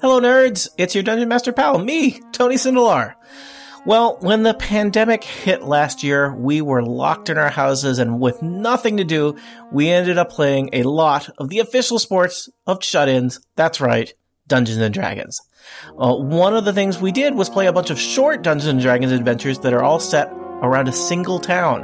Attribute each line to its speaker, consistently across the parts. Speaker 1: Hello, nerds! It's your Dungeon Master pal, me, Tony Sindelar. Well, when the pandemic hit last year, we were locked in our houses and with nothing to do, we ended up playing a lot of the official sports of shut ins. That's right, Dungeons and Dragons. Uh, one of the things we did was play a bunch of short Dungeons and Dragons adventures that are all set around a single town.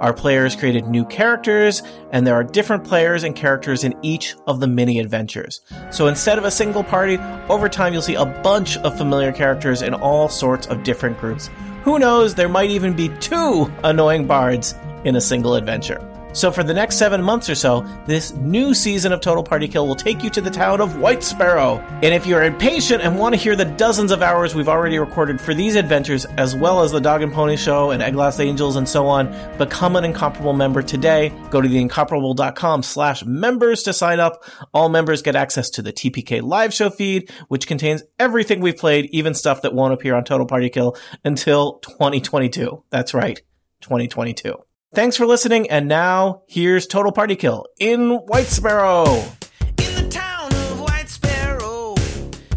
Speaker 1: Our players created new characters, and there are different players and characters in each of the mini adventures. So instead of a single party, over time you'll see a bunch of familiar characters in all sorts of different groups. Who knows, there might even be two annoying bards in a single adventure. So for the next seven months or so, this new season of Total Party Kill will take you to the town of White Sparrow. And if you're impatient and want to hear the dozens of hours we've already recorded for these adventures, as well as the Dog and Pony Show and Eglass Angels and so on, become an Incomparable member today. Go to theincomparable.com slash members to sign up. All members get access to the TPK live show feed, which contains everything we've played, even stuff that won't appear on Total Party Kill until 2022. That's right, 2022. Thanks for listening, and now here's Total Party Kill in White Sparrow.
Speaker 2: In the town of White Sparrow,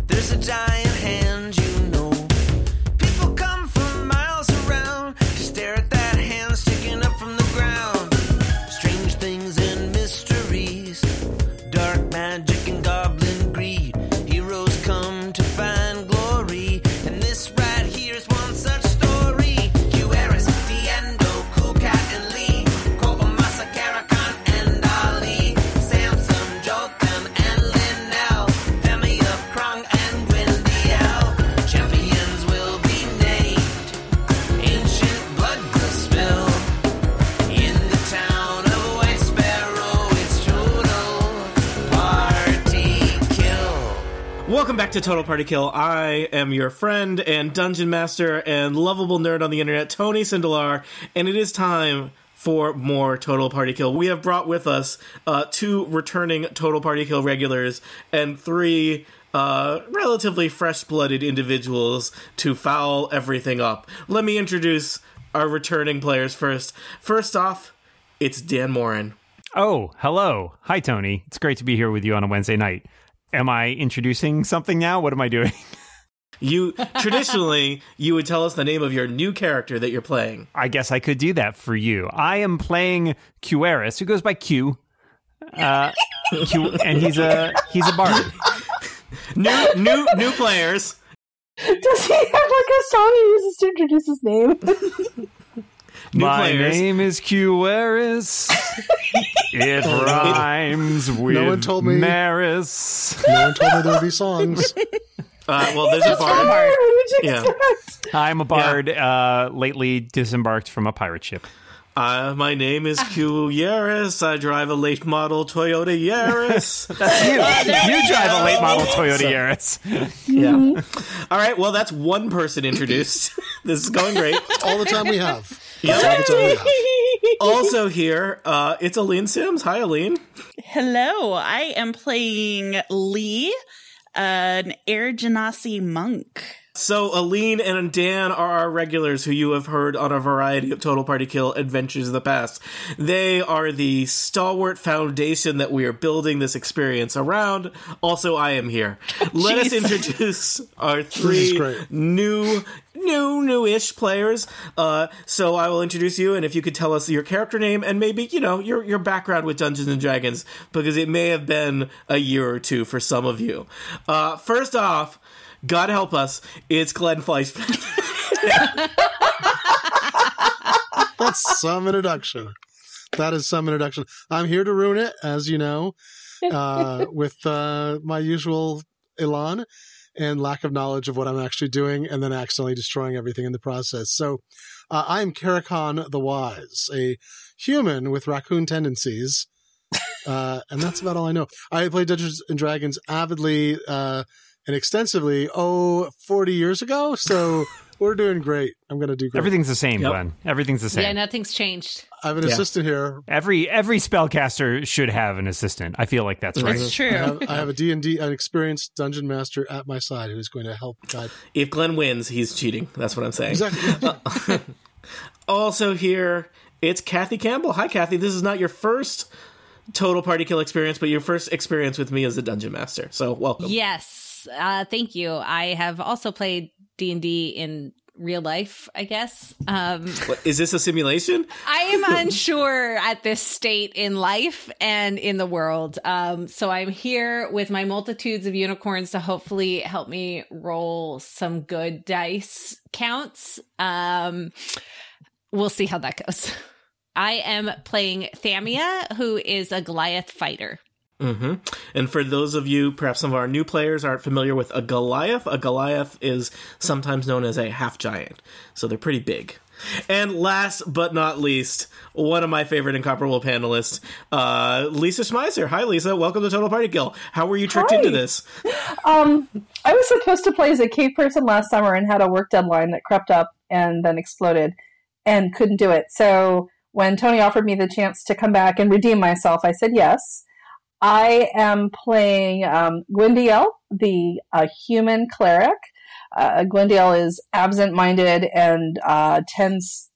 Speaker 2: there's a giant hand you know. People come from miles around to stare at that hand sticking up from the ground. Strange things and mysteries, dark magic and goblin greed. Heroes come to find glory, and this right here's one such story. Q-Eris, Diendo, Kukat and Lee, Kobamasa, Karakhan and Ali, Samson, Jotham and Linnell, family of Krong and Gwendiel. Champions will be named, ancient blood will spill. In the town of White Sparrow, it's total party kill.
Speaker 1: Welcome back to Total Party Kill. I am your friend and dungeon master and lovable nerd on the internet, Tony Sindelar, and it is time for more Total Party Kill. We have brought with us uh, two returning Total Party Kill regulars and three uh, relatively fresh blooded individuals to foul everything up. Let me introduce our returning players first. First off, it's Dan Morin.
Speaker 3: Oh, hello. Hi, Tony. It's great to be here with you on a Wednesday night. Am I introducing something now? What am I doing?
Speaker 1: You traditionally you would tell us the name of your new character that you're playing.
Speaker 3: I guess I could do that for you. I am playing Qeris, who goes by Q. Uh, Q and he's a he's a bard.
Speaker 1: New new new players.
Speaker 4: Does he have like a song he uses to introduce his name?
Speaker 1: New
Speaker 3: My
Speaker 1: players.
Speaker 3: name is Qeris. It rhymes with
Speaker 5: one told me.
Speaker 3: Maris.
Speaker 5: No one told me there would be songs.
Speaker 1: Uh, well, there's a bar.
Speaker 4: What would you
Speaker 1: Yeah.
Speaker 4: expect?
Speaker 3: I'm a bard, uh, lately disembarked from a pirate ship.
Speaker 1: Uh, my name is Q Yaris. I drive a late model Toyota Yaris.
Speaker 3: That's you. you drive a late model Toyota Yaris.
Speaker 1: yeah. All right. Well, that's one person introduced. this is going great.
Speaker 5: All the time we have.
Speaker 1: Yeah.
Speaker 5: All the time we have.
Speaker 1: Also here, uh, it's Aline Sims. Hi, Aline.
Speaker 6: Hello, I am playing Lee, an Air Genasi monk.
Speaker 1: So Aline and Dan are our regulars who you have heard on a variety of Total Party Kill adventures in the past. They are the stalwart foundation that we are building this experience around. Also, I am here. Let us
Speaker 6: Jeez.
Speaker 1: introduce our
Speaker 5: is
Speaker 1: three
Speaker 5: great.
Speaker 1: new, new, newish players. Uh, so I will introduce you, and if you could tell us your character name and maybe you know your your background with Dungeons and Dragons, because it may have been a year or two for some of you. Uh, first off. God help us, it's Glenn Fleischman.
Speaker 5: That's some introduction. That is some introduction. I'm here to ruin it, as you know, uh, with uh, my usual elan and lack of knowledge of what I'm actually doing, and then accidentally destroying everything in the process. So, uh, I am Karakhan the Wise, a human with raccoon tendencies. Uh, and that's about all I know. I played Dungeons and Dragons avidly uh, and extensively, oh, 40 years ago. So we're doing great. I'm going to do great.
Speaker 3: Everything's the same,
Speaker 1: Yep.
Speaker 3: Glenn. Everything's the same.
Speaker 7: Yeah, nothing's changed.
Speaker 5: I have an
Speaker 1: Yeah.
Speaker 5: assistant here
Speaker 3: Every every spellcaster should have an assistant. I feel like that's right.
Speaker 6: It's
Speaker 5: I
Speaker 6: true.
Speaker 5: have, I have a D&D, an experienced dungeon master at my side who is going to help guide.
Speaker 1: if Glenn wins, he's cheating. That's what I'm saying.
Speaker 5: Exactly.
Speaker 1: Also here, it's Kathy Campbell. Hi, Kathy. This is not your first total party kill experience, but your first experience with me as a dungeon master. So welcome.
Speaker 7: Yes. Yes, uh, thank you. I have also played D and D in real life. I guess um,
Speaker 1: What, is this a simulation?
Speaker 7: I am unsure at this state in life and in the world. Um, so I'm here with my multitudes of unicorns to hopefully help me roll some good dice counts. Um, we'll see how that goes. I am playing Thamia, who is a Goliath fighter.
Speaker 1: hmm And for those of you, perhaps some of our new players aren't familiar with a Goliath. A Goliath is sometimes known as a half giant, so they're pretty big. And last but not least, one of my favorite incomparable panelists, uh, Lisa Schmeiser. Hi, Lisa. Welcome to Total Party Kill. How were you tricked
Speaker 4: Hi.
Speaker 1: into this?
Speaker 4: Um, I was supposed to play as a cave person last summer and had a work deadline that crept up and then exploded and couldn't do it. So when Tony offered me the chance to come back and redeem myself, I said yes. I am playing um, Gwendiel, the uh, human cleric. Uh, Gwendiel is absent-minded and uh, tends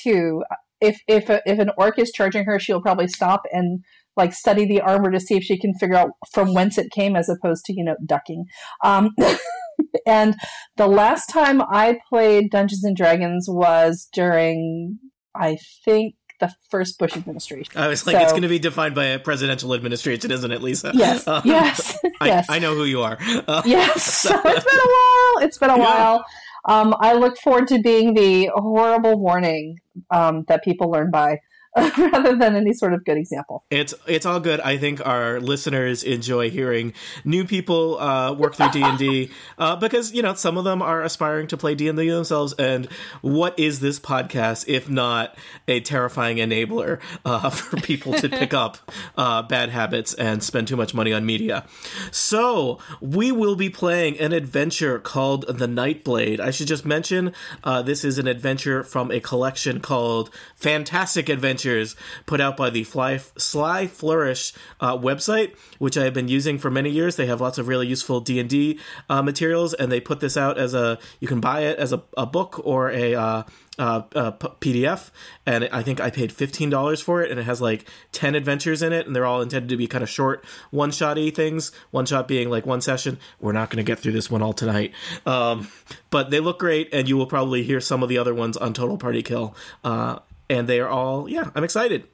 Speaker 4: to if if if an orc is charging her, she'll probably stop and like study the armor to see if she can figure out from whence it came, as opposed to you know ducking. Um, and the last time I played Dungeons and Dragons was during I think the first Bush administration.
Speaker 1: I was like, it's
Speaker 4: So-
Speaker 1: going to be defined by a presidential administration, isn't it, Lisa?
Speaker 4: Yes,
Speaker 1: Uh,
Speaker 4: yes,
Speaker 1: I,
Speaker 4: yes.
Speaker 1: I know who you are. Uh,
Speaker 4: Yes, so it's been a while. It's been a
Speaker 1: Yeah.
Speaker 4: while. Um, I look forward to being the horrible warning um, that people learn by, rather than any sort of good example.
Speaker 1: It's it's all good. I think our listeners enjoy hearing new people uh, work through D and D Uh, because you know some of them are aspiring to play D and D themselves. And what is this podcast if not a terrifying enabler uh, for people to pick up uh, bad habits and spend too much money on media? So we will be playing an adventure called The Nightblade. I should just mention uh, this is an adventure from a collection called Fantastic Adventures, put out by the Fly, Sly Flourish uh, website, which I have been using for many years. They have lots of really useful D and D uh, materials, and they put this out as a you can buy it as a, a book or a uh, uh, uh, p- PDF, and I think I paid fifteen dollars for it, and it has like ten adventures in it, and they're all intended to be kind of short, one shotty things. One shot being like one session. We're not going to get through this one all tonight, um, but they look great, and you will probably hear some of the other ones on Total Party Kill, uh, and they are all yeah. I'm excited.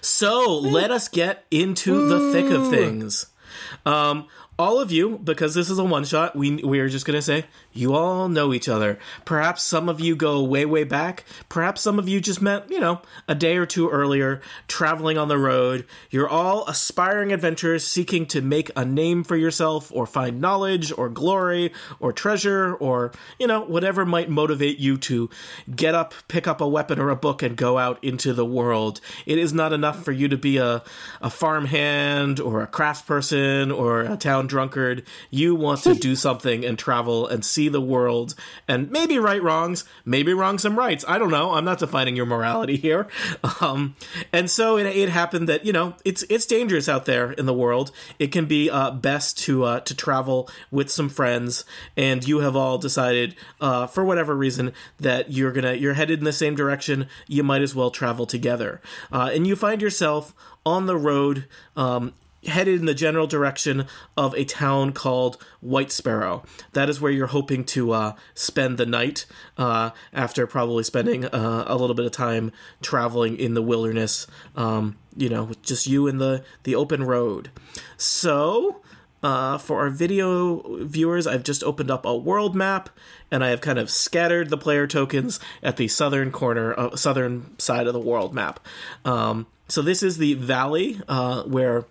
Speaker 1: So let us get into the thick of things. Um, all of you, because this is a one shot, we we are just gonna say you all know each other. Perhaps some of you go way way back. Perhaps some of you just met, you know, a day or two earlier, traveling on the road. You're all aspiring adventurers seeking to make a name for yourself, or find knowledge, or glory, or treasure, or you know whatever might motivate you to get up, pick up a weapon or a book, and go out into the world. It is not enough for you to be a a farmhand or a craft person or a town drunkard. You want to do something and travel and see the world and maybe right wrongs, maybe wrong some rights. I don't know. I'm not defining your morality here. Um, and so it, it happened that you know it's it's dangerous out there in the world. It can be uh, best to uh, to travel with some friends, and you have all decided uh, for whatever reason that you're gonna you're headed in the same direction. You might as well travel together, uh, and you find yourself on the road um, headed in the general direction of a town called White Sparrow. That is where you're hoping to uh, spend the night uh, after probably spending uh, a little bit of time traveling in the wilderness. Um, you know, with just you and the the open road. So. Uh, for our video viewers, I've just opened up a world map, and I have kind of scattered the player tokens at the southern corner, uh, southern side of the world map. Um, so this is the valley uh, where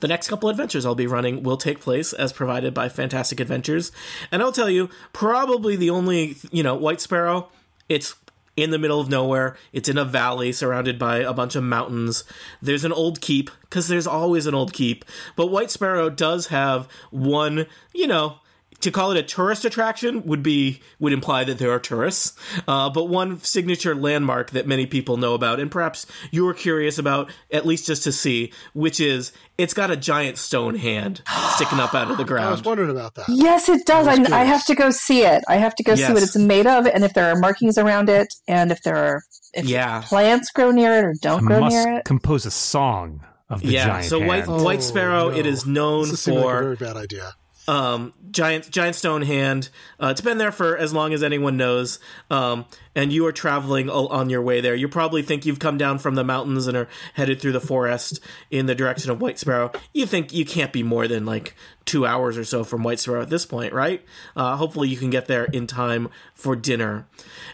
Speaker 1: the next couple adventures I'll be running will take place as provided by Fantastic Adventures, and I'll tell you probably the only you know White Sparrow. It's in the middle of nowhere. It's in a valley surrounded by a bunch of mountains. There's an old keep because there's always an old keep, but White Sparrow does have one you know to call it a tourist attraction would be would imply that there are tourists uh, but one signature landmark that many people know about and perhaps you were curious about at least just to see which is it's got a giant stone hand sticking up out of the
Speaker 5: I was
Speaker 1: ground
Speaker 5: wondering about that.
Speaker 4: Yes, it does. I,
Speaker 5: Sounds good.
Speaker 4: I have to go see it. I have to go see what
Speaker 1: Yes.
Speaker 4: it's made of, and if there are markings around it, and if there are if
Speaker 1: yeah
Speaker 4: plants grow near it or
Speaker 3: I
Speaker 4: don't grow near
Speaker 3: must
Speaker 4: it.
Speaker 3: compose a song of the
Speaker 1: yeah
Speaker 3: giant
Speaker 1: so white
Speaker 3: hand.
Speaker 5: Oh,
Speaker 1: white sparrow it
Speaker 5: no.
Speaker 1: is known
Speaker 5: This seems like a
Speaker 1: for
Speaker 5: very bad idea.
Speaker 1: um, giant giant stone hand. Uh, it's been there for as long as anyone knows. Um, and you are traveling al- on your way there. You probably think you've come down from the mountains and are headed through the forest in the direction of White Sparrow. You think you can't be more than like two hours or so from White Sparrow at this point, right? Uh, hopefully, you can get there in time for dinner.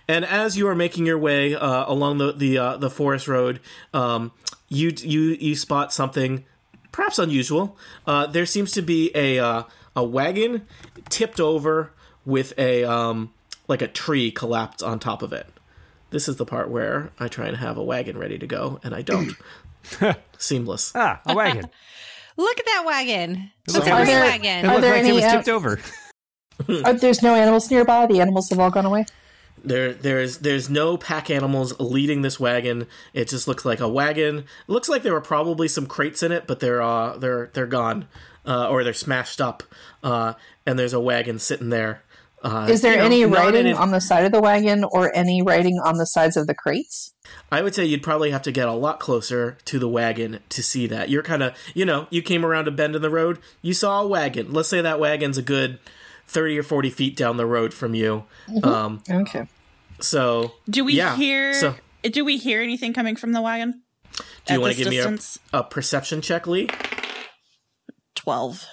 Speaker 1: And as you are making your way uh, along the the, uh, the forest road, um, you you you spot something perhaps unusual. Uh, there seems to be a uh, a wagon tipped over with a um, like a tree collapsed on top of it. This is the part where I try and have a wagon ready to go, and I don't. Seamless.
Speaker 3: Ah, a wagon.
Speaker 7: Look at that wagon. That's
Speaker 3: looks
Speaker 7: a
Speaker 3: like
Speaker 7: great
Speaker 4: there-
Speaker 3: It
Speaker 7: wagon.
Speaker 4: Are
Speaker 3: looked
Speaker 4: there
Speaker 3: like
Speaker 4: any,
Speaker 3: it was
Speaker 4: uh,
Speaker 3: tipped over.
Speaker 4: Oh, there's no animals nearby. The animals have all gone away.
Speaker 1: There, there's, there's no pack animals leading this wagon. It just looks like a wagon. It looks like there were probably some crates in it, but they're, uh, they're, they're gone, uh, or they're smashed up. Uh, and there's a wagon sitting there. Uh,
Speaker 4: Is there
Speaker 1: you know,
Speaker 4: any
Speaker 1: not in
Speaker 4: writing
Speaker 1: it-
Speaker 4: on the side of the wagon or any writing on the sides of the crates?
Speaker 1: I would say you'd probably have to get a lot closer to the wagon to see that. You're kind of, you know, you came around a bend in the road, you saw a wagon. Let's say that wagon's a good 30 or 40 feet down the road from you. Um,
Speaker 4: Okay.
Speaker 1: so,
Speaker 6: Do we
Speaker 1: Yeah,
Speaker 6: hear?
Speaker 1: so-
Speaker 6: Do we hear anything coming from the wagon?
Speaker 1: do you
Speaker 6: At
Speaker 1: want
Speaker 6: this
Speaker 1: to give
Speaker 6: distance?
Speaker 1: me a, a perception check, Lee?
Speaker 6: Twelve.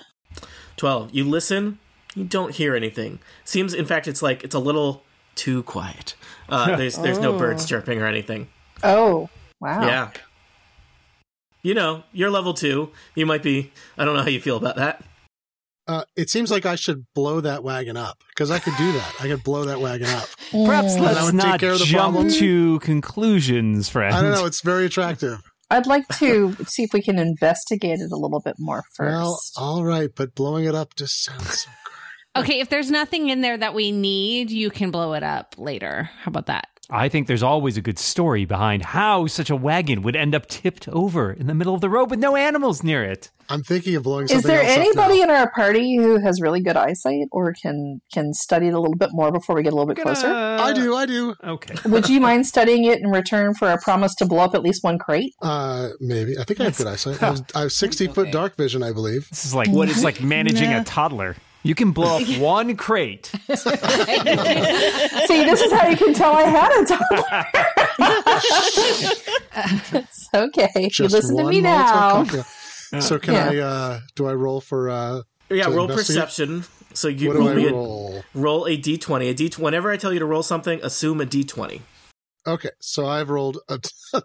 Speaker 1: 12. You listen, you don't hear anything. Seems, in fact, it's like it's a little too quiet. Uh, there's, there's no birds chirping or anything.
Speaker 4: Oh, wow.
Speaker 1: Yeah. You know, you're level two. You might be, I don't know how you feel about that.
Speaker 5: Uh, it seems like I should blow that wagon up because I could do that. I could blow that wagon up.
Speaker 3: Perhaps
Speaker 5: That
Speaker 3: let's
Speaker 5: would take
Speaker 3: not
Speaker 5: care of the problem.
Speaker 3: jump to conclusions, friend.
Speaker 5: I don't know. It's very attractive.
Speaker 4: I'd like to see if we can investigate it a little bit more first.
Speaker 5: Well, all right, but blowing it up just sounds. So
Speaker 7: Okay, if there's nothing in there that we need, you can blow it up later. How about that?
Speaker 3: I think there's always a good story behind how such a wagon would end up tipped over in the middle of the road with no animals near it.
Speaker 5: I'm thinking of blowing.
Speaker 4: Is
Speaker 5: something
Speaker 4: there
Speaker 5: else up now.
Speaker 4: anybody in our party who has really good eyesight or can can study it a little bit more before we get a little bit closer?
Speaker 5: I do. I do.
Speaker 3: Okay.
Speaker 4: Would you mind studying it in return for a promise to blow up at least one crate?
Speaker 5: Uh, maybe. I think I have good eyesight. I, was, I have 60 foot dark vision, I believe.
Speaker 3: This is like what is like managing a toddler. You can blow up one crate.
Speaker 4: See, this is how you can tell I had a toddler. It's okay, you listen to me now.
Speaker 5: Molotov cocktail. So can
Speaker 4: Yeah.
Speaker 5: I? Uh, do I roll for? Uh,
Speaker 1: Yeah,
Speaker 5: to
Speaker 1: roll
Speaker 5: investigate?
Speaker 1: perception. So you
Speaker 5: What do
Speaker 1: roll,
Speaker 5: I
Speaker 1: me a-
Speaker 5: roll?
Speaker 1: roll a d20. A d20. Whenever I tell you to roll something, assume a d20.
Speaker 5: Okay, so I've rolled a, t-
Speaker 4: Oh,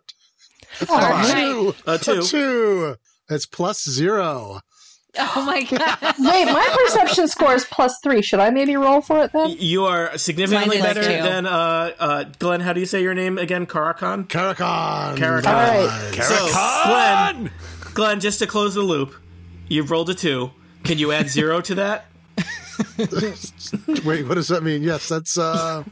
Speaker 7: All
Speaker 5: a
Speaker 7: right.
Speaker 5: two.
Speaker 1: A two.
Speaker 5: A two. It's plus zero.
Speaker 7: Oh my god.
Speaker 4: Wait, my perception score is plus three. Should I maybe roll for it then?
Speaker 1: You are significantly
Speaker 7: Mine is
Speaker 1: better
Speaker 7: two.
Speaker 1: than uh, uh, Glenn. How do you say your name again? Karakon.
Speaker 5: Karakon.
Speaker 1: Karakon.
Speaker 4: All right.
Speaker 1: So, Glenn, Glenn, just to close the loop, you've rolled a two. Can you add zero to that?
Speaker 5: Wait, what does that mean? Yes, that's uh,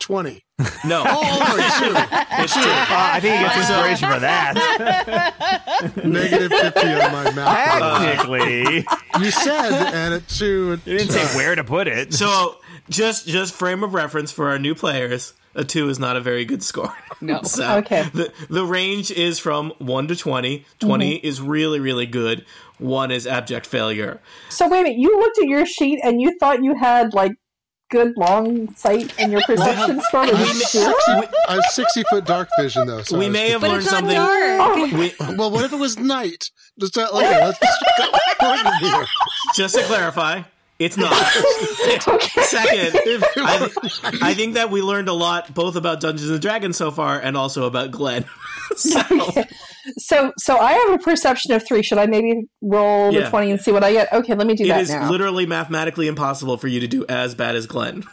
Speaker 5: twenty.
Speaker 1: No,
Speaker 5: Oh,
Speaker 1: it's two.
Speaker 3: Uh, Ah, I think he gets inspiration for that.
Speaker 5: two. Negative fifty on my map.
Speaker 3: Technically,
Speaker 5: you said, and at two. uh,
Speaker 3: you didn't say where to put it.
Speaker 1: So, just just frame of reference for our new players. A two is not a very good score. No. so
Speaker 4: Okay.
Speaker 1: The the range is from one to twenty. 20
Speaker 7: Mm-hmm.
Speaker 1: is really really good. One is abject failure.
Speaker 4: So wait a minute, you looked at your sheet and you thought you had like good long sight and your perception score
Speaker 5: I have,
Speaker 4: was zero?
Speaker 5: 60, I have 60 foot dark vision though. So
Speaker 1: we
Speaker 5: I was
Speaker 1: may have
Speaker 7: But
Speaker 1: learned
Speaker 7: it's not
Speaker 1: something.
Speaker 7: dark.
Speaker 1: We,
Speaker 5: Well, what if it was night? Just uh, okay, let's just go on here.
Speaker 1: just to clarify, it's not. Second,
Speaker 5: If it
Speaker 1: I,
Speaker 5: were-
Speaker 1: I think that we learned a lot both about Dungeons and Dragons so far, and also about Glenn. so,
Speaker 4: So so I have a perception of three. Should I maybe roll
Speaker 1: Yeah.
Speaker 4: the twenty and see what I get? Okay, let me do
Speaker 1: it
Speaker 4: that
Speaker 1: is
Speaker 4: now.
Speaker 1: literally mathematically impossible for you to do as bad as Glenn.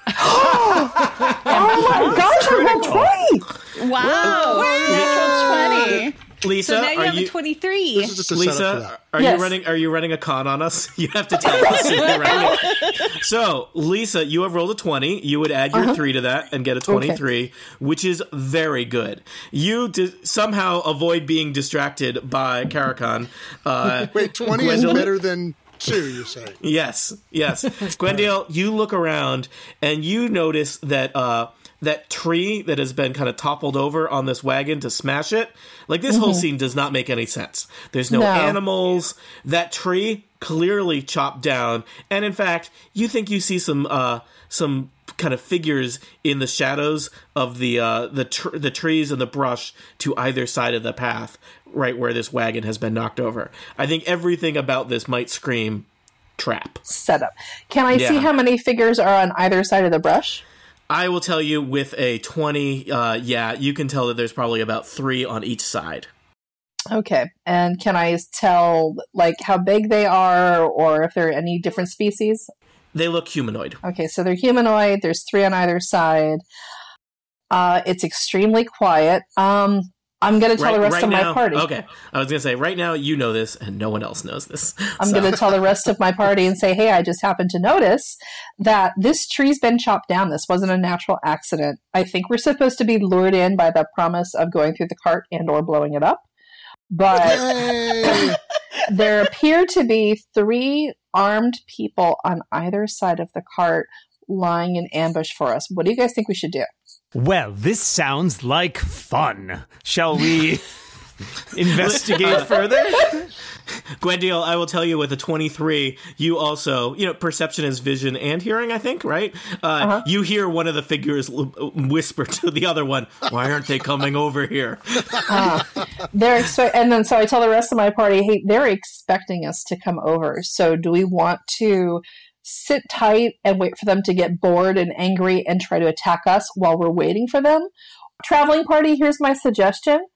Speaker 4: oh my gosh, I rolled twenty.
Speaker 6: Wow. Natural twenty.
Speaker 1: Lisa,
Speaker 7: Oh, so now you
Speaker 1: are
Speaker 7: have
Speaker 1: you?
Speaker 7: a 23.
Speaker 5: this is just a setup for
Speaker 1: Lisa,
Speaker 5: that.
Speaker 1: are
Speaker 4: Yes.
Speaker 1: you running? Are you running a con on us? You have to tell us. if you're running it. So, Lisa, you have rolled a twenty. You would add your three to that and get a twenty-three, which is very good. You di- somehow avoid being distracted by Karakon. Uh,
Speaker 5: Wait, 20 is
Speaker 1: Gwendolyn-
Speaker 5: better than two, you're saying.
Speaker 1: Yes, yes. Gwendale, you look around and you notice that uh, that tree that has been kind of toppled over on this wagon to smash it. Like this whole scene does not make any sense. There's no,
Speaker 4: No.
Speaker 1: animals. That tree clearly chopped down, and in fact, you think you see some uh, some kind of figures in the shadows of the uh, the tr- the trees and the brush to either side of the path, right where this wagon has been knocked over. I think everything about this might scream trap.
Speaker 4: setup. Can I see
Speaker 1: Yeah.
Speaker 4: how many figures are on either side of the brush?
Speaker 1: I will tell you with a 20, uh, yeah, you can tell that there's probably about three on each side.
Speaker 4: Okay. And can I tell like how big they are or if they're any different species?
Speaker 1: They look humanoid.
Speaker 4: Okay, so they're humanoid, there's three on either side. Uh it's extremely quiet. Um I'm gonna tell the rest of
Speaker 1: now,
Speaker 4: my party.
Speaker 1: Okay. I was going to say, right now, you know this, and no one else knows this.
Speaker 4: I'm
Speaker 1: So-
Speaker 4: going to tell the rest of my party and say, hey, I just happened to notice that this tree's been chopped down. This wasn't a natural accident. I think we're supposed to be lured in by the promise of going through the cart and or blowing it up. But
Speaker 5: Yay!
Speaker 4: there appear to be three armed people on either side of the cart lying in ambush for us. What do you guys think we should do?
Speaker 3: Well, this sounds like fun. Shall we investigate further?
Speaker 1: Gwendiel, I will tell you with a 23, you also, you know, perception is vision and hearing, I think, right? Uh,
Speaker 4: Uh-huh.
Speaker 1: You hear one of the figures l- whisper to the other one, Why aren't they coming over here?
Speaker 4: Uh, They're expect, and then so I tell the rest of my party, hey, they're expecting us to come over. So do we want to sit tight and wait for them to get bored and angry and try to attack us while we're waiting for them? Traveling party, here's my suggestion.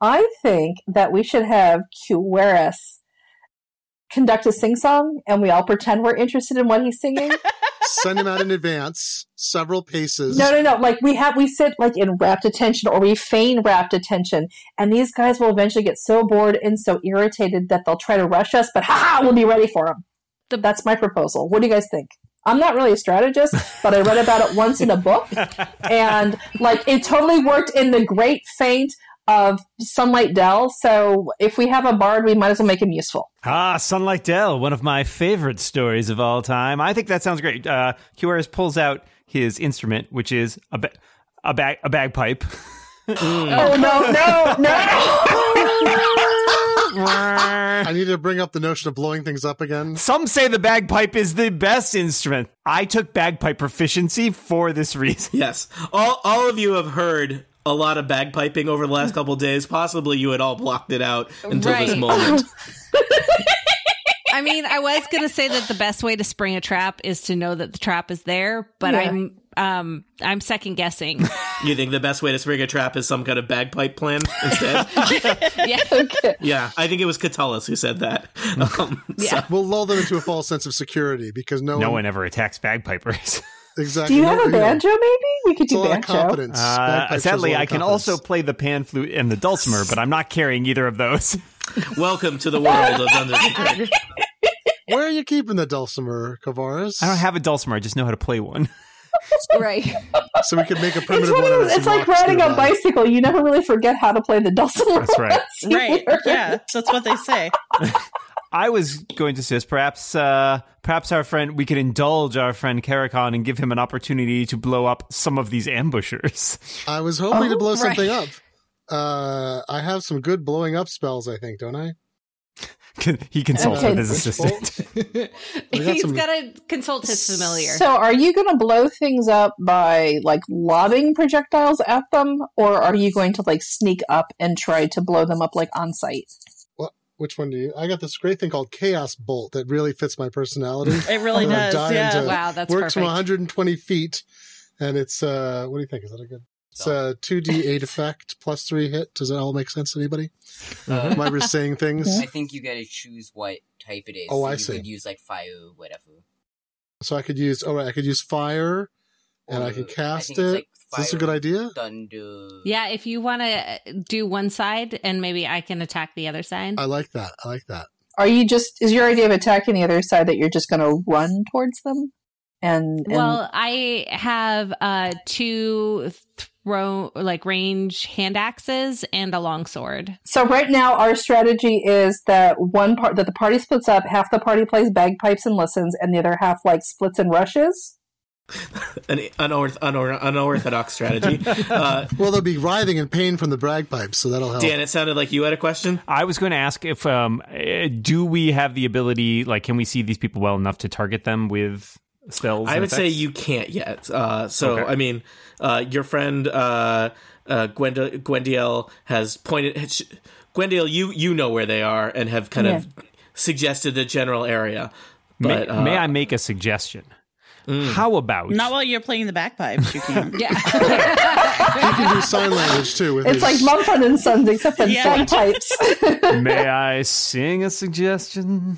Speaker 4: I think that we should have Cueris conduct a sing song and we all pretend we're interested in what he's singing.
Speaker 5: Send him out in advance, several paces.
Speaker 4: No, no, no. Like we have, we sit like in rapt attention, or we feign rapt attention, and these guys will eventually get so bored and so irritated that they'll try to rush us. But haha, we'll be ready for them. That's my proposal. What do you guys think? I'm not really a strategist, but I read about it once in a book, and like it totally worked in the Great Feint of Sunlight Dell. So if we have a bard, we might as well make him useful.
Speaker 3: Ah, Sunlight Dell, one of my favorite stories of all time. I think that sounds great. Uh, QRS pulls out his instrument, which is a, ba- a, bag- a bagpipe.
Speaker 5: Hmm.
Speaker 4: Oh no, no, no!
Speaker 5: I need to bring up the notion of blowing things up again.
Speaker 3: Some say the bagpipe is the best instrument. I took bagpipe proficiency for this reason.
Speaker 1: Yes. All, all of you have heard a lot of bagpiping over the last couple days. Possibly you had all blocked it out until this
Speaker 7: Right.
Speaker 1: moment.
Speaker 7: I mean, I was gonna say that the best way to spring a trap is to know that the trap is there, but
Speaker 4: Yeah.
Speaker 7: I'm um I'm second guessing.
Speaker 1: You think the best way to spring a trap is some kind of bagpipe plan instead?
Speaker 7: yeah.
Speaker 4: okay.
Speaker 1: yeah, I think it was Catullus who said that. Um, so-
Speaker 5: We'll lull them into a false sense of security because no,
Speaker 3: No one ever attacks bagpipers.
Speaker 4: Do
Speaker 5: exactly.
Speaker 4: you
Speaker 5: no-
Speaker 4: have a
Speaker 5: know,
Speaker 4: banjo? Maybe we could
Speaker 5: It's a
Speaker 4: do
Speaker 5: lot of
Speaker 4: banjo.
Speaker 5: confidence. Bagpipes
Speaker 3: Uh,
Speaker 5: is a
Speaker 3: sadly,
Speaker 5: lot of
Speaker 3: I can
Speaker 5: confidence.
Speaker 3: also play the pan flute and the dulcimer, but I'm not carrying either of those.
Speaker 1: Welcome to the world of Dungeons and Dragons.
Speaker 5: Where are you keeping the dulcimer, Kavaris?
Speaker 3: I don't have a dulcimer. I just know how to play one.
Speaker 7: Right.
Speaker 5: So we could make a
Speaker 4: It's
Speaker 5: primitive
Speaker 4: one of
Speaker 5: out
Speaker 4: those,
Speaker 5: some
Speaker 4: It's like
Speaker 5: rocks
Speaker 4: riding a
Speaker 5: nearby.
Speaker 4: bicycle. You never really forget how to play the dulcimer.
Speaker 3: That's right.
Speaker 4: once you
Speaker 6: Right.
Speaker 4: learn.
Speaker 6: Yeah. That's what they say.
Speaker 3: I was going to suggest perhaps, uh, perhaps our friend, we could indulge our friend Karakon and give him an opportunity to blow up some of these ambushers.
Speaker 5: I was hoping to blow
Speaker 6: right.
Speaker 5: something up. Uh, I have some good blowing up spells, I think, don't I?
Speaker 3: he consults
Speaker 4: Okay.
Speaker 3: with his assistant.
Speaker 5: We got
Speaker 7: He's
Speaker 5: some-
Speaker 7: gotta consult his familiar.
Speaker 4: So, are you going to blow things up by like lobbing projectiles at them, or are you going to like sneak up and try to blow them up like on site?
Speaker 5: Which one do you? I got this great thing called Chaos Bolt that really fits my personality.
Speaker 6: It really
Speaker 5: I'm gonna
Speaker 6: does.
Speaker 5: die
Speaker 6: Yeah.
Speaker 5: into-
Speaker 7: Uh, wow, that's
Speaker 5: Works from
Speaker 7: perfect.
Speaker 5: 120 feet, and it's uh, what do you think? Is that a good? It's uh, a 2d8 effect plus three hit. Does that all make sense to anybody? Am I just saying things?
Speaker 8: I think you gotta choose what type it is.
Speaker 5: Oh,
Speaker 8: so
Speaker 5: I
Speaker 8: you
Speaker 5: see.
Speaker 8: could use like fire, whatever.
Speaker 5: So I could use. Oh, right, I could use fire, and I
Speaker 8: Or-
Speaker 5: could
Speaker 8: think
Speaker 5: cast
Speaker 8: it's,
Speaker 5: it.
Speaker 8: like,
Speaker 5: Is this a
Speaker 8: fire,
Speaker 5: good idea?
Speaker 8: Thunder.
Speaker 7: yeah, if you wanna do one side and maybe I can attack the other side.
Speaker 5: I like that. I like that.
Speaker 4: Are you just is your idea of attacking the other side that you're just going to run towards them? And, and
Speaker 7: Well, I have uh two throw like range hand axes and a longsword.
Speaker 4: so right now our strategy is that one part that the party splits up, half the party plays bagpipes and listens, and the other half like splits and rushes.
Speaker 1: an unorth- unor- unorthodox strategy. Uh,
Speaker 5: Well, they'll be writhing in pain from the bragpipes, so that'll help.
Speaker 1: Dan, it sounded like you had a question.
Speaker 3: I was going to ask if um, eh, do we have the ability, like, can we see these people well enough to target them with spells?
Speaker 1: I
Speaker 3: and
Speaker 1: would say
Speaker 3: effects?
Speaker 1: you can't yet. Uh, so
Speaker 3: Okay.
Speaker 1: I mean, uh, your friend uh, uh, Gwenda- Gwendiel has pointed. has- Gwendiel, you you know where they are and have kind of suggested the general area.
Speaker 3: May,
Speaker 1: But uh, Mm.
Speaker 3: may I make a suggestion? How about
Speaker 6: Not while you're playing the bagpipes, you can. Um,
Speaker 7: Yeah.
Speaker 5: You can do sign language too. With
Speaker 4: It's like
Speaker 5: these.
Speaker 4: Mumford and Sons, except for
Speaker 6: Yeah.
Speaker 4: bagpipes.
Speaker 3: may I sing a suggestion?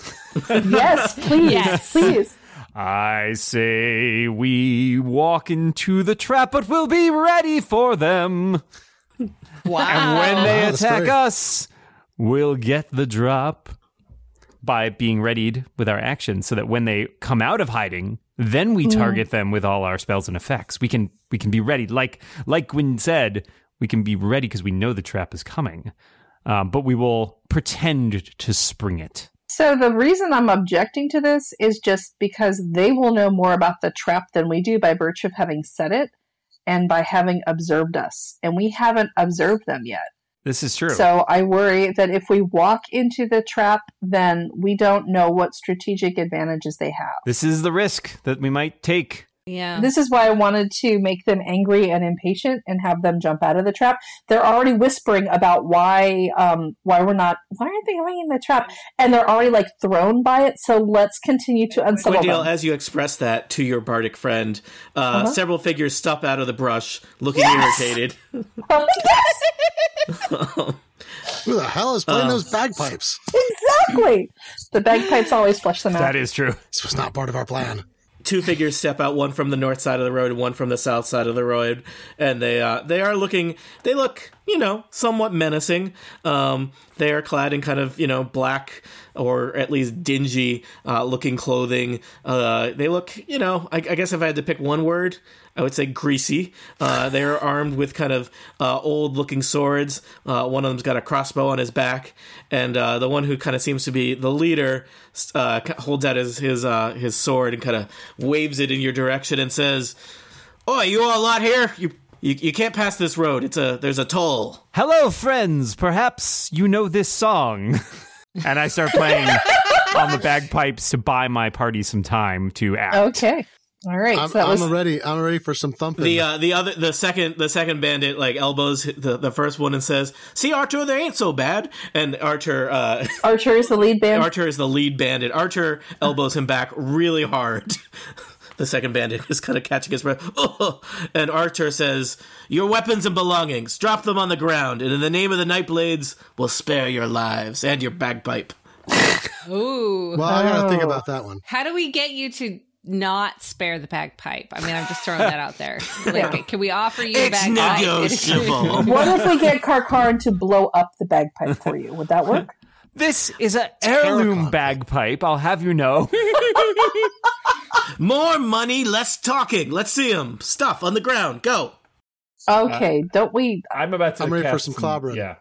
Speaker 4: yes, please,
Speaker 7: Yes.
Speaker 4: please.
Speaker 3: I say we walk into the trap, but we'll be ready for them.
Speaker 6: Wow.
Speaker 3: When they
Speaker 5: Wow, Ah, that's
Speaker 3: attack
Speaker 5: great.
Speaker 3: us, we'll get the drop by being readied with our action so that when they come out of hiding, then we target them with all our spells and effects. We can we can be ready. Like like Gwyn said, we can be ready because we know the trap is coming. Um, but we will pretend to spring it.
Speaker 4: So the reason I'm objecting to this is just because they will know more about the trap than we do by virtue of having said it and by having observed us. And we haven't observed them yet.
Speaker 3: This is true.
Speaker 4: So I worry that if we walk into the trap, then we don't know what strategic advantages they have.
Speaker 3: this is the risk that we might take.
Speaker 7: yeah.
Speaker 4: This is why I wanted to make them angry and impatient and have them jump out of the trap. They're already whispering about why um, why we're not why aren't they going in the trap, and they're already like thrown by it. So let's continue to unsettle
Speaker 1: Gwendiel,
Speaker 4: them.
Speaker 1: as you express that to your bardic friend, uh, several figures stop out of the brush, looking irritated.
Speaker 4: yes,
Speaker 5: Who the hell is
Speaker 1: Uh,
Speaker 5: playing those bagpipes?
Speaker 4: exactly. The bagpipes always flush them out.
Speaker 3: That is true.
Speaker 5: This was not part of our plan.
Speaker 1: two figures step out, one from the north side of the road and one from the south side of the road, and they uh, they are looking they look you know somewhat menacing. Um, they are clad in kind of you know black or at least dingy uh, looking clothing. Uh, they look you know I, I guess if I had to pick one word. I would say greasy. Uh, they are armed with kind of uh, old-looking swords. Uh, one of them's got a crossbow on his back, and uh, the one who kind of seems to be the leader uh, k- holds out his his uh, his sword and kind of waves it in your direction and says, "Oh, you all lot here? You, you you can't pass this road. It's a there's a toll."
Speaker 3: Hello, friends. Perhaps you know this song. and I start playing on the bagpipes to buy my party some time to act.
Speaker 4: okay. All right.
Speaker 5: I'm,
Speaker 4: so that
Speaker 5: I'm
Speaker 4: was
Speaker 5: ready. I'm ready for some thumping.
Speaker 1: The uh, the other the second the second bandit like elbows the, the first one and says, "See Archer, they ain't so bad." And Archer uh,
Speaker 4: Archer is the lead band.
Speaker 1: Archer is the lead bandit. Archer elbows him back really hard. the second bandit is kind of catching his breath. "Ugh." And Archer says, Your weapons and belongings, drop them on the ground, and in the name of the Nightblades, we'll spare your lives and your bagpipe.
Speaker 7: Ooh.
Speaker 5: well, I gotta think
Speaker 4: Oh.
Speaker 5: about that one.
Speaker 7: How do we get you to not spare the bagpipe? I mean, I'm just throwing that out there. Like, can we offer you a
Speaker 1: It's
Speaker 7: bagpipe?
Speaker 1: negotiable.
Speaker 4: what if we get Karkarin to blow up the bagpipe for you? Would that work?
Speaker 3: This is an heirloom
Speaker 5: Terracotta.
Speaker 3: bagpipe, I'll have you know.
Speaker 1: More money, less talking. Let's see him. Stuff on the ground. Go.
Speaker 3: Uh,
Speaker 4: Okay. Don't we?
Speaker 9: I'm about to.
Speaker 5: I'm ready for
Speaker 9: cast
Speaker 5: some clobbering.
Speaker 9: Yeah.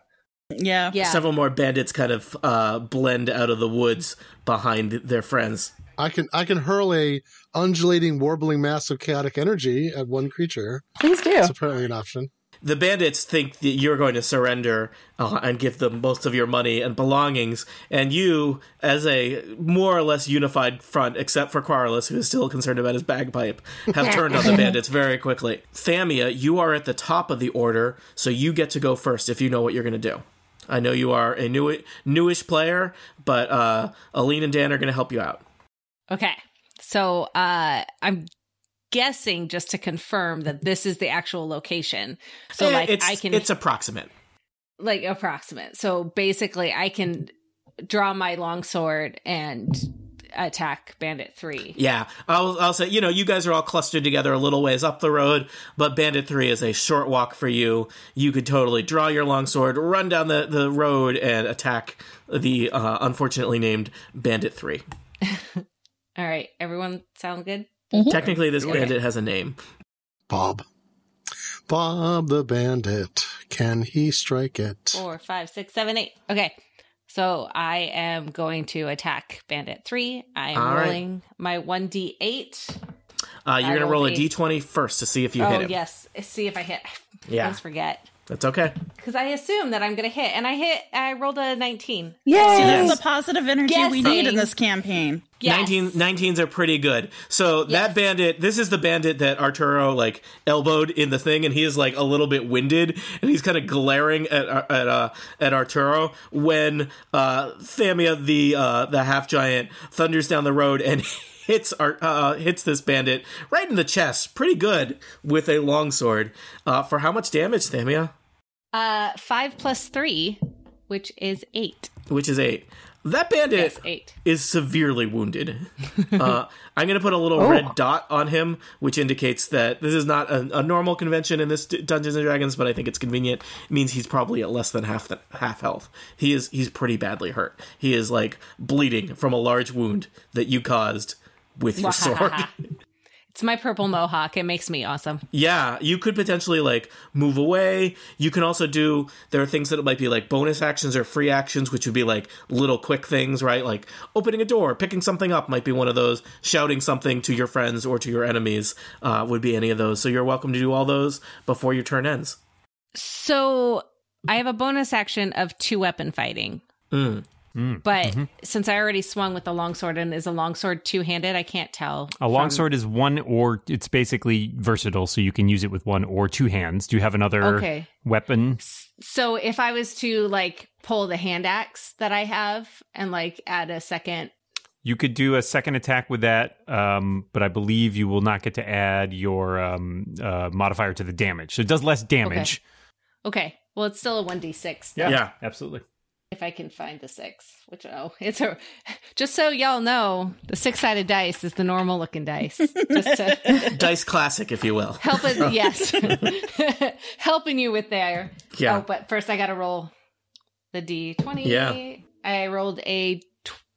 Speaker 6: yeah.
Speaker 7: yeah.
Speaker 1: Several more bandits kind of uh, blend out of the woods behind their friends.
Speaker 5: I can I can hurl a undulating, warbling mass of chaotic energy at one creature.
Speaker 4: Please do.
Speaker 5: It's apparently an option.
Speaker 1: the bandits think that you're going to surrender uh, and give them most of your money and belongings, and you, as a more or less unified front, except for Quarles, who is still concerned about his bagpipe, have turned on the bandits very quickly. Thamia, you are at the top of the order, so you get to go first if you know what you're going to do. I know you are a new newish player, but uh, Aline and Dan are going to help you out.
Speaker 7: Okay. So uh I'm guessing just to confirm that this is the actual location. So
Speaker 1: Eh,
Speaker 7: like
Speaker 1: it's,
Speaker 7: I can
Speaker 1: it's approximate.
Speaker 7: like approximate. So basically I can draw my longsword and attack bandit 3.
Speaker 1: Yeah, I'll, I'll say, you know, you guys are all clustered together a little ways up the road, but Bandit 3 is a short walk for you. You could totally draw your longsword, run down the, the road, and attack the uh, unfortunately named Bandit 3.
Speaker 7: All right, everyone sound good?
Speaker 1: Technically, this bandit has a name.
Speaker 5: Bob. Bob the bandit. Can he strike it?
Speaker 7: Four, five, six, seven, eight. Okay. So I am going to attack bandit 3. I am
Speaker 1: All right.
Speaker 7: rolling my 1d8.
Speaker 1: Uh, you're
Speaker 7: I
Speaker 1: gonna
Speaker 7: will
Speaker 1: roll a
Speaker 7: be.
Speaker 1: d20 first to see if you
Speaker 7: oh
Speaker 1: hit him.
Speaker 7: yes, see if I hit. I
Speaker 1: Yeah,
Speaker 7: Always forget
Speaker 1: that's okay.
Speaker 7: because I assume that I'm gonna hit, and I hit. I rolled a 19.
Speaker 4: Yay!
Speaker 6: See, that's the positive energy we
Speaker 7: Guessing.
Speaker 6: need in this campaign.
Speaker 7: Yes.
Speaker 1: 19, 19s are pretty good. So that bandit, this is the bandit that Arturo like elbowed in the thing, and he is like a little bit winded, and he's kind of glaring at at uh, at Arturo when uh, Thamia, the uh, the half giant, thunders down the road and hits Ar- uh, hits this bandit right in the chest, pretty good with a longsword. Uh, for how much damage, Thamia?
Speaker 7: Uh, five plus three, which is eight.
Speaker 1: Which is eight. That bandit
Speaker 7: Yes, eight.
Speaker 1: is severely wounded. uh, I'm going to put a little red dot on him, which indicates that this is not a, a normal convention in this D- Dungeons and Dragons, but I think it's convenient. It means he's probably at less than half the, half health. He is he's pretty badly hurt. He is like bleeding from a large wound that you caused with your sword.
Speaker 7: It's my purple mohawk. It makes me awesome.
Speaker 1: Yeah, you could potentially like move away. You can also do there are things that might be like bonus actions or free actions, which would be like little quick things, right? Like opening a door, picking something up might be one of those. Shouting something to your friends or to your enemies uh, would be any of those. So you're welcome to do all those before your turn ends.
Speaker 7: So I have a bonus action of two weapon fighting.
Speaker 1: Mm.
Speaker 3: Mm.
Speaker 7: But since I already swung with the longsword and is a longsword two handed, I can't tell.
Speaker 3: A longsword is one or it's basically versatile, so you can use it with one or two hands. Do you have another
Speaker 7: Okay.
Speaker 3: weapon?
Speaker 7: S- So if I was to like pull the hand axe that I have and like add a second,
Speaker 3: You could do a second attack with that, um, but I believe you will not get to add your um, uh, modifier to the damage. So it does less damage.
Speaker 7: okay. Well, it's still a 1d6
Speaker 1: Yeah.
Speaker 3: absolutely.
Speaker 7: if I can find a six, which, oh, it's a, just so y'all know, the six sided dice is the normal looking dice. Just to
Speaker 1: Dice classic, if you will.
Speaker 7: help it, yes. Helping you with there.
Speaker 1: Yeah.
Speaker 7: Oh, but first I got to roll the d20.
Speaker 1: Yeah.
Speaker 7: I rolled a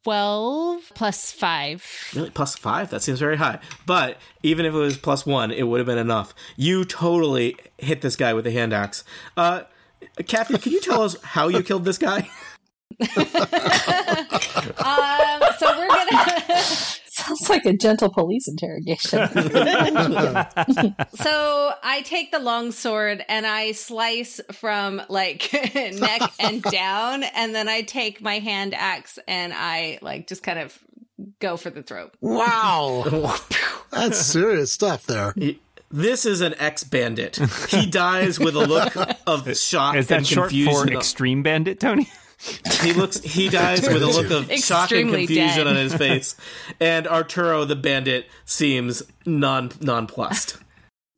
Speaker 7: 12 plus 5.
Speaker 1: Really? Plus five? That seems very high. But even if it was plus one, it would have been enough. You totally hit this guy with a hand axe. Uh, Kathy, can you tell us how you killed this guy?
Speaker 7: Um, so we're going to
Speaker 4: Sounds like a gentle police interrogation.
Speaker 7: So I take the long sword and I slice from like neck and down, and then I take my hand axe and I like just kind of go for the throat.
Speaker 5: Wow. That's serious stuff there.
Speaker 1: This is an ex bandit. He dies with a look of shock
Speaker 3: Is that
Speaker 1: and
Speaker 3: Uh, short for
Speaker 1: confusion.
Speaker 3: extreme bandit, Tony?
Speaker 1: he looks he dies with a look of shock and
Speaker 7: Extremely
Speaker 1: confusion
Speaker 7: dead.
Speaker 1: on his face. And Arturo the bandit seems non nonplussed.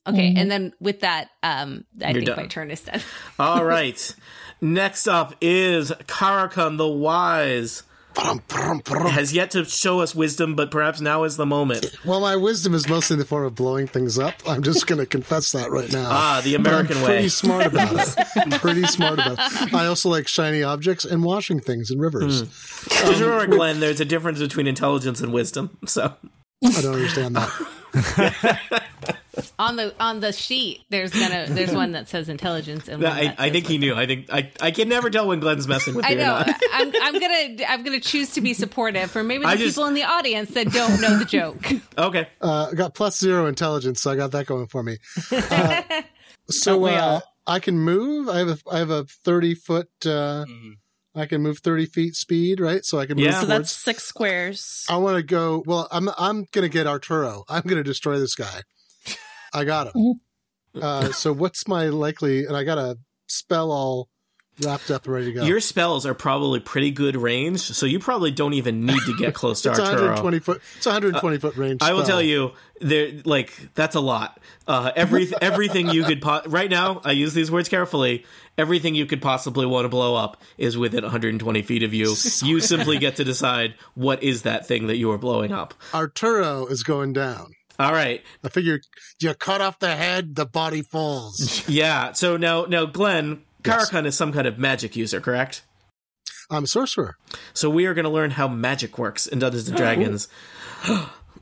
Speaker 7: Okay, and then with that, um, I
Speaker 1: Mm-hmm.
Speaker 7: think
Speaker 1: done.
Speaker 7: my turn is done.
Speaker 1: All right. Next up is Karakun the Wise.
Speaker 5: Brum, brum, brum.
Speaker 1: Has yet to show us wisdom, but perhaps now is the moment.
Speaker 5: Well, my wisdom is mostly in the form of blowing things up. I'm just going to confess that right now.
Speaker 1: Ah, the
Speaker 5: But I'm
Speaker 1: American
Speaker 5: Pretty
Speaker 1: way.
Speaker 5: smart about it. I'm pretty smart about it. I also like shiny objects and washing things in rivers.
Speaker 7: Um,
Speaker 1: Because remember, Glenn, there's a difference between intelligence and wisdom. So Hmm.
Speaker 5: I don't understand that.
Speaker 7: on the on the sheet, there's gonna there's one that says intelligence, and one
Speaker 1: I,
Speaker 7: that
Speaker 1: I
Speaker 7: says
Speaker 1: think he knew. I think I, I can never tell when Glenn's messing with
Speaker 7: I
Speaker 1: me or
Speaker 7: know.
Speaker 1: not.
Speaker 7: I'm, I'm gonna I'm gonna choose to be supportive for maybe the
Speaker 1: I
Speaker 7: people
Speaker 1: just-
Speaker 7: in the audience that don't know the joke.
Speaker 1: Okay.
Speaker 5: Uh, I got plus zero intelligence, so I got that going for me. Uh, so uh, I can move. I have a I have a thirty foot. Uh, I can move thirty feet speed, right? So I can move.
Speaker 1: Hmm. Yeah.
Speaker 6: So that's
Speaker 5: towards-
Speaker 6: six squares.
Speaker 1: Oh.
Speaker 5: I want to go. Well, I'm I'm gonna get Arturo. I'm gonna destroy this guy. I got him. uh, so what's my likely? And I got a spell all wrapped up and ready to go.
Speaker 1: Your spells are probably pretty good range, so you probably don't even need to get close to
Speaker 5: it's a
Speaker 1: Arturo. Uh,
Speaker 5: 120 foot. It's a 120 foot range.
Speaker 1: I will
Speaker 5: spell.
Speaker 1: tell you, there like that's a lot. Uh, every everything you could po- right now, I use these words carefully. Everything you could possibly want to blow up is within 120 feet of you. You simply get to decide what is that thing that you are blowing up.
Speaker 5: Arturo is going down.
Speaker 1: All right,
Speaker 5: I figure you cut off the head, the body falls.
Speaker 1: Yeah. So now, now, Glenn, Karakun is some kind of magic user, correct?
Speaker 5: I'm a sorcerer.
Speaker 1: So we are going to learn how magic works in Dungeons and Dragons.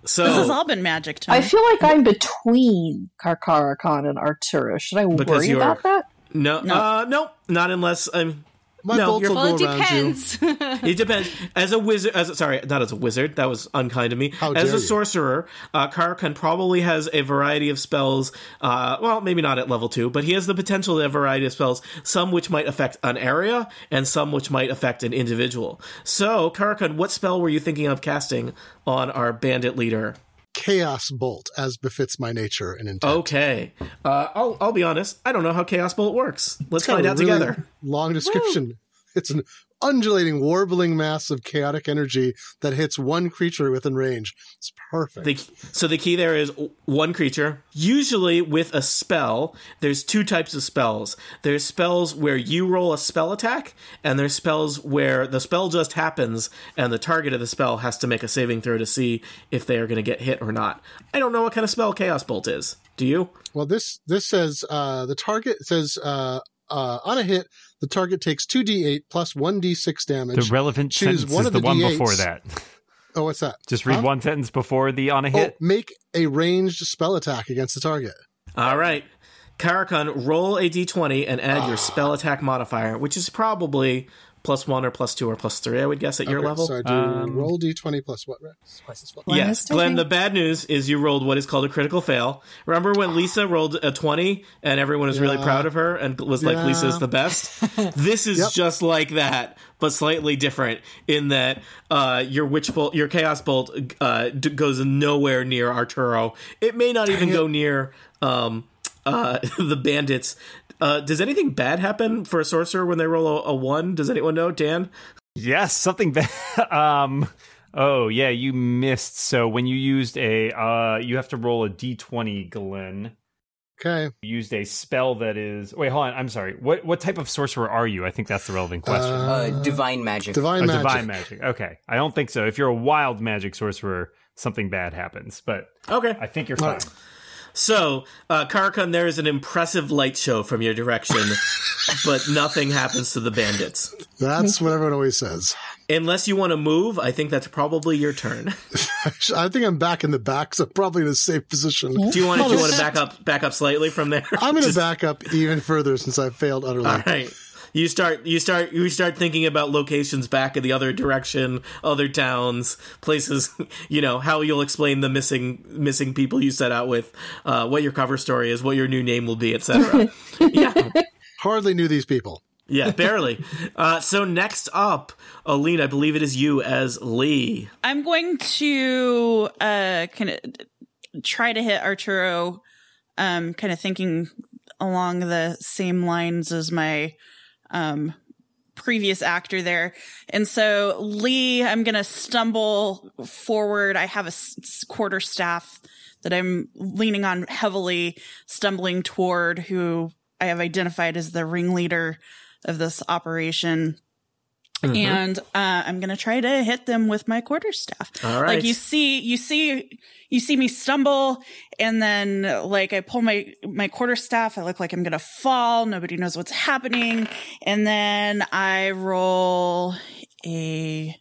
Speaker 1: so
Speaker 6: This has all been magic
Speaker 4: I
Speaker 6: time.
Speaker 4: feel like I'm between Karkara Khan and Arturo. Should I
Speaker 1: Because
Speaker 4: worry
Speaker 1: you're-
Speaker 4: about that?
Speaker 1: no,
Speaker 6: No.
Speaker 1: uh, no, not unless um,
Speaker 5: My
Speaker 1: No,
Speaker 5: bolts
Speaker 1: you're-
Speaker 5: will
Speaker 7: Well, it
Speaker 5: go around you.
Speaker 7: depends.
Speaker 1: It depends. As a wizard, as a, sorry, not as a wizard. That was unkind of me.
Speaker 5: How
Speaker 1: as
Speaker 5: dare
Speaker 1: a
Speaker 5: you.
Speaker 1: sorcerer, uh, Karakun probably has a variety of spells. Uh, well, maybe not at level two, but he has the potential to have a variety of spells. Some which might affect an area, and some which might affect an individual. So, Karakun, what spell were you thinking of casting on our bandit leader?
Speaker 5: Chaos bolt, as befits my nature and intent.
Speaker 1: Okay, uh, I'll I'll be honest. I don't know how Chaos Bolt works. Let's
Speaker 5: Got
Speaker 1: find
Speaker 5: a
Speaker 1: out
Speaker 5: really
Speaker 1: together.
Speaker 5: Long description. It's an undulating, warbling mass of chaotic energy that hits one creature within range. It's perfect.
Speaker 1: The, so the key there is one creature. Usually with a spell, there's two types of spells. There's spells where you roll a spell attack, and there's spells where the spell just happens, and the target of the spell has to make a saving throw to see if they are going to get hit or not. I don't know what kind of spell Chaos Bolt is. Do you?
Speaker 5: Well, this this says uh, the target says uh, uh, on a hit, the target takes two d8 plus one d6
Speaker 3: The
Speaker 5: damage.
Speaker 3: relevant
Speaker 5: Choose
Speaker 3: sentence
Speaker 5: one
Speaker 3: is
Speaker 5: of
Speaker 3: the
Speaker 5: the
Speaker 3: one
Speaker 5: D8s.
Speaker 3: before that.
Speaker 5: oh, what's that?
Speaker 3: Just read
Speaker 5: Huh?
Speaker 3: one sentence before the on a
Speaker 5: Oh,
Speaker 3: hit.
Speaker 5: make a ranged spell attack against the target.
Speaker 1: All right. Karakun, roll a d20 and add
Speaker 5: Ah.
Speaker 1: your spell attack modifier, which is probably plus one or plus two or plus three, I would guess, at your
Speaker 5: Okay,
Speaker 1: level.
Speaker 5: So I do
Speaker 3: Um,
Speaker 5: roll d20 plus what? Rex?
Speaker 1: yes, Glenn, the bad news is you rolled what is called a critical fail. Remember when Lisa rolled a 20 and everyone was really
Speaker 5: Yeah.
Speaker 1: proud of her and was like,
Speaker 5: Yeah.
Speaker 1: Lisa's the best? this is
Speaker 5: Yep.
Speaker 1: just like that, but slightly different in that uh, your witch bolt, your chaos bolt uh, d- goes nowhere near Arturo. It may not even go near um, uh, the bandits. Uh, does anything bad happen for a sorcerer when they roll a, a one? Does anyone know, Dan?
Speaker 3: Yes, something bad. um, oh yeah, you missed. So when you used a, uh, you have to roll a d20, Glenn.
Speaker 5: Okay.
Speaker 3: You used a spell that is. Wait, hold on. I'm sorry. What what type of sorcerer are you? I think that's the relevant question.
Speaker 8: Uh, divine magic.
Speaker 5: divine
Speaker 3: A
Speaker 5: magic.
Speaker 3: divine magic. Okay, I don't think so. If you're a wild magic sorcerer, something bad happens. But
Speaker 1: Okay.
Speaker 3: I think you're
Speaker 5: All
Speaker 3: fine.
Speaker 5: right.
Speaker 1: So, uh, Karakun, there is an impressive light show from your direction, but nothing happens to the bandits.
Speaker 5: That's what everyone always says.
Speaker 1: Unless you want to move, I think that's probably your turn.
Speaker 5: I think I'm back in the back, so probably in a safe position.
Speaker 1: Do you want to, do you want to back up back up slightly from there?
Speaker 5: I'm going to
Speaker 1: Just-
Speaker 5: back up even further since I failed utterly.
Speaker 1: All right. You start you start you start thinking about locations back in the other direction, other towns, places, you know, how you'll explain the missing missing people you set out with, uh, what your cover story is, what your new name will be, etc. yeah.
Speaker 5: Hardly knew these people.
Speaker 1: Yeah, barely. uh, so next up, Aline, I believe it is you as Lee.
Speaker 6: I'm going to uh kind of try to hit Arturo, um, kind of thinking along the same lines as my um previous actor there. And so Lee, I'm gonna stumble forward. I have a s- s- quarter staff that I'm leaning on heavily, stumbling toward who I have identified as the ringleader of this operation.
Speaker 1: Mm-hmm.
Speaker 6: And uh, I'm gonna try to hit them with my quarterstaff.
Speaker 1: All right.
Speaker 6: Like you see, you see, you see me stumble, and then like I pull my my quarterstaff. I look like I'm gonna fall. Nobody knows what's happening, and then I roll a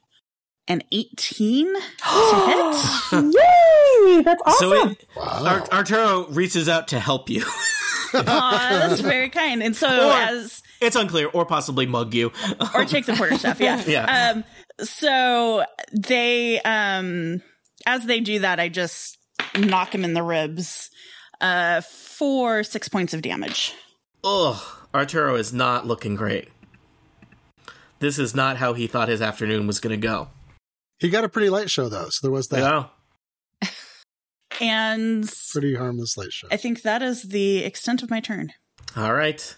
Speaker 6: an 18 to hit.
Speaker 4: Yay! That's awesome.
Speaker 1: so it,
Speaker 5: Wow.
Speaker 1: Ar- Arturo reaches out to help you.
Speaker 6: Aw, that's very kind. And so
Speaker 1: Or-
Speaker 6: as
Speaker 1: it's unclear, or possibly mug you.
Speaker 6: or take the quarterstaff. Yeah.
Speaker 1: Yeah.
Speaker 6: Um, so they, um, as they do that, I just knock him in the ribs uh, for six points of damage.
Speaker 1: Ugh, Arturo is not looking great. This is not how he thought his afternoon was going to go.
Speaker 5: He got a pretty light show, though, so there was that
Speaker 1: No.
Speaker 6: And
Speaker 5: pretty harmless light show.
Speaker 6: I think that is the extent of my turn.
Speaker 1: All right.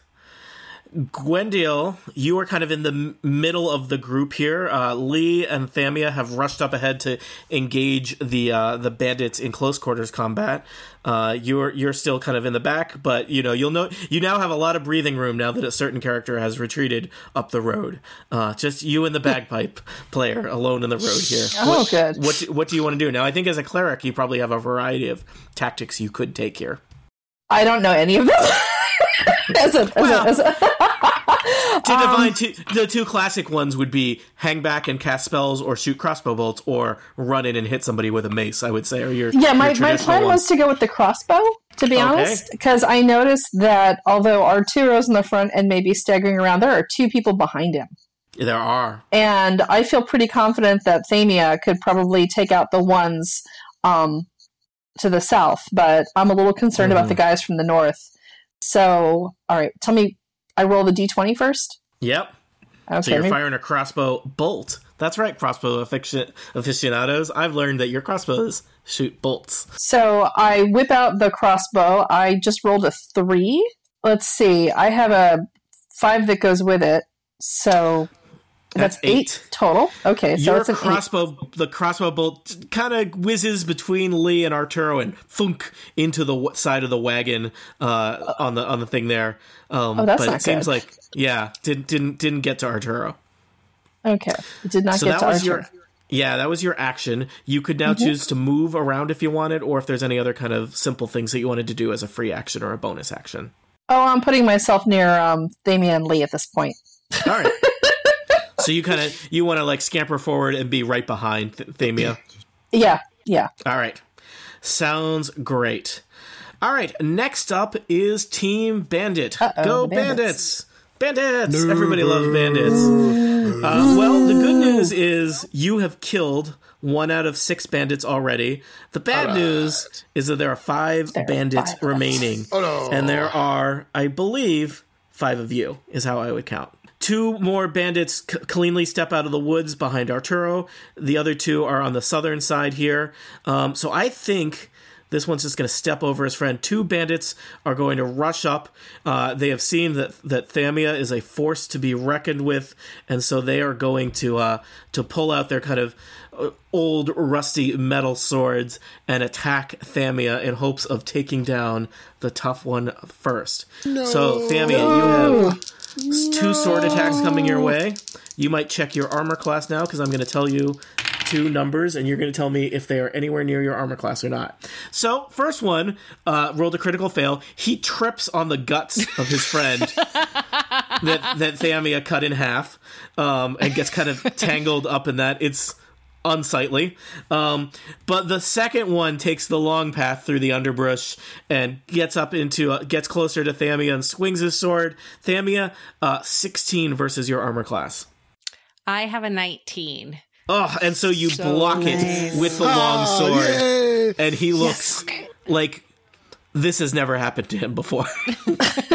Speaker 1: Gwendil, you are kind of in the m- middle of the group here. Uh, Lee and Thamia have rushed up ahead to engage the uh, the bandits in close quarters combat. Uh, you're you're still kind of in the back, but you know you'll know you now have a lot of breathing room now that a certain character has retreated up the road. Uh, just you and the bagpipe player alone in the road here.
Speaker 4: oh, good.
Speaker 1: What do, what do you want to do now? I think as a cleric, you probably have a variety of tactics you could take here.
Speaker 4: I don't know any of them. as a, as a, as a-
Speaker 1: to
Speaker 4: Um,
Speaker 1: define two, the two classic ones would be hang back and cast spells or shoot crossbow bolts or run in and hit somebody with a mace i would say or your your
Speaker 4: yeah, my, my
Speaker 1: traditional
Speaker 4: plan
Speaker 1: ones.
Speaker 4: was to go with the crossbow, to be
Speaker 1: Okay.
Speaker 4: honest, because I noticed that although Arturo's in the front and maybe staggering around, there are two people behind him.
Speaker 1: There are.
Speaker 4: and I feel pretty confident that Thamia could probably take out the ones um, to the south, but I'm a little concerned
Speaker 1: Mhm.
Speaker 4: about the guys from the north. So, all right, tell me, I roll the d20 first.
Speaker 1: Yep.
Speaker 4: Okay,
Speaker 1: So you're
Speaker 4: maybe-
Speaker 1: firing a crossbow bolt. That's right, crossbow affici- aficionados. I've learned that your crossbows shoot bolts.
Speaker 4: So I whip out the crossbow. I just rolled a three. Let's see. I have a five that goes with it. So
Speaker 1: That's
Speaker 4: that's,
Speaker 1: eight.
Speaker 4: total. Okay, so
Speaker 1: your
Speaker 4: it's an eight.
Speaker 1: crossbow, the crossbow bolt, kind of whizzes between Lee and Arturo and thunk into the w- side of the wagon uh, on the on the thing there. Um,
Speaker 4: Oh, that's
Speaker 1: but
Speaker 4: not
Speaker 1: it seems
Speaker 4: good.
Speaker 1: like yeah, didn't didn't didn't get to Arturo.
Speaker 4: Okay, it did not
Speaker 1: so that
Speaker 4: get to Mm-hmm.
Speaker 1: was
Speaker 4: Archer.
Speaker 1: your yeah, that was your action. You could now choose to move around if you wanted, or if there's any other kind of simple things that you wanted to do as a free action or a bonus action.
Speaker 4: Oh, I'm putting myself near um, Thamia and Lee at this point.
Speaker 1: All right. so you kind of you want to like scamper forward and be right behind Th- Thamia.
Speaker 4: Yeah, yeah.
Speaker 1: All right. Sounds great. All right. Next up is Team Bandit.
Speaker 4: Uh-oh,
Speaker 1: Go
Speaker 4: the bandits.
Speaker 1: Bandits. Bandits. Everybody loves Bandits. Uh, well, the good news is you have killed one out of six bandits already. The bad news is that there are five
Speaker 4: There are
Speaker 1: bandits
Speaker 4: five.
Speaker 1: remaining.
Speaker 5: Oh, no.
Speaker 1: And there are, I believe, five of you, is how I would count. Two more bandits c- cleanly step out of the woods behind Arturo. The other two are on the southern side here. Um, so I think this one's just going to step over his friend. Two bandits are going to rush up. Uh, they have seen that that Thamia is a force to be reckoned with, and so they are going to uh, to pull out their kind of uh, old rusty metal swords and attack Thamia in hopes of taking down the tough one first. So Thamia, you have two sword attacks coming your way. You might check your armor class now because I'm going to tell you two numbers and you're going to tell me if they are anywhere near your armor class or not. So, first one uh, rolled a critical fail. He trips on the guts of his friend that, that Thamia cut in half um, and gets kind of tangled up in that. It's unsightly. Um, but the second one takes the long path through the underbrush and gets up into uh, gets closer to Thamia and swings his sword. Thamia, uh, sixteen versus your armor class.
Speaker 7: I have a 19.
Speaker 1: Oh, and so you
Speaker 7: So
Speaker 1: block
Speaker 7: nice.
Speaker 1: it with the long sword,
Speaker 5: Oh, Yay!
Speaker 1: and he looks like this has never happened to him before.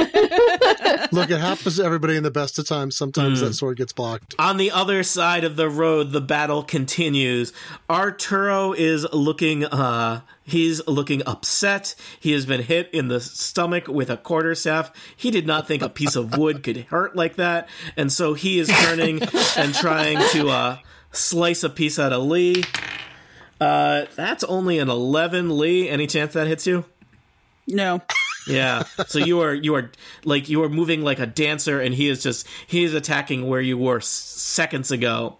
Speaker 5: Look, it happens to everybody in the best of times. Sometimes
Speaker 1: Hmm.
Speaker 5: that sword gets blocked.
Speaker 1: On the other side of the road, the battle continues. Arturo is looking uh he's looking upset. He has been hit in the stomach with a quarterstaff. He did not think a piece of wood could hurt like that, and so he is turning and trying to uh slice a piece out of Lee. Uh that's only an 11 Lee. Any chance that hits you?
Speaker 6: No.
Speaker 1: Yeah. So you are you are like you are moving like a dancer, and he is just he is attacking where you were s- seconds ago.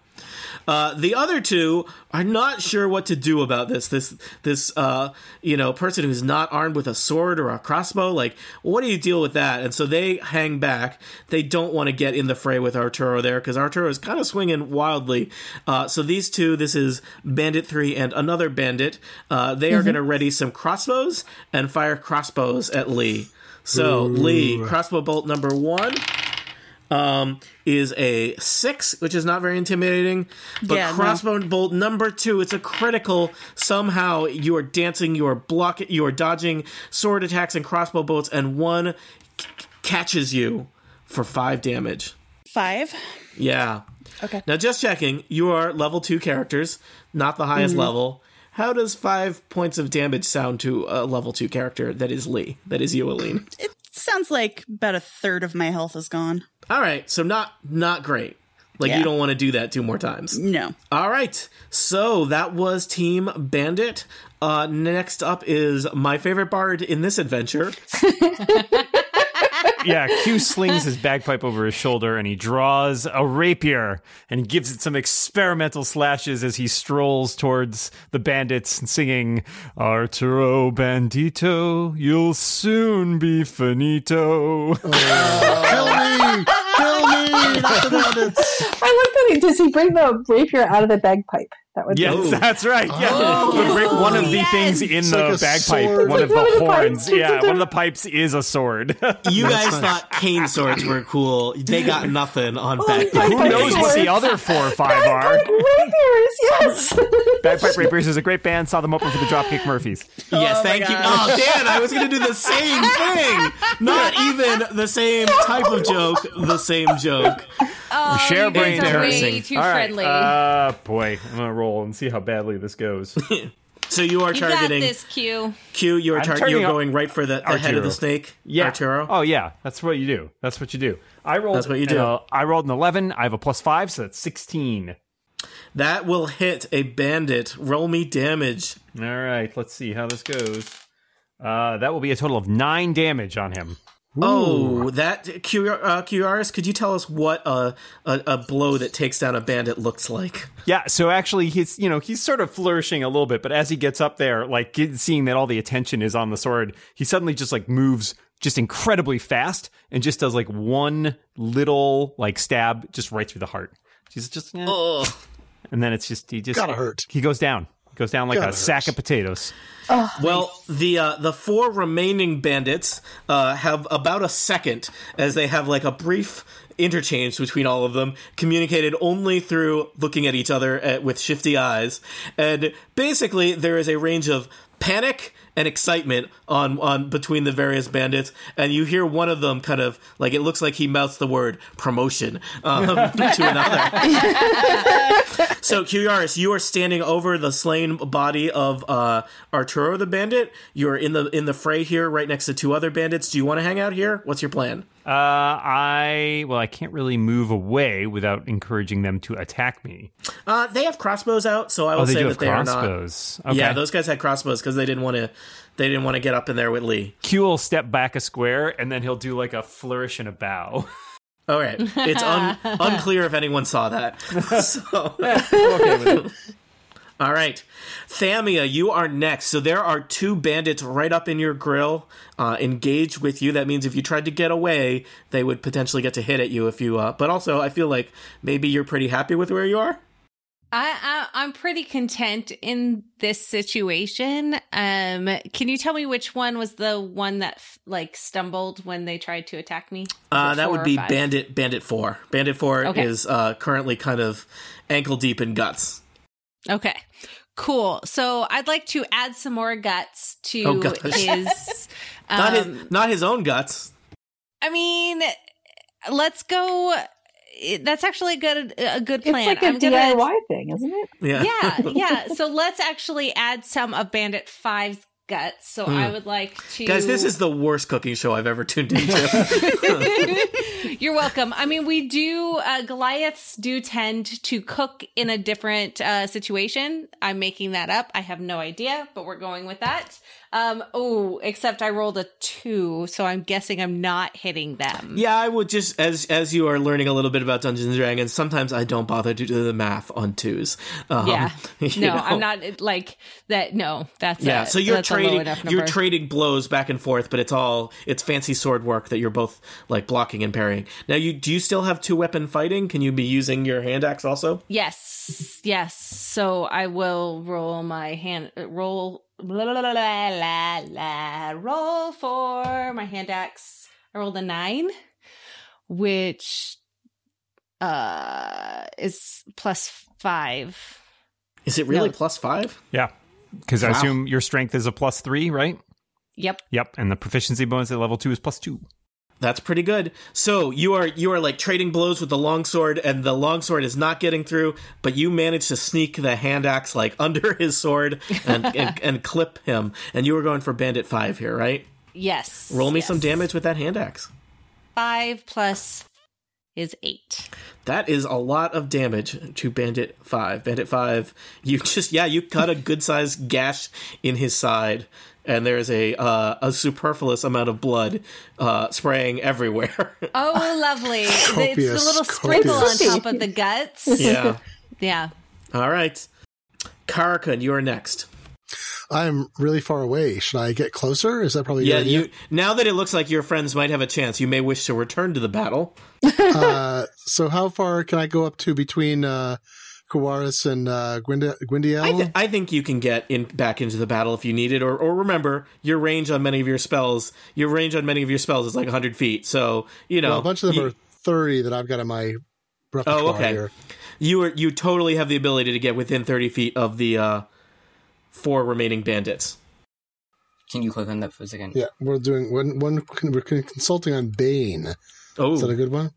Speaker 1: Uh, the other two are not sure what to do about this. This this uh, you know person who's not armed with a sword or a crossbow. Like, what do you deal with that? And so they hang back. They don't want to get in the fray with Arturo there because Arturo is kind of swinging wildly. Uh, so these two, this is Bandit Three and another Bandit. Uh, they are going to ready some crossbows and fire crossbows at Lee. So Lee, crossbow bolt number one um, is a six, which is not very intimidating. But
Speaker 6: Yeah, no.
Speaker 1: crossbow bolt number two, it's a critical. Somehow you are dancing, you are block, you are dodging sword attacks and crossbow bolts, and one c- catches you for five damage.
Speaker 6: Five.
Speaker 1: Yeah.
Speaker 6: Okay.
Speaker 1: Now, just checking, you are level two characters, not the
Speaker 6: Mm-hmm.
Speaker 1: highest level. How does five points of damage sound to a level two character that is Lee? That is you, Aline.
Speaker 6: Sounds like about a third of my health is gone.
Speaker 1: All right, so not not great. Like
Speaker 6: Yeah.
Speaker 1: you don't want to do that two more times.
Speaker 6: No.
Speaker 1: All right, so that was Team Bandit. Uh, next up is my favorite bard in this adventure.
Speaker 3: Yeah, Q slings his bagpipe over his shoulder and he draws a rapier and gives it some experimental slashes as he strolls towards the bandits and singing Arturo Bandito, you'll soon be finito.
Speaker 5: Oh, Kill me! Kill me! Not the bandits!
Speaker 4: I like that. He, does he bring the rapier out of the bagpipe? That would
Speaker 3: Yes,
Speaker 4: be.
Speaker 1: Ooh.
Speaker 3: that's right. Yeah,
Speaker 5: Oh,
Speaker 3: Would break one of the
Speaker 7: yes.
Speaker 3: things in
Speaker 5: It's
Speaker 3: the
Speaker 5: like a
Speaker 3: bagpipe,
Speaker 5: sword.
Speaker 3: one of
Speaker 4: It's
Speaker 3: the
Speaker 4: like one of the pipes.
Speaker 3: horns.
Speaker 4: It's
Speaker 3: Yeah,
Speaker 4: like
Speaker 3: one
Speaker 4: a-
Speaker 3: of the pipes is a sword.
Speaker 1: You
Speaker 5: That's
Speaker 1: guys
Speaker 5: nice.
Speaker 1: thought cane swords were cool. They got nothing on back.
Speaker 4: my
Speaker 3: Who
Speaker 4: Pipe
Speaker 3: knows what the
Speaker 4: swords.
Speaker 3: other four or five are?
Speaker 4: Bagpipe rapiers, yes.
Speaker 3: Bagpipe Rapers is a great band. Saw them open for the Dropkick Murphys.
Speaker 1: Yes,
Speaker 6: Oh my
Speaker 1: thank you.
Speaker 6: God.
Speaker 1: Oh, Dan, I was going to do the same thing. Not even the same type of joke, the same joke.
Speaker 7: Oh,
Speaker 3: Share
Speaker 7: you guys
Speaker 3: brain
Speaker 7: are way
Speaker 1: embarrassing.
Speaker 7: too
Speaker 3: All right,
Speaker 7: friendly.
Speaker 3: Uh, boy, I'm gonna roll and see how badly this goes.
Speaker 1: So you are
Speaker 7: you got
Speaker 1: targeting
Speaker 7: this, Q.
Speaker 1: Q. You are
Speaker 3: I'm
Speaker 1: tar-
Speaker 3: targeting
Speaker 1: you're going right for the, the head of
Speaker 3: Arturo.
Speaker 1: the snake,
Speaker 3: Yeah.
Speaker 1: Arturo.
Speaker 3: Oh yeah, that's what you do. That's what you do. I rolled.
Speaker 1: That's what you do.
Speaker 3: uh, I rolled an eleven. I have a plus five, so that's sixteen.
Speaker 1: That will hit a bandit. Roll me damage.
Speaker 3: All right, let's see how this goes. Uh, that will be a total of nine damage on him.
Speaker 1: Oh, that Q, uh, QRS. Could you tell us what a, a a blow that takes down a bandit looks like?
Speaker 3: Yeah, so actually he's you know, he's sort of flourishing a little bit, but as he gets up there, like get- seeing that all the attention is on the sword, he suddenly just like moves just incredibly fast and just does like one little like stab just right through the heart. He's just eh.
Speaker 1: Ugh.
Speaker 3: and then it's just he just
Speaker 5: Gotta hurt.
Speaker 3: He goes down. He goes down like
Speaker 5: Gotta
Speaker 3: a sack
Speaker 5: hurt.
Speaker 3: of potatoes.
Speaker 1: Well, the uh, the four remaining bandits uh, have about a second as they have like a brief interchange between all of them, communicated only through looking at each other uh with shifty eyes, and basically there is a range of panic and excitement on on between the various bandits, and you hear one of them kind of like it looks like he mouths the word promotion um, to another. So, Qyaris, you are standing over the slain body of uh, Arturo the bandit. You're in the in the fray here, right next to two other bandits. Do you want to hang out here? What's your plan?
Speaker 3: Uh I well I can't really move away without encouraging them to attack me.
Speaker 1: Uh, they have crossbows out, so I will
Speaker 3: Oh, they
Speaker 1: say
Speaker 3: do
Speaker 1: that
Speaker 3: have
Speaker 1: they are not.
Speaker 3: crossbows. Okay.
Speaker 1: Yeah, those guys had crossbows because they didn't want to. They didn't want to get up in there with Lee.
Speaker 3: Q will step back a square and then he'll do like a flourish and a bow.
Speaker 1: All right, it's un- unclear if anyone saw that. so, all right, Thamia, you are next. So there are two bandits right up in your grill, uh, engaged with you. That means if you tried to get away, they would potentially get to hit at you if you. Uh, but also, I feel like maybe you're pretty happy with where you are.
Speaker 7: I, I I'm pretty content in this situation. Um, can you tell me which one was the one that f- like stumbled when they tried to attack me? Was
Speaker 1: Uh,
Speaker 7: it
Speaker 1: that
Speaker 7: four
Speaker 1: would
Speaker 7: or
Speaker 1: be
Speaker 7: five?
Speaker 1: Bandit Bandit Four. Bandit Four
Speaker 7: Okay.
Speaker 1: is uh, currently kind of ankle deep in guts.
Speaker 7: Okay, cool. So I'd like to add some more guts to
Speaker 1: Oh, gosh.
Speaker 7: his. Um,
Speaker 1: Not his, not his own guts.
Speaker 7: I mean, let's go. That's actually a good a good
Speaker 4: It's
Speaker 7: plan.
Speaker 4: like a
Speaker 7: I'm gonna-
Speaker 4: DIY thing, isn't it?
Speaker 1: Yeah.
Speaker 7: yeah, yeah. So let's actually add some of Bandit Five's guts. So I would like to
Speaker 1: Hmm. Guys, this is the worst cooking show I've ever tuned into.
Speaker 7: You're welcome. I mean, we do uh, Goliaths do tend to cook in a different uh, situation. I'm making that up. I have no idea, but we're going with that. Um, oh, except I rolled a two, so I'm guessing I'm not hitting them.
Speaker 1: yeah, I would just as as you are learning a little bit about Dungeons and Dragons, sometimes I don't bother to do the math on twos. Um,
Speaker 7: Yeah.
Speaker 1: you
Speaker 7: No,
Speaker 1: know.
Speaker 7: I'm not like that. No, that's
Speaker 1: Yeah,
Speaker 7: a-
Speaker 1: so you're
Speaker 7: that's a low
Speaker 1: trading
Speaker 7: enough
Speaker 1: you're
Speaker 7: number.
Speaker 1: trading blows back and forth, but it's all it's fancy sword work that you're both like blocking and parrying. Now, you do you still have two weapon fighting? Can you be using your hand axe also?
Speaker 7: Yes, yes. So I will roll my hand. uh, Roll la la la la la la. Roll for my hand axe. I rolled a nine, which uh is plus five.
Speaker 1: Is it really
Speaker 7: No.
Speaker 1: plus five?
Speaker 3: Yeah. Because I
Speaker 1: Wow.
Speaker 3: assume your strength is a plus three, right?
Speaker 7: Yep.
Speaker 3: Yep. And the proficiency bonus at level two is plus two.
Speaker 1: That's pretty good. So you are you are like trading blows with the longsword, and the longsword is not getting through, but you manage to sneak the hand axe like under his sword and, and, and clip him. And you were going for bandit five here, right?
Speaker 7: Yes.
Speaker 1: Roll me some
Speaker 7: yes.
Speaker 1: damage with that hand axe.
Speaker 7: Five plus is eight.
Speaker 1: That is a lot of damage to Bandit 5. Bandit 5, you just, yeah, you cut a good sized gash in his side, and there's a, uh, a superfluous amount of blood uh, spraying everywhere.
Speaker 7: Oh, lovely! it's
Speaker 5: Copious,
Speaker 7: the little sprinkle on
Speaker 5: copious.
Speaker 7: top of the guts.
Speaker 1: yeah.
Speaker 7: yeah.
Speaker 1: All right. Karakun, you are next.
Speaker 5: I'm really far away. Should I get closer? Is that probably a
Speaker 1: Yeah,
Speaker 5: good idea?
Speaker 1: you. Now that it looks like your friends might have a chance, you may wish to return to the battle.
Speaker 5: uh, so how far can I go up to between uh, Kawaris and uh, Gwynd- Gwyndiel.
Speaker 1: I, th- I think you can get in back into the battle if you need it, or or remember your range on many of your spells. Your range on many of your spells is like hundred feet, so you know
Speaker 5: well, a bunch of them
Speaker 1: you, Oh,
Speaker 5: are 30 that I've got in my repertoire
Speaker 1: okay.
Speaker 5: here.
Speaker 1: you are you totally have the ability to get within thirty feet of the uh, four remaining bandits.
Speaker 8: Can you click on that for a second?
Speaker 5: Yeah, we're doing one. One we're consulting on Bane.
Speaker 1: Oh,
Speaker 5: Is that a good one?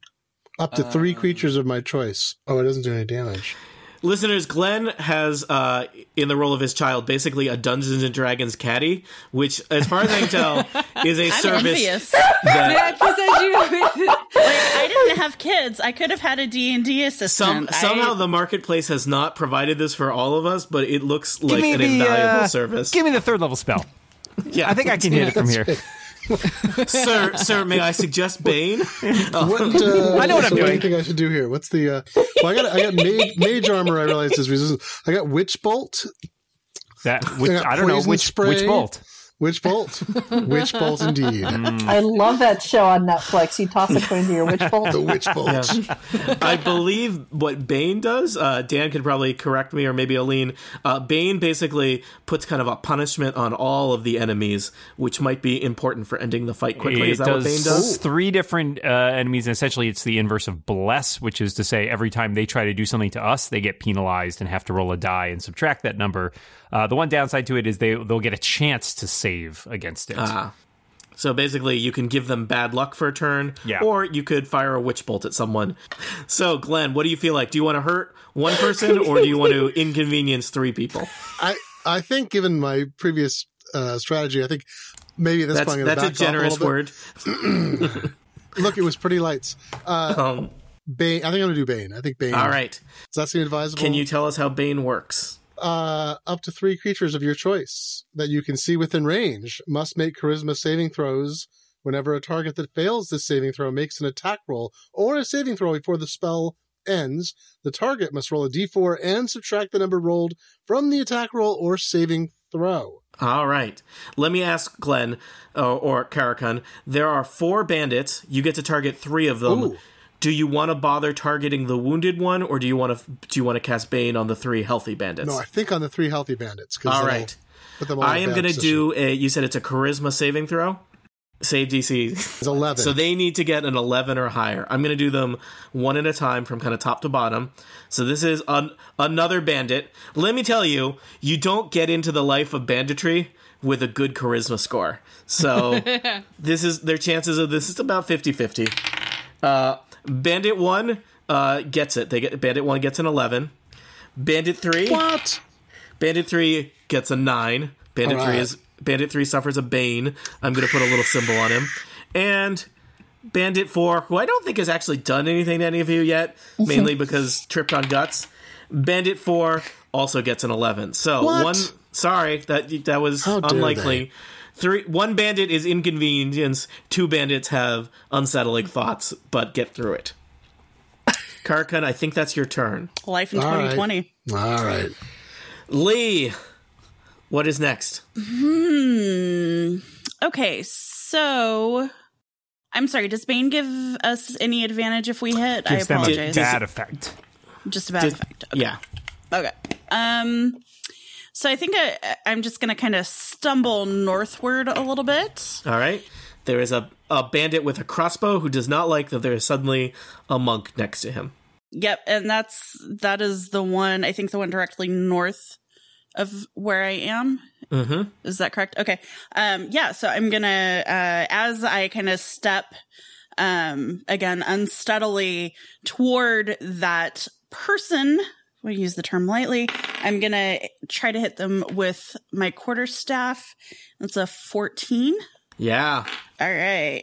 Speaker 5: Up to three
Speaker 1: Uh,
Speaker 8: Um,
Speaker 5: creatures of my choice. Oh, it doesn't do any damage.
Speaker 1: Listeners, Glenn has, uh, in the role of his child, basically a Dungeons and Dragons caddy, which, as far as I can tell, is a
Speaker 6: I'm
Speaker 1: service
Speaker 6: envious.
Speaker 1: that
Speaker 7: I present you with
Speaker 6: like I didn't have kids. I could have had a D and D assistant.
Speaker 1: some,
Speaker 6: I-
Speaker 1: somehow the marketplace has not provided this for all of us, but it looks like
Speaker 3: me
Speaker 1: an
Speaker 3: the,
Speaker 1: invaluable
Speaker 3: uh,
Speaker 1: service.
Speaker 3: Give me the third level spell.
Speaker 1: yeah,
Speaker 3: I think I can hit it from here.
Speaker 1: sir, sir, may I suggest Bane?
Speaker 5: What? Uh,
Speaker 3: I know what I'm
Speaker 5: so do you
Speaker 3: doing.
Speaker 5: think I should do here? What's the? Uh, well, I got I got mage, mage armor. I realized is resistant. I got witch bolt.
Speaker 3: That which,
Speaker 5: I got
Speaker 3: I don't know
Speaker 5: poison
Speaker 3: which
Speaker 5: spray.
Speaker 3: which bolt. Mm.
Speaker 5: Witch bolt. witch bolt indeed.
Speaker 1: Mm.
Speaker 4: I love that show on Netflix. You toss a coin to your witch bolt.
Speaker 5: The witch bolt.
Speaker 1: I believe what Bane does, uh, Dan could probably correct me or maybe Aline. Uh, Bane basically puts kind of a punishment on all of the enemies, which might be important for ending the fight quickly.
Speaker 3: it
Speaker 1: Is that what
Speaker 3: does
Speaker 1: Bane does?
Speaker 3: three different uh, enemies, and essentially it's the inverse of bless, which is to say every time they try to do something to us, they get penalized and have to roll a die and subtract that number. Uh, the one downside to it is they they'll get a chance to save against it.
Speaker 1: Ah. So basically, you can give them bad luck for a turn,
Speaker 3: Yeah.
Speaker 1: or you could fire a witch bolt at someone. So, Glenn, what do you feel like? Do you want to hurt one person, or do you want to inconvenience three people?
Speaker 5: I I think given my previous uh, strategy, I think maybe this
Speaker 1: That's
Speaker 5: point I'm gonna
Speaker 1: that's a
Speaker 5: back off
Speaker 1: generous
Speaker 5: little bit.
Speaker 1: word.
Speaker 5: Look, it was pretty lights. Uh,
Speaker 1: Um,
Speaker 5: Bane. I think I'm gonna do Bane. I think Bane.
Speaker 1: all right,
Speaker 5: So that's the advisable.
Speaker 1: can you tell us how Bane works?
Speaker 5: uh, up to three creatures of your choice that you can see within range must make charisma saving throws whenever a target that fails this saving throw makes an attack roll or a saving throw before the spell ends the target must roll a d4 and subtract the number rolled from the attack roll or saving throw
Speaker 1: All right. Let me ask Glenn uh, or Karakun. There are four bandits. You get to target three of them.
Speaker 5: Ooh.
Speaker 1: Do you want to bother targeting the wounded one, or do you want to do you want to cast Bane on the three healthy bandits?
Speaker 5: no i think on the three healthy bandits 'cause
Speaker 1: All
Speaker 5: that'll
Speaker 1: right.
Speaker 5: put them all in
Speaker 1: I
Speaker 5: a
Speaker 1: am
Speaker 5: bad
Speaker 1: going to
Speaker 5: position.
Speaker 1: do a. You said it's a charisma saving throw. Save DC.
Speaker 5: it's 11
Speaker 1: So they need to get an 11 or higher. I'm going to do them one at a time from kind of top to bottom. So this is an, another bandit. Let me tell you, you don't get into the life of banditry with a good charisma score. So this is their chances of this is about 50 50. Uh, bandit 1 uh, gets it. They get Bandit 1 gets an 11. Bandit 3
Speaker 5: what
Speaker 1: Bandit three gets a nine. Bandit
Speaker 5: All right.
Speaker 1: three is Bandit three suffers a bane. I'm gonna put a little symbol on him. And Bandit four, who I don't think has actually done anything to any of you yet, mainly because tripped on guts. Bandit four also gets an eleven. So
Speaker 5: What?
Speaker 1: one. Sorry that that was
Speaker 5: How dare
Speaker 1: unlikely. Three one bandit is inconvenience. Two bandits have unsettling thoughts, but get through it. Karkan, I think that's your turn.
Speaker 6: life in
Speaker 5: All right.
Speaker 6: 2020.
Speaker 5: all right
Speaker 1: Lee, what is next?
Speaker 6: Hmm. Okay, so I'm sorry. Does Bane give us any advantage if we hit?
Speaker 3: Gives
Speaker 6: I
Speaker 3: them a
Speaker 6: apologize.
Speaker 3: bad effect.
Speaker 6: Just a bad
Speaker 1: Does-
Speaker 6: effect.
Speaker 1: Yeah.
Speaker 6: Okay. Um. So I think I, I'm just gonna kind of stumble northward a little bit.
Speaker 1: All right. There is a, a bandit with a crossbow who does not like that there is suddenly a monk next to him.
Speaker 6: Yep, and that's that is the one. I think the one directly north of where I am.
Speaker 1: hmm
Speaker 6: Is that correct? Okay. Um, yeah. So I'm gonna, uh, as I kind of step, um, again unsteadily toward that person. We use the term lightly. I'm gonna try to hit them with my quarter staff. That's a 14.
Speaker 1: Yeah.
Speaker 6: All right.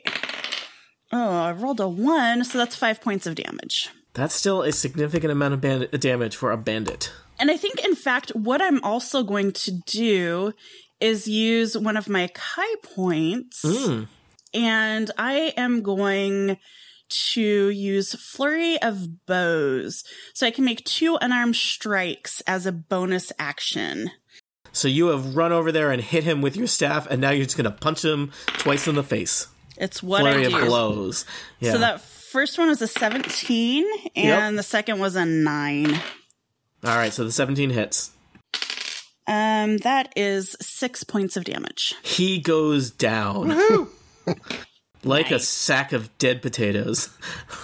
Speaker 6: Oh, I rolled a one, so that's five points of damage.
Speaker 1: That's still a significant amount of bandit damage for a bandit.
Speaker 6: And I think, in fact, what I'm also going to do is use one of my Kai points,
Speaker 1: Mm.
Speaker 6: and I am going to use Flurry of Bows. So I can make two unarmed strikes as a bonus action.
Speaker 1: So you have run over there and hit him with your staff, and now you're just going to punch him twice in the face.
Speaker 6: It's what
Speaker 1: Flurry
Speaker 6: I
Speaker 1: of
Speaker 6: do.
Speaker 1: blows. Yeah.
Speaker 6: So that first one was a 17, and the second was a 9.
Speaker 1: All right, so the 17 hits.
Speaker 6: Um, that is six points of damage.
Speaker 1: He goes down. like a sack of dead potatoes.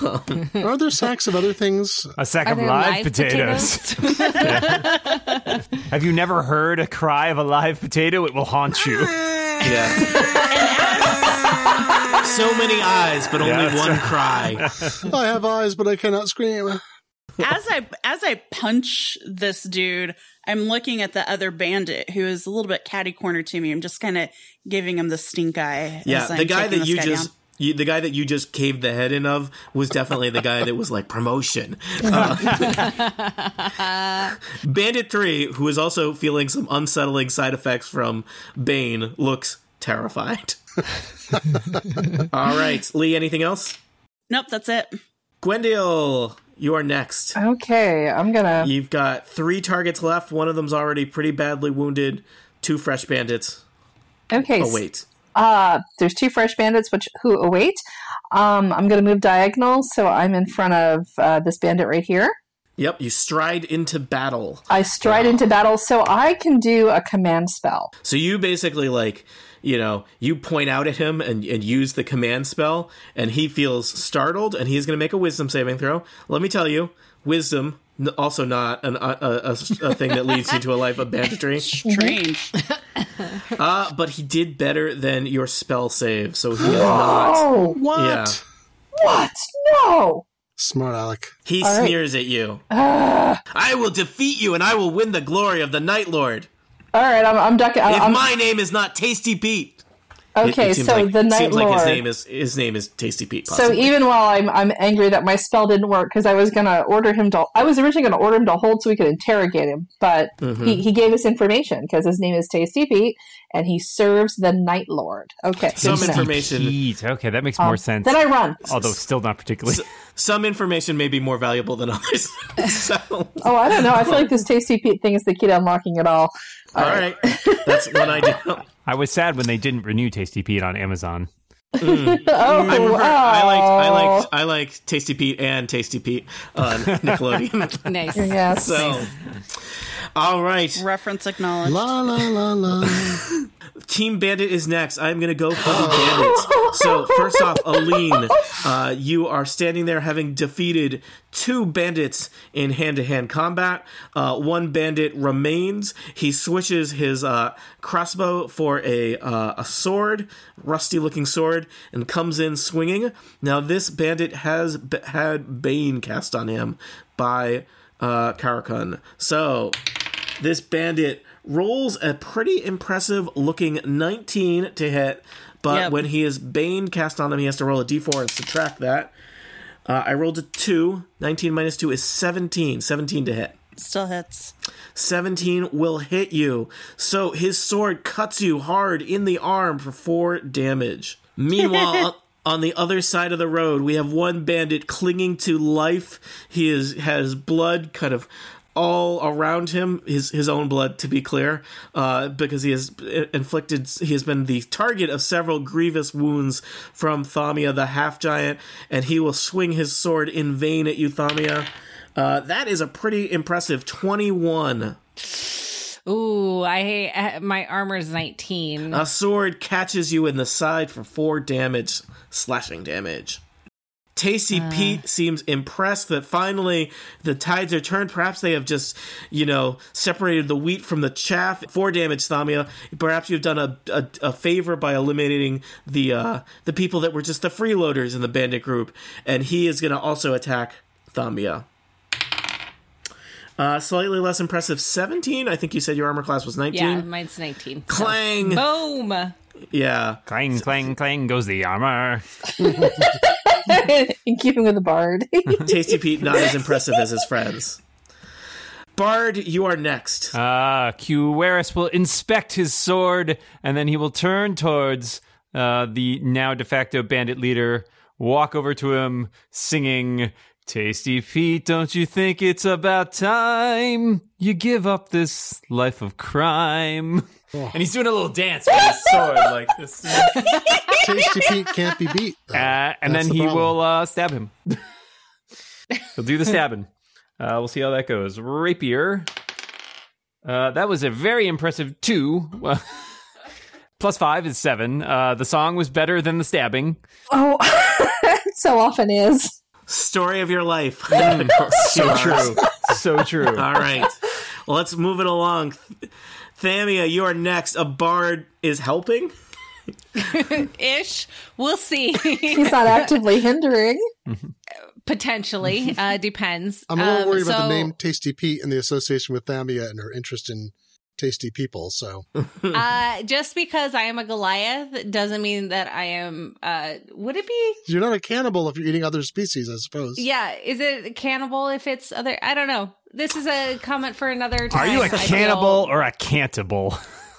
Speaker 5: Are there sacks of other things?
Speaker 3: A sack
Speaker 7: Are
Speaker 3: of
Speaker 7: there
Speaker 3: live, potatoes. Have you never heard a cry of a live potato? It will haunt you.
Speaker 1: Yeah. so many eyes, but only
Speaker 3: Yeah, that's
Speaker 1: one
Speaker 3: right.
Speaker 1: cry.
Speaker 5: I have eyes, but I cannot scream.
Speaker 6: as I as I punch this dude, I'm looking at the other bandit who is a little bit catty corner to me. I'm just kind of giving him the stink eye.
Speaker 1: Yeah,
Speaker 6: as I'm
Speaker 1: the guy that
Speaker 6: taking this
Speaker 1: you
Speaker 6: guy
Speaker 1: just.
Speaker 6: down.
Speaker 1: You, the guy that you just caved the head in of was definitely the guy that was like promotion. Uh, Bandit 3, who is also feeling some unsettling side effects from Bane, looks terrified. All right, Lee, anything else?
Speaker 6: Nope, that's it.
Speaker 1: Gwendale, you are next.
Speaker 4: Okay, I'm gonna.
Speaker 1: You've got three targets left. One of them's already pretty badly wounded. Two fresh bandits.
Speaker 4: Okay,
Speaker 1: Oh, wait.
Speaker 4: Uh, there's two fresh bandits which who await. Um, I'm going to move diagonal, so I'm in front of uh, this bandit right here.
Speaker 1: Yep, you stride into battle.
Speaker 4: I stride into battle, so I can do a command spell.
Speaker 1: So you basically like, you know, you point out at him and, and use the command spell, and he feels startled, and he's going to make a wisdom saving throw. Let me tell you, wisdom n- also not an, a, a- a s- a thing that leads you to a life of banditry.
Speaker 6: Strange.
Speaker 1: Uh, but he did better than your spell save, so he is not.
Speaker 4: Oh,
Speaker 5: What?
Speaker 1: Yeah.
Speaker 4: what? No!
Speaker 5: Smart Alec.
Speaker 1: He
Speaker 4: All right. Ah.
Speaker 1: sneers at you.
Speaker 4: Ugh.
Speaker 1: I will defeat you, and I will win the glory of the Night Lord.
Speaker 4: all right, I'm, I'm ducking.
Speaker 1: If
Speaker 4: I'm,
Speaker 1: my name is not Tasty Pete. It- it
Speaker 4: okay,
Speaker 1: seems
Speaker 4: so
Speaker 1: like-
Speaker 4: the Night
Speaker 1: seems
Speaker 4: Lord.
Speaker 1: like his name is his name is Tasty Pete.
Speaker 4: so
Speaker 1: possibly.
Speaker 4: even while I'm I'm angry that my spell didn't work because I was gonna order him to I was originally gonna order him to hold so we could interrogate him, but
Speaker 1: Mm-hmm.
Speaker 4: he, he gave us information because his name is Tasty Pete and he serves the Night Lord. Okay,
Speaker 1: Some
Speaker 4: good to know.
Speaker 1: informa- information-
Speaker 3: Heat. Okay, that makes
Speaker 4: Um,
Speaker 3: more sense.
Speaker 4: Then I run.
Speaker 3: Although still not particularly.
Speaker 1: some information may be more valuable than others. so,
Speaker 4: Oh, I don't know. I feel like this Tasty Pete thing is the key to unlocking it all.
Speaker 1: all right, that's one idea.
Speaker 3: I was sad when they didn't renew Tasty Pete on Amazon.
Speaker 4: Oh,
Speaker 1: I, prefer, I
Speaker 4: wow.
Speaker 1: liked, I liked, I liked Tasty Pete and Tasty Pete on Nickelodeon.
Speaker 7: nice.
Speaker 4: Yes.
Speaker 1: so, all right,
Speaker 6: Reference acknowledged.
Speaker 5: La la la la.
Speaker 1: Team Bandit is next. I'm going to go for the bandits. So, first off, Aline, uh, you are standing there having defeated two bandits in hand to hand combat. Uh, one bandit remains. He switches his uh, crossbow for a, uh, a sword, rusty looking sword, and comes in swinging. Now, this bandit has b- had Bane cast on him by uh, Karakun. So, this bandit rolls a pretty impressive looking 19 to hit, but
Speaker 6: Yep.
Speaker 1: when he is Bane cast on him, he has to roll a d4 and subtract that. Uh, I rolled a 2. 19 minus 2 is 17. 17 to hit.
Speaker 6: Still hits.
Speaker 1: 17 will hit you. So his sword cuts you hard in the arm for 4 damage. Meanwhile, on the other side of the road, we have one bandit clinging to life. He is has blood kind of all around him, his his own blood to be clear, uh, because he has inflicted he has been the target of several grievous wounds from Thamia the half giant, and he will swing his sword in vain at you, Thamia. Uh, that is a pretty impressive 21.
Speaker 7: Ooh, I uh, my armor's 19.
Speaker 1: A sword catches you in the side for four damage, slashing damage. Tasty Pete seems impressed that finally the tides are turned. Perhaps they have just, you know, separated the wheat from the chaff. Four damage, Thamia. Perhaps you've done a, a, a favor by eliminating the uh, the people that were just the freeloaders in the bandit group. And he is going to also attack Thamia. Uh, slightly less impressive, 17. I think you said your armor class was 19.
Speaker 7: yeah, mine's 19. so.
Speaker 1: Clang!
Speaker 7: Boom.
Speaker 1: Yeah.
Speaker 3: Clang, clang, clang goes the armor.
Speaker 4: In keeping with the bard.
Speaker 1: Tasty Pete not as impressive as his friends. Bard, you are next.
Speaker 3: Uh, Cueris will inspect his sword, and then he will turn towards uh, the now de facto bandit leader, walk over to him, singing, Tasty Pete, don't you think it's about time you give up this life of crime? And he's doing a little dance with his sword like this. Uh,
Speaker 5: Tasty Pete can't be beat. though.
Speaker 3: and
Speaker 5: That's
Speaker 3: then
Speaker 5: the
Speaker 3: he
Speaker 5: problem.
Speaker 3: will uh, stab him. He'll do the stabbing. Uh, we'll see how that goes. Rapier. Uh, that was a very impressive two. Well, plus five is seven. Uh, the song was better than the stabbing.
Speaker 4: Oh, it so often is.
Speaker 1: Story of your life.
Speaker 3: So true. So true.
Speaker 1: All right. Let's move it along. Thamia, you are next. A bard is helping?
Speaker 7: Ish. We'll see.
Speaker 4: He's not actively hindering.
Speaker 7: Potentially. Uh, depends.
Speaker 5: I'm a little
Speaker 7: Um,
Speaker 5: worried about
Speaker 7: so-
Speaker 5: the name Tasty Pete and the association with Thamia and her interest in tasty people. So
Speaker 7: Uh, just because I am a Goliath doesn't mean that I am. Uh, would it be?
Speaker 5: you're not a cannibal if you're eating other species, I suppose.
Speaker 7: Yeah. Is it cannibal if it's other? I don't know. This is a comment for another time.
Speaker 3: Are you
Speaker 7: I
Speaker 3: a
Speaker 7: feel.
Speaker 3: cannibal or a cantable?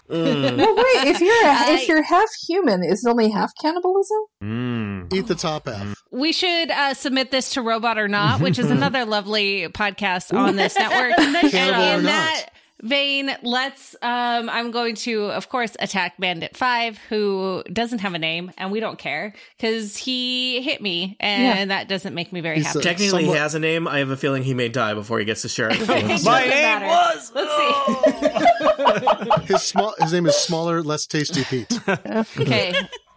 Speaker 1: Mm.
Speaker 4: Well, wait, if you're a,
Speaker 7: I-
Speaker 4: if you're half human, is it only half cannibalism?
Speaker 3: Mm.
Speaker 5: Eat the top half.
Speaker 7: We should uh, submit this to Robot or Not, which is another lovely podcast on this network.
Speaker 5: Cannibal or
Speaker 7: and in
Speaker 5: Not.
Speaker 7: that vein, let's. Um, I'm going to, of course, attack Bandit Five, who doesn't have a name, and we don't care because he hit me, and
Speaker 4: Yeah.
Speaker 7: that doesn't make me very
Speaker 5: He's
Speaker 7: happy.
Speaker 5: a-
Speaker 1: Technically,
Speaker 5: Somewhat-
Speaker 1: he has a name. I have a feeling he may die before he gets to share it.
Speaker 7: My name was. Let's see.
Speaker 5: His small his name is smaller, less tasty Pete.
Speaker 7: Okay.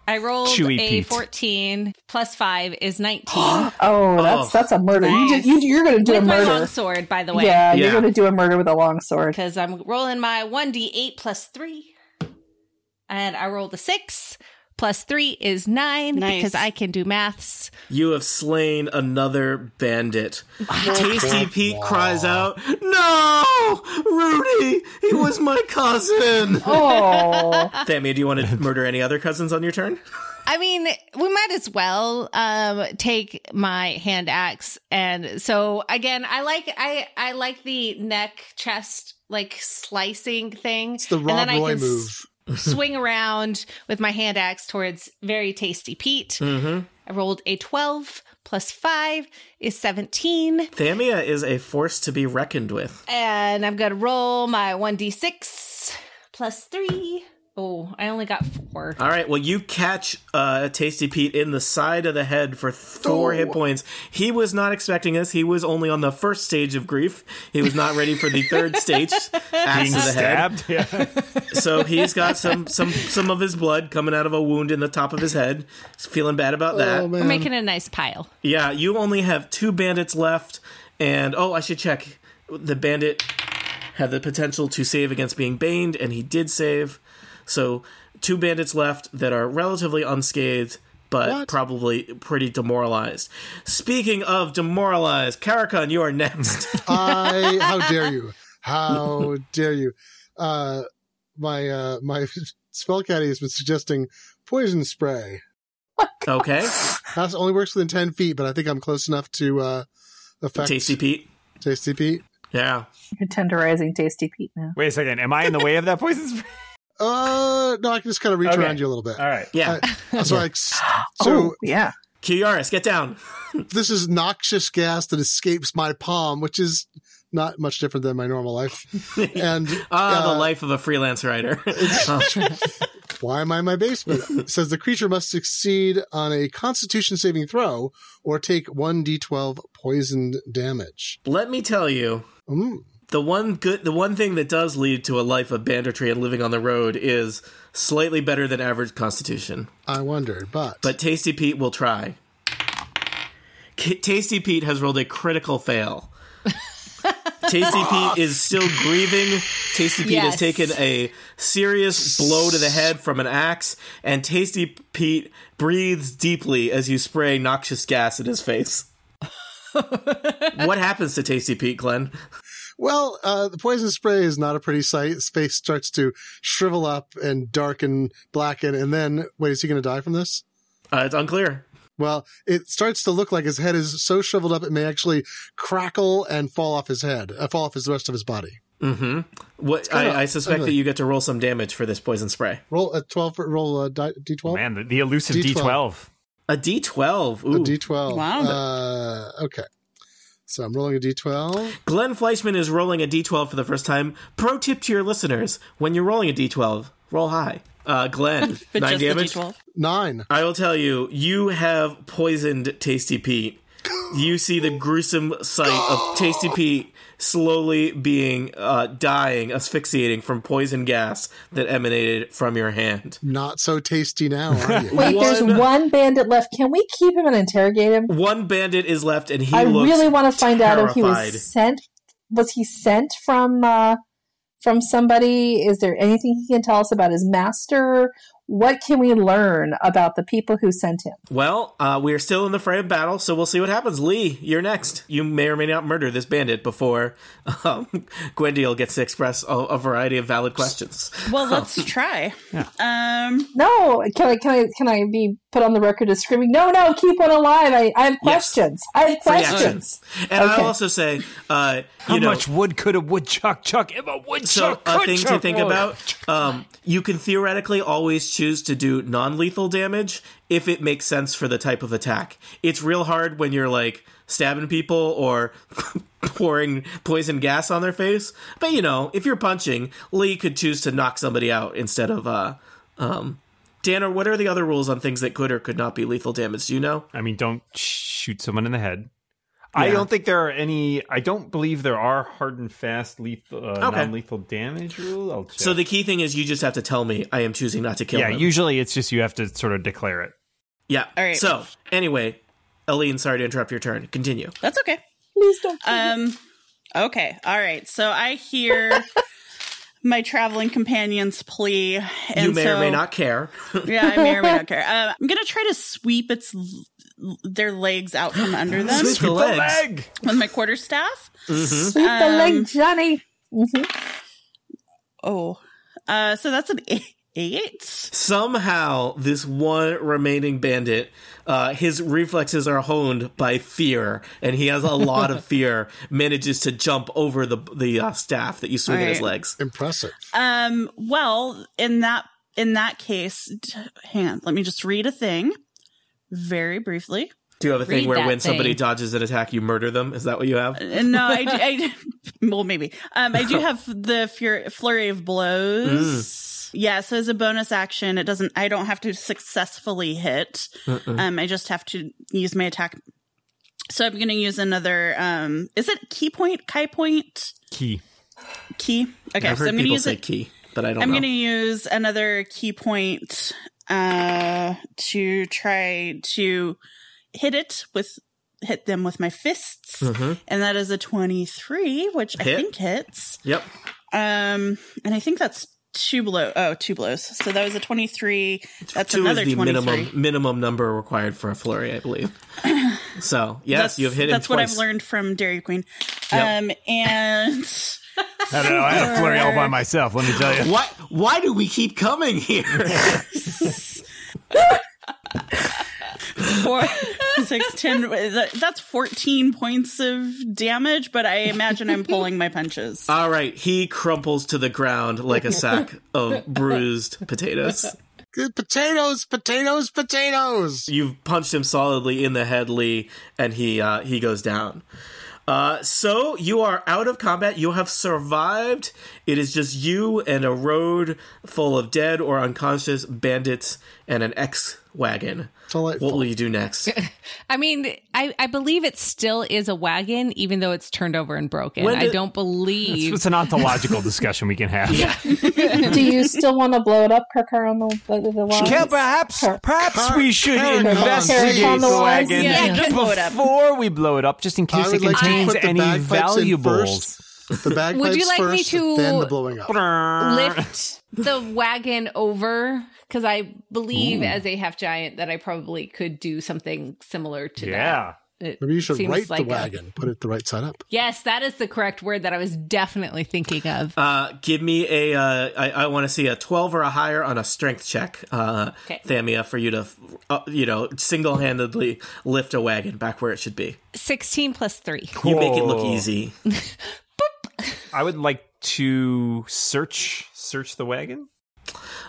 Speaker 7: I rolled
Speaker 3: Chewy
Speaker 7: a
Speaker 3: Pete.
Speaker 7: 14 plus 5 is 19.
Speaker 4: Oh, that's
Speaker 1: Oh.
Speaker 4: that's a murder. You
Speaker 7: Nice.
Speaker 4: did, you, you're going to do
Speaker 7: with
Speaker 4: a
Speaker 7: my
Speaker 4: murder.
Speaker 7: long sword, by the way.
Speaker 4: Yeah, you're
Speaker 1: Yeah.
Speaker 4: going to do a murder with a long sword.
Speaker 7: Because I'm rolling my 1d8 plus 3. And I rolled a 6 plus 3 is 9
Speaker 6: Nice.
Speaker 7: because I can do maths.
Speaker 1: you have slain another bandit. Tasty Pete cries out, No! Rudy! He was my cousin!
Speaker 4: Oh,
Speaker 1: Thammy, do you want to murder any other cousins on your turn?
Speaker 7: I mean, we might as well um, take my hand axe, and so again, I like I I like the neck chest like slicing thing.
Speaker 5: It's the
Speaker 7: And then
Speaker 5: Rob
Speaker 7: I
Speaker 5: Roy
Speaker 7: can s-
Speaker 5: move.
Speaker 7: swing around with my hand axe towards very tasty Pete.
Speaker 1: Mm-hmm.
Speaker 7: I rolled a 12 plus 5 is 17.
Speaker 1: Thamia is a force to be reckoned with.
Speaker 7: And I'm going to roll my 1d6 plus 3. Oh, I only got 4.
Speaker 1: All right, well, you catch uh, Tasty Pete in the side of the head for four hit points. He was not expecting this. He was only on the first stage of grief. He was not ready for the third stage, axe
Speaker 3: Being
Speaker 1: to the head.
Speaker 3: stabbed. Yeah.
Speaker 1: So he's got some some some of his blood coming out of a wound in the top of his head. He's feeling bad about
Speaker 3: Uh,
Speaker 1: that.
Speaker 5: Oh
Speaker 7: We're
Speaker 5: man.
Speaker 7: making a nice pile.
Speaker 1: Yeah, you only have two bandits left, and oh, I should check. The bandit had the potential to save against being baned, and he did save. So two bandits left that are relatively unscathed. But
Speaker 5: What?
Speaker 1: probably pretty demoralized. Speaking of demoralized, Karakon, you are next.
Speaker 5: I how dare you? How dare you? Uh my uh my spell caddy has been suggesting poison spray.
Speaker 1: okay,
Speaker 5: That only works within ten feet, but I think I'm close enough to uh affect
Speaker 1: Tasty Pete.
Speaker 5: Tasty Pete.
Speaker 1: Yeah,
Speaker 4: you're tenderizing Tasty Pete now.
Speaker 3: Wait a second. Am I in the way of that poison spray?
Speaker 5: Uh no, I can just kind of reach
Speaker 3: Okay.
Speaker 5: around you a little bit.
Speaker 3: All right.
Speaker 1: yeah.
Speaker 5: So like s- so
Speaker 4: oh, yeah.
Speaker 1: Kiaris, get down.
Speaker 5: this is noxious gas that escapes my palm, which is not much different than my normal life. And
Speaker 1: Ah,
Speaker 5: uh,
Speaker 1: the life of a freelance writer. Oh.
Speaker 5: Why am I in my basement? It says the creature must succeed on a constitution saving throw or take 1d12 poisoned damage.
Speaker 1: Let me tell you,
Speaker 5: Mm.
Speaker 1: the one good the one thing that does lead to a life of banditry and living on the road is slightly better than average constitution
Speaker 5: I wondered, but,
Speaker 1: but tasty pete will try K- tasty pete has rolled a critical fail tasty pete is still grieving tasty pete has
Speaker 7: Yes.
Speaker 1: taken a serious blow to the head from an axe and tasty pete breathes deeply as you spray noxious gas in his face what happens to tasty pete glenn
Speaker 5: well, uh, the poison spray is not a pretty sight. His face starts to shrivel up and darken, blacken, and then wait, is he going to die from this?
Speaker 1: uh, it's unclear
Speaker 5: Well, it starts to look like his head is so shriveled up it may actually crackle and fall off his head, uh, fall off his the rest of his body.
Speaker 1: hmm What
Speaker 5: kinda
Speaker 1: I, I suspect
Speaker 5: ugly.
Speaker 1: that you get to roll some damage for this poison spray.
Speaker 5: Roll a twelve. for- Roll a di- d12.
Speaker 3: Man, the, the elusive
Speaker 5: D12.
Speaker 3: D12.
Speaker 1: A D twelve. Ooh.
Speaker 5: A D12.
Speaker 6: Wow.
Speaker 5: Oh, Uh, okay. So I'm rolling a D12.
Speaker 1: Glenn Fleischman is rolling a D twelve for the first time. Pro tip to your listeners: when you're rolling a D twelve, roll high. Uh, Glenn,
Speaker 6: But
Speaker 1: nine
Speaker 6: just
Speaker 1: damage.
Speaker 6: the D12.
Speaker 5: Nine.
Speaker 1: I will tell you, you have poisoned Tasty Pete. you see the gruesome sight of Tasty Pete slowly being uh, dying, asphyxiating from poison gas that emanated from your hand.
Speaker 5: Not so tasty now, are you?
Speaker 4: Wait, there's
Speaker 1: One-
Speaker 4: one bandit left. Can we keep him and interrogate him?
Speaker 1: One bandit is left, and he
Speaker 4: I
Speaker 1: looks
Speaker 4: really want to find out if he
Speaker 1: terrified.
Speaker 4: was sent. Was he sent from uh, from somebody? Is there anything he can tell us about his master? What can we learn about the people who sent him?
Speaker 1: Well, uh, we are still in the fray of battle, so we'll see what happens. Lee, you're next. You may or may not murder this bandit before um, Gwendiel gets to express a, a variety of valid questions.
Speaker 6: Well, let's try. Um,
Speaker 4: No, can I can I can I be put on the record as screaming? No, no, keep one alive. I, I have questions. I have
Speaker 1: Free action.
Speaker 4: questions.
Speaker 1: And
Speaker 4: Okay.
Speaker 1: I'll also say, uh, you
Speaker 3: How
Speaker 1: know,
Speaker 3: much wood could a woodchuck chuck if a
Speaker 1: so
Speaker 3: woodchuck
Speaker 1: a
Speaker 3: could
Speaker 1: thing to
Speaker 3: chuck
Speaker 1: think
Speaker 3: wood?
Speaker 1: about. Um, you can theoretically always choose to do non-lethal damage if it makes sense for the type of attack. It's real hard when you're like stabbing people or pouring poison gas on their face. But you know, if you're punching, Lee could choose to knock somebody out instead of. Uh, um, Dan, or what are the other rules on things that could or could not be lethal damage? Do you know?
Speaker 3: I mean, don't shoot someone in the head. I don't think there are any. I don't believe there are hard and fast lethal, uh,
Speaker 1: Okay.
Speaker 3: non-lethal damage rules. I'll check.
Speaker 1: So the key thing is you just have to tell me I am choosing not to kill
Speaker 3: yeah,
Speaker 1: him.
Speaker 3: usually it's just you have to sort of declare it.
Speaker 1: yeah.
Speaker 6: All right.
Speaker 1: So anyway, Aline, sorry to interrupt your turn. Continue.
Speaker 6: that's okay.
Speaker 4: Please don't. kill me.
Speaker 6: Um, okay. All right. So I hear my traveling companion's plea. And
Speaker 1: you may or
Speaker 6: so-
Speaker 1: may not care.
Speaker 6: Yeah, I may or may not care. Uh, I'm gonna try to sweep its l- their legs out from under them
Speaker 1: Sweep the legs.
Speaker 3: Leg.
Speaker 6: with my quarterstaff.
Speaker 4: Sweep the
Speaker 6: um,
Speaker 4: leg, Johnny.
Speaker 6: Oh, uh, so that's an eight. eight.
Speaker 1: Somehow, this one remaining bandit, uh, his reflexes are honed by fear, and he has a lot of fear. Manages to jump over the the uh, staff that you swing at his
Speaker 6: Alright.
Speaker 1: legs.
Speaker 5: Impressive.
Speaker 6: Um, well, in that in that case, d- hang on. Let me just read a thing very briefly.
Speaker 1: Do you have a thing
Speaker 7: Read
Speaker 1: where
Speaker 7: that
Speaker 1: when somebody
Speaker 7: thing.
Speaker 1: dodges an attack, you murder them? Is that what you have?
Speaker 6: Uh, No, I, do- I- well maybe. Um, I do have the fur- flurry of blows. Yeah, so as a bonus action, it doesn't. I don't have to successfully hit. Um, I just have to use my attack. So I'm going to use another. Um, is it key point? Kai point?
Speaker 3: Key.
Speaker 6: Key? Okay,
Speaker 1: I've
Speaker 6: so
Speaker 1: heard
Speaker 6: I'm going to
Speaker 1: people
Speaker 6: use
Speaker 1: say
Speaker 6: it.
Speaker 1: key, but I don't
Speaker 6: I'm
Speaker 1: know.
Speaker 6: going to use another key point uh, to try to hit it with hit them with my fists,
Speaker 1: Mhm.
Speaker 6: and that is a 23, which
Speaker 1: Hit.
Speaker 6: I think hits.
Speaker 1: Yep.
Speaker 6: Um, and I think that's two blow. Oh, two blows. So that was a 23. That's
Speaker 1: Two
Speaker 6: another
Speaker 1: is the
Speaker 6: 23.
Speaker 1: minimum minimum number required for a flurry, I believe. So yes,
Speaker 6: that's,
Speaker 1: you have hit
Speaker 6: That's
Speaker 1: him
Speaker 6: what
Speaker 1: twice.
Speaker 6: I've learned from Dairy Queen.
Speaker 1: Yep.
Speaker 6: Um, and.
Speaker 3: I don't know. I had a flurry all by myself. Let me tell you.
Speaker 1: Why? Why do we keep coming here?
Speaker 6: four, six, ten. that- That's fourteen points of damage, but I imagine I'm pulling my punches.
Speaker 1: All right, he crumples to the ground like a sack of bruised potatoes.
Speaker 5: Good potatoes, potatoes, potatoes.
Speaker 1: You've punched him solidly in the head, Lee, and he uh, he goes down. Uh, so you are out of combat. You have survived. It is just you and a road full of dead or unconscious bandits and an X wagon.
Speaker 5: Delightful.
Speaker 1: What will you do next?
Speaker 7: I mean, I, I believe it still is a wagon, even though it's turned over and broken.
Speaker 1: When
Speaker 7: I
Speaker 1: did-
Speaker 7: don't believe.
Speaker 3: It's an ontological discussion we can have.
Speaker 4: Do you still want to blow it up, Kirkar, on the the, the wall?
Speaker 3: Can perhaps
Speaker 4: Kirk-
Speaker 3: perhaps
Speaker 5: Kirk-
Speaker 3: we should
Speaker 5: Kirk on- Kirk
Speaker 3: investigate
Speaker 4: on
Speaker 3: the
Speaker 4: the ones.
Speaker 3: wagon
Speaker 7: Yeah, don't blow it up.
Speaker 3: before we blow it up, just in
Speaker 5: I
Speaker 3: case it
Speaker 5: would like to
Speaker 3: contains
Speaker 5: put the
Speaker 3: any
Speaker 5: bagpipes in
Speaker 3: valuables.
Speaker 5: The bagpipes
Speaker 7: Would you like me
Speaker 5: first,
Speaker 7: to
Speaker 5: then the blowing up.
Speaker 7: lift the wagon over because I believe as a half giant that I probably could do something similar to
Speaker 3: Yeah.
Speaker 7: that. It
Speaker 5: Maybe you should
Speaker 7: seems
Speaker 5: right
Speaker 7: like
Speaker 5: the
Speaker 7: a-
Speaker 5: wagon, put it the right side up.
Speaker 7: yes, that is the correct word that I was definitely thinking of.
Speaker 1: Uh, give me a. Uh, I, I want to see a twelve or a higher on a strength check, uh,
Speaker 7: Okay.
Speaker 1: Thamia, for you to, uh, you know, single-handedly lift a wagon back where it should be.
Speaker 7: Sixteen plus three.
Speaker 1: You make it look
Speaker 3: Cool.
Speaker 1: easy.
Speaker 3: I would like to search search the wagon.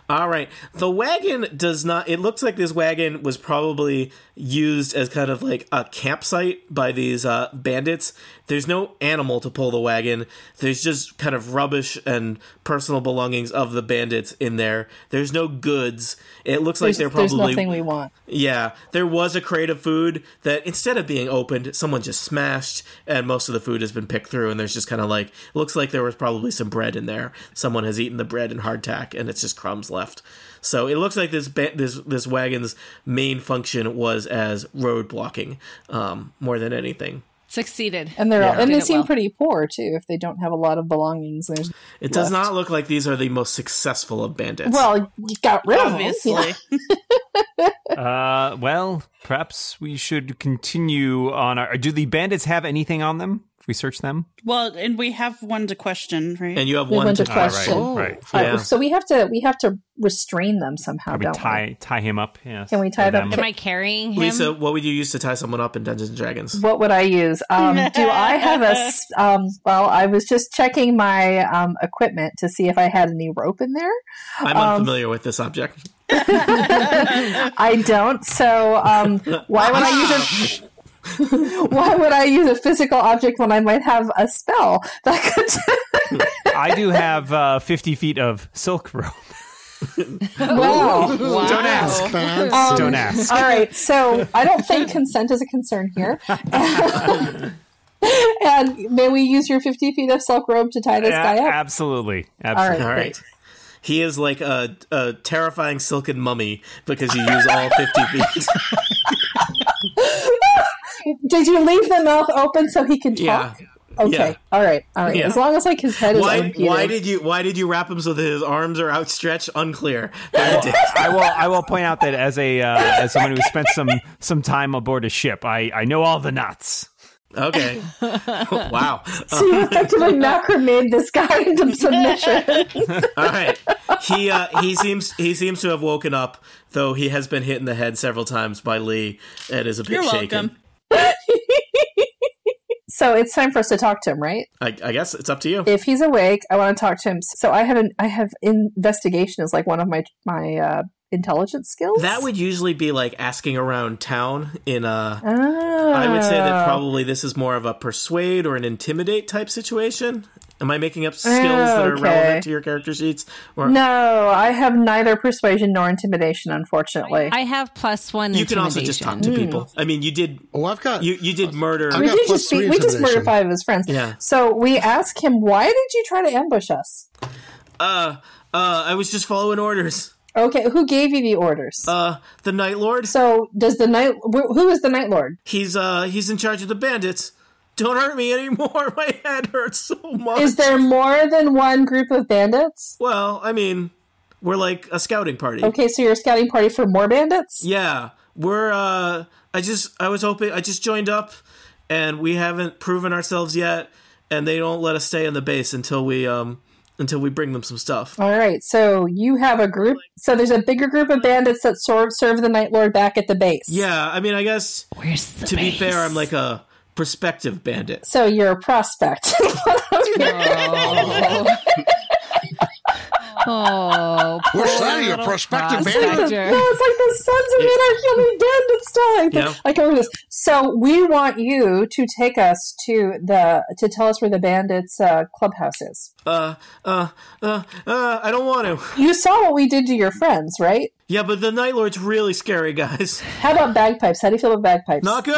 Speaker 1: All right. The wagon does not. It looks like this wagon was probably used as kind of like a campsite by these uh, bandits. There's no animal to pull the wagon. There's just kind of rubbish and personal belongings of the bandits in there. There's no goods. It looks like
Speaker 4: There's,
Speaker 1: they're
Speaker 4: there's
Speaker 1: probably
Speaker 4: nothing we want.
Speaker 1: yeah, there was a crate of food that instead of being opened, someone just smashed, and most of the food has been picked through. And there's just kind of like, looks like there was probably some bread in there. Someone has eaten the bread and hardtack, and it's just crumbs left. So it looks like this ba- this this wagon's main function was as road blocking, um, more than anything.
Speaker 7: Succeeded.
Speaker 4: And they're all,
Speaker 1: Yeah.
Speaker 4: and
Speaker 7: Did
Speaker 4: they
Speaker 7: it
Speaker 4: seem
Speaker 7: well.
Speaker 4: pretty poor too if they don't have a lot of belongings. There's
Speaker 1: It does
Speaker 4: Left.
Speaker 1: not look like these are the most successful of bandits.
Speaker 4: well, we got rid
Speaker 6: Obviously.
Speaker 4: of them.
Speaker 3: Uh, well, perhaps we should continue on our. Do the bandits have anything on them? If we search them,
Speaker 6: Well, and we have one to question, right?
Speaker 1: and you have
Speaker 4: We
Speaker 1: one
Speaker 4: went
Speaker 1: to
Speaker 4: to
Speaker 3: All right,
Speaker 4: question.
Speaker 3: right.
Speaker 4: Yeah. Uh,
Speaker 1: Yeah.
Speaker 4: so we have to we have to restrain them somehow.
Speaker 3: Probably
Speaker 4: don't we?
Speaker 3: tie tie him up. Yes.
Speaker 4: Can we tie
Speaker 3: Or
Speaker 4: them-
Speaker 7: Am I carrying him?
Speaker 1: Lisa, what would you use to tie someone up in Dungeons and Dragons?
Speaker 4: What would I use? Um, do I have a? s- Um, well, I was just checking my um, equipment to see if I had any rope in there.
Speaker 1: I'm
Speaker 4: Um,
Speaker 1: unfamiliar with this object.
Speaker 4: I don't. So um, why would I use a? why would I use a physical object when I might have a spell that could?
Speaker 3: I do have uh, fifty feet of silk rope.
Speaker 4: wow.
Speaker 7: Wow.
Speaker 3: Don't ask.
Speaker 5: Fancy.
Speaker 4: Um,
Speaker 3: Don't ask.
Speaker 4: All right, so I don't think consent is a concern here. and may we use your 50 feet of silk robe to tie this
Speaker 3: A-
Speaker 4: guy up?
Speaker 3: absolutely,
Speaker 4: All
Speaker 3: absolutely.
Speaker 4: right,
Speaker 1: All right.
Speaker 4: great.
Speaker 1: He is like a, a terrifying silken mummy because you use all 50 feet.
Speaker 4: Did you leave the mouth open so he could
Speaker 1: yeah.
Speaker 4: talk? Okay,
Speaker 1: yeah.
Speaker 4: all right, all right.
Speaker 1: Yeah.
Speaker 4: As long as like his head is
Speaker 1: Why,
Speaker 4: unimpeded.
Speaker 1: why did you why did you wrap him so that his arms are outstretched? Unclear. But you did.
Speaker 3: I will. I will point out that as a uh, as someone who spent some some time aboard a ship, I I know all the knots.
Speaker 1: Okay. wow. Uh,
Speaker 4: so you effectively macrame this guy into submission.
Speaker 1: All right. He uh, he seems he seems to have woken up, though he has been hit in the head several times by Lee and is a bit
Speaker 6: You're
Speaker 1: shaken.
Speaker 6: welcome.
Speaker 4: so it's time for us to talk to him, right?
Speaker 1: I, I guess it's up to you.
Speaker 4: If he's awake, I want to talk to him. So I have an I have investigation as like one of my my uh, intelligence skills.
Speaker 1: That would usually be like asking around town in uh
Speaker 4: Oh.
Speaker 1: I would say that probably this is more of a persuade or an intimidate type situation. Am I making up skills that are
Speaker 4: okay.
Speaker 1: relevant to your character sheets? Or
Speaker 4: No, I have neither persuasion nor intimidation, unfortunately.
Speaker 7: I have plus one.
Speaker 1: you can also just talk to
Speaker 4: Intimidation.
Speaker 1: people. I mean, you did
Speaker 5: Oh, I've got.
Speaker 1: you you did murder.
Speaker 5: I
Speaker 4: we
Speaker 5: got
Speaker 4: did
Speaker 5: plus
Speaker 4: just
Speaker 5: three
Speaker 4: beat, we just murdered
Speaker 5: intimidation.
Speaker 4: five of his friends.
Speaker 1: Yeah.
Speaker 4: So we ask him, "Why did you try to ambush us?"
Speaker 1: Uh, uh, I was just following orders.
Speaker 4: Okay, who gave you the orders?
Speaker 1: Uh, the Night Lord.
Speaker 4: so does the night? Wh- who is the night lord?
Speaker 1: He's uh he's in charge of the bandits. Don't hurt me anymore. My head hurts so much.
Speaker 4: Is there more than one group of bandits?
Speaker 1: Well, I mean, we're like a scouting party.
Speaker 4: Okay, so you're a scouting party for more bandits.
Speaker 1: Yeah, we're. uh I just I was hoping I just joined up, and we haven't proven ourselves yet, and they don't let us stay in the base until we um until we bring them some stuff.
Speaker 4: All right, so you have a group. So there's a bigger group of bandits that serve serve the night lord back at the base.
Speaker 1: uh, Yeah, I mean, I guess
Speaker 7: Where's the
Speaker 1: to be fair, I'm like a prospective bandit.
Speaker 4: So you're a prospect.
Speaker 7: Oh, oh
Speaker 5: We're
Speaker 7: poor
Speaker 5: signing a
Speaker 7: little
Speaker 5: prospective
Speaker 4: like the,
Speaker 7: prospector.
Speaker 4: no, it's like the Sons of Anarchy on the dead and stuff. I,
Speaker 1: Yeah.
Speaker 4: think- I can remember this. So we want you to take us to the to tell us where the bandits' uh, clubhouse is.
Speaker 1: Uh, uh, uh, uh, I don't want to.
Speaker 4: You saw what we did to your friends, right?
Speaker 1: Yeah, but the Night Lord's really scary, guys.
Speaker 4: How about bagpipes? How do you feel about bagpipes?
Speaker 1: Not good.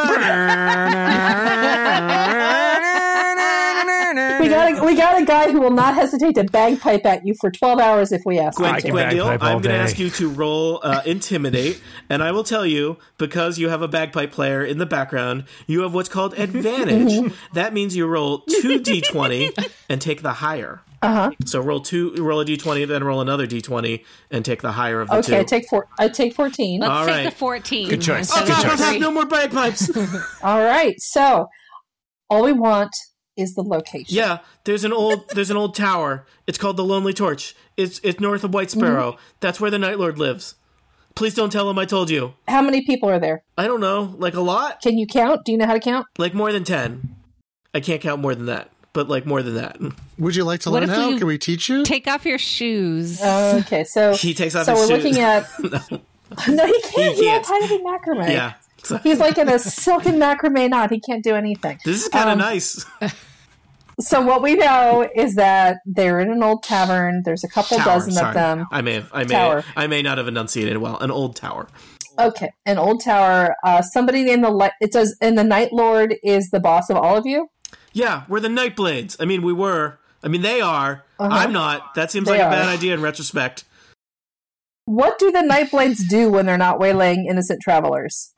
Speaker 4: we got a, we got a guy who will not hesitate to bagpipe at you for twelve hours if we ask. him.
Speaker 3: I
Speaker 1: Gwen,
Speaker 3: can
Speaker 1: Gwendil, I'm
Speaker 3: bagpipe all
Speaker 1: going to
Speaker 3: day.
Speaker 1: ask you to roll uh, intimidate, and I will tell you because you have a bagpipe player in the background, you have what's called advantage. that means you roll two d20 and take the higher.
Speaker 4: Uh huh.
Speaker 1: So roll two, roll a d20, then roll another d20 and take the higher of the two.
Speaker 4: Okay, I take four. I take fourteen.
Speaker 7: Let's
Speaker 1: All
Speaker 7: take
Speaker 1: right.
Speaker 7: the 14.
Speaker 3: Good choice.
Speaker 1: Oh,
Speaker 7: instead
Speaker 1: God,
Speaker 7: of
Speaker 1: I don't
Speaker 7: the
Speaker 1: have
Speaker 7: three.
Speaker 1: no more bagpipes.
Speaker 4: All right. So all we want is the location.
Speaker 1: yeah, there's an old there's an old tower. It's called the Lonely Torch. It's it's north of
Speaker 4: Mm-hmm.
Speaker 1: White Sparrow. That's where the Night Lord lives. Please don't tell him I told you.
Speaker 4: How many people are there?
Speaker 1: I don't know, like a lot.
Speaker 4: Can you count? Do you know how to count?
Speaker 1: Like more than 10. I can't count more than that. but like more than that.
Speaker 5: Would you like to
Speaker 7: What
Speaker 5: learn
Speaker 7: if
Speaker 5: how?
Speaker 7: you-
Speaker 5: Can we teach you?
Speaker 7: Take off your shoes.
Speaker 4: Okay, so
Speaker 1: He takes off
Speaker 4: so
Speaker 1: his
Speaker 4: we're
Speaker 1: shoes.
Speaker 4: looking at. No, he can't.
Speaker 1: He
Speaker 4: He
Speaker 1: can't.
Speaker 4: can't. How did he macrame?
Speaker 1: yeah. So,
Speaker 4: He's like in a silken macrame knot. He can't do anything.
Speaker 1: this is kind of
Speaker 4: Um,
Speaker 1: nice.
Speaker 4: So what we know is that they're in an old tavern. There's a couple
Speaker 1: Tower,
Speaker 4: dozen
Speaker 1: sorry.
Speaker 4: of them.
Speaker 1: I may have, I may
Speaker 4: um, Tower.
Speaker 1: I may not have enunciated well. An old tower.
Speaker 4: Okay, an old tower. Uh, somebody named the light. It does. And the Night Lord is the boss of all of you.
Speaker 1: Yeah, we're the Nightblades. I mean, we were. I mean, they are.
Speaker 4: Uh-huh.
Speaker 1: I'm not. That seems
Speaker 4: They
Speaker 1: like a
Speaker 4: are.
Speaker 1: bad idea in retrospect.
Speaker 4: What do the Nightblades do when they're not waylaying innocent travelers?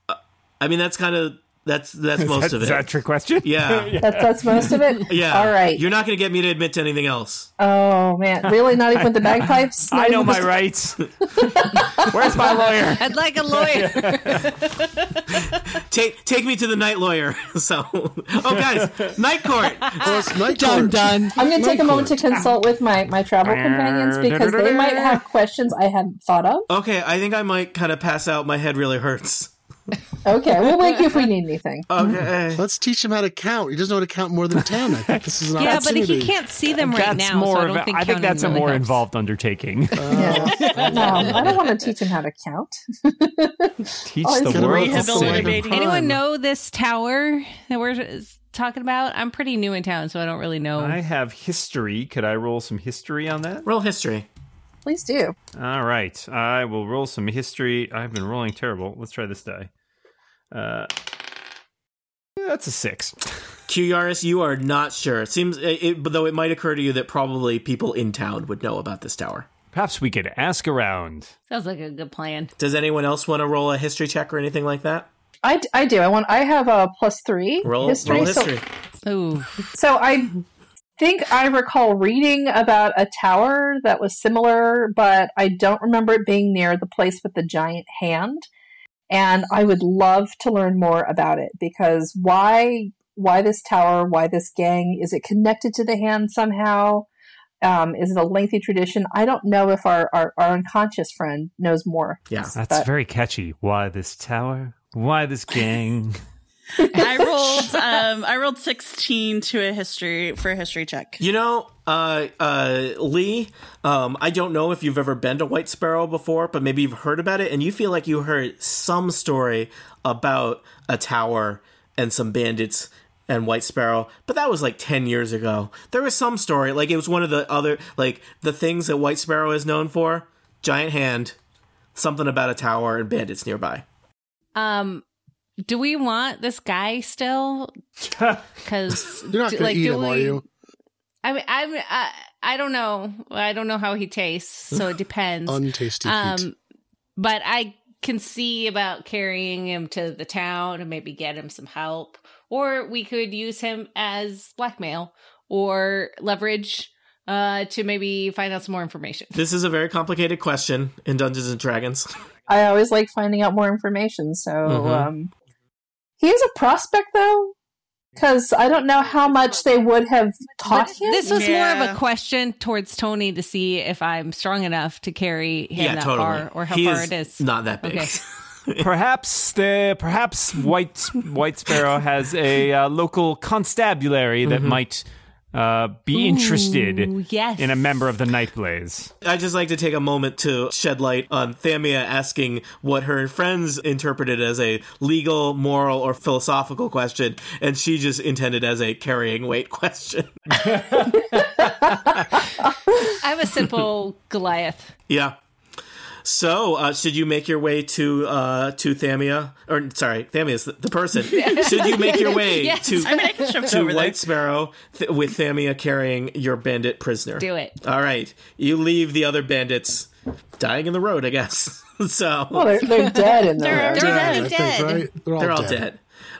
Speaker 1: I mean, that's kind of that's that's most
Speaker 3: that,
Speaker 1: of it.
Speaker 3: Is that a trick question?
Speaker 1: Yeah.
Speaker 4: That's that's most of it.
Speaker 1: yeah.
Speaker 4: All right.
Speaker 1: You're not going to get me to admit to anything else.
Speaker 4: Oh man, really? Not even with the bagpipes?
Speaker 3: I
Speaker 4: Not
Speaker 3: know
Speaker 4: even
Speaker 3: my
Speaker 4: with-
Speaker 3: rights. Where's my lawyer?
Speaker 7: I'd like a lawyer.
Speaker 1: Take take me to the night lawyer. so, oh guys, night court.
Speaker 5: Plus night
Speaker 9: Done,
Speaker 5: court.
Speaker 9: done.
Speaker 4: I'm going to
Speaker 5: Night
Speaker 4: take a moment to consult with my my travel companions because they might have questions I hadn't thought of.
Speaker 1: Okay, I think I might kind of pass out. My head really hurts.
Speaker 4: Okay, we'll wake you if we need anything.
Speaker 1: Okay.
Speaker 5: Let's teach him how to count. He doesn't know how to count more than ten. I think this is an
Speaker 7: yeah, but
Speaker 5: opportunity.
Speaker 7: he can't see them
Speaker 3: that's
Speaker 7: right now.
Speaker 3: more.
Speaker 7: so I
Speaker 3: of,
Speaker 7: don't think
Speaker 3: I think
Speaker 7: counting
Speaker 3: that's a
Speaker 7: really
Speaker 3: more
Speaker 7: helps.
Speaker 3: involved undertaking.
Speaker 4: Yeah. no, Um, I don't want to teach him how to count.
Speaker 3: Teach
Speaker 4: Oh, it's
Speaker 3: the
Speaker 5: Get him
Speaker 3: world
Speaker 5: out
Speaker 3: to
Speaker 5: of the way
Speaker 3: sing.
Speaker 5: of
Speaker 6: Rehabilitating.
Speaker 5: crime.
Speaker 7: Anyone Oh, know this tower that we're s- talking about? I'm pretty new in town, so I don't really know.
Speaker 3: I have history. Could I roll some history on that?
Speaker 1: Roll history.
Speaker 4: Please do.
Speaker 3: All right. I will roll some history. I've been rolling terrible. Let's try this die. Uh, yeah, that's a six.
Speaker 1: Qyaris, you are not sure. It seems, it, though it might occur to you that probably people in town would know about this tower.
Speaker 3: Perhaps we could ask around.
Speaker 7: Sounds like a good plan.
Speaker 1: Does anyone else want to roll a history check or anything like that?
Speaker 4: I, d- I do. I want. I have a plus three
Speaker 1: Roll
Speaker 4: history.
Speaker 1: Roll
Speaker 4: so-
Speaker 1: history.
Speaker 7: Ooh,
Speaker 4: So I think I recall reading about a tower that was similar, but I don't remember it being near the place with the giant hand. And I would love to learn more about it because why why this tower? Why this gang? Is it connected to the hand somehow? Um, is it a lengthy tradition? I don't know if our, our, our unconscious friend knows more.
Speaker 1: Yeah.
Speaker 3: That's
Speaker 4: But-
Speaker 3: very catchy. Why this tower? Why this gang?
Speaker 6: I rolled um I rolled 16 to a history for a history check.
Speaker 1: You know, uh, uh, Lee, um, I don't know if you've ever been to White Sparrow before, but maybe you've heard about it and you feel like you heard some story about a tower and some bandits and White Sparrow, but that was like 10 years ago. There was some story, like it was one of the other, like the things that White Sparrow is known for giant hand, something about a tower and bandits nearby.
Speaker 7: um, do we want this guy still? Because
Speaker 5: You're not going
Speaker 7: like,
Speaker 5: to eat
Speaker 7: do
Speaker 5: him,
Speaker 7: we,
Speaker 5: are you?
Speaker 7: I mean, I'm. I, I don't know. I don't know how he tastes, so it depends.
Speaker 5: Untasty heat.
Speaker 7: um, but I can see about carrying him to the town and maybe get him some help, or we could use him as blackmail or leverage uh, to maybe find out some more information.
Speaker 1: This is a very complicated question in Dungeons and Dragons.
Speaker 4: I always like finding out more information. So
Speaker 1: Mhm.
Speaker 4: um, he is a prospect, though, because I don't know how much they would have taught
Speaker 7: But
Speaker 4: him.
Speaker 7: this was more of
Speaker 6: Yeah.
Speaker 7: a question towards Tony to see if I'm strong enough to carry him
Speaker 1: yeah,
Speaker 7: that
Speaker 1: totally.
Speaker 7: far or how
Speaker 1: He
Speaker 7: far it is.
Speaker 1: Not that big.
Speaker 7: Okay.
Speaker 3: perhaps the perhaps White White Sparrow has a uh, local constabulary that might uh, be interested
Speaker 7: Mm-hmm. Ooh, yes.
Speaker 3: in a member of the Nightblaze.
Speaker 1: I'd just like to take a moment to shed light on Thamia asking what her friends interpreted as a legal, moral, or philosophical question, and she just intended as a carrying weight question.
Speaker 7: I'm a simple Goliath.
Speaker 1: yeah. So, uh, should you make your way to uh, to Thamia, or sorry, Thamia's the, the person? should you make your way
Speaker 7: Yes.
Speaker 1: to
Speaker 6: I mean, I can shove it
Speaker 1: to
Speaker 6: over
Speaker 1: White
Speaker 6: there.
Speaker 1: Sparrow th- with Thamia carrying your bandit prisoner?
Speaker 7: Do it.
Speaker 1: All right, you leave the other bandits dying in the road, I guess. so
Speaker 4: well, they're, they're dead in there.
Speaker 7: They're
Speaker 5: Dead,
Speaker 7: already
Speaker 5: I
Speaker 7: dead.
Speaker 5: think, right? They're all,
Speaker 1: they're all
Speaker 5: dead.
Speaker 1: dead.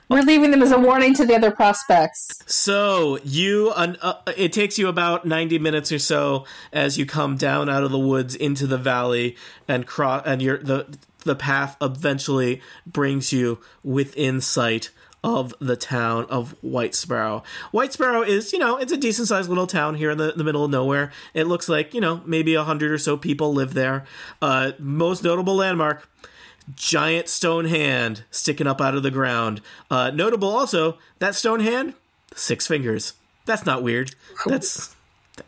Speaker 4: We're leaving them as a warning to the other prospects.
Speaker 1: So you, un- uh, it takes you about ninety minutes or so as you come down out of the woods into the valley and cross, and your the the path eventually brings you within sight of the town of White Sparrow. White Sparrow is, you know, it's a decent sized little town here in the, the middle of nowhere. It looks like, you know, maybe a hundred or so people live there. Uh, most notable landmark, giant stone hand sticking up out of the ground. Uh, notable also, that stone hand, six fingers. That's not weird. That's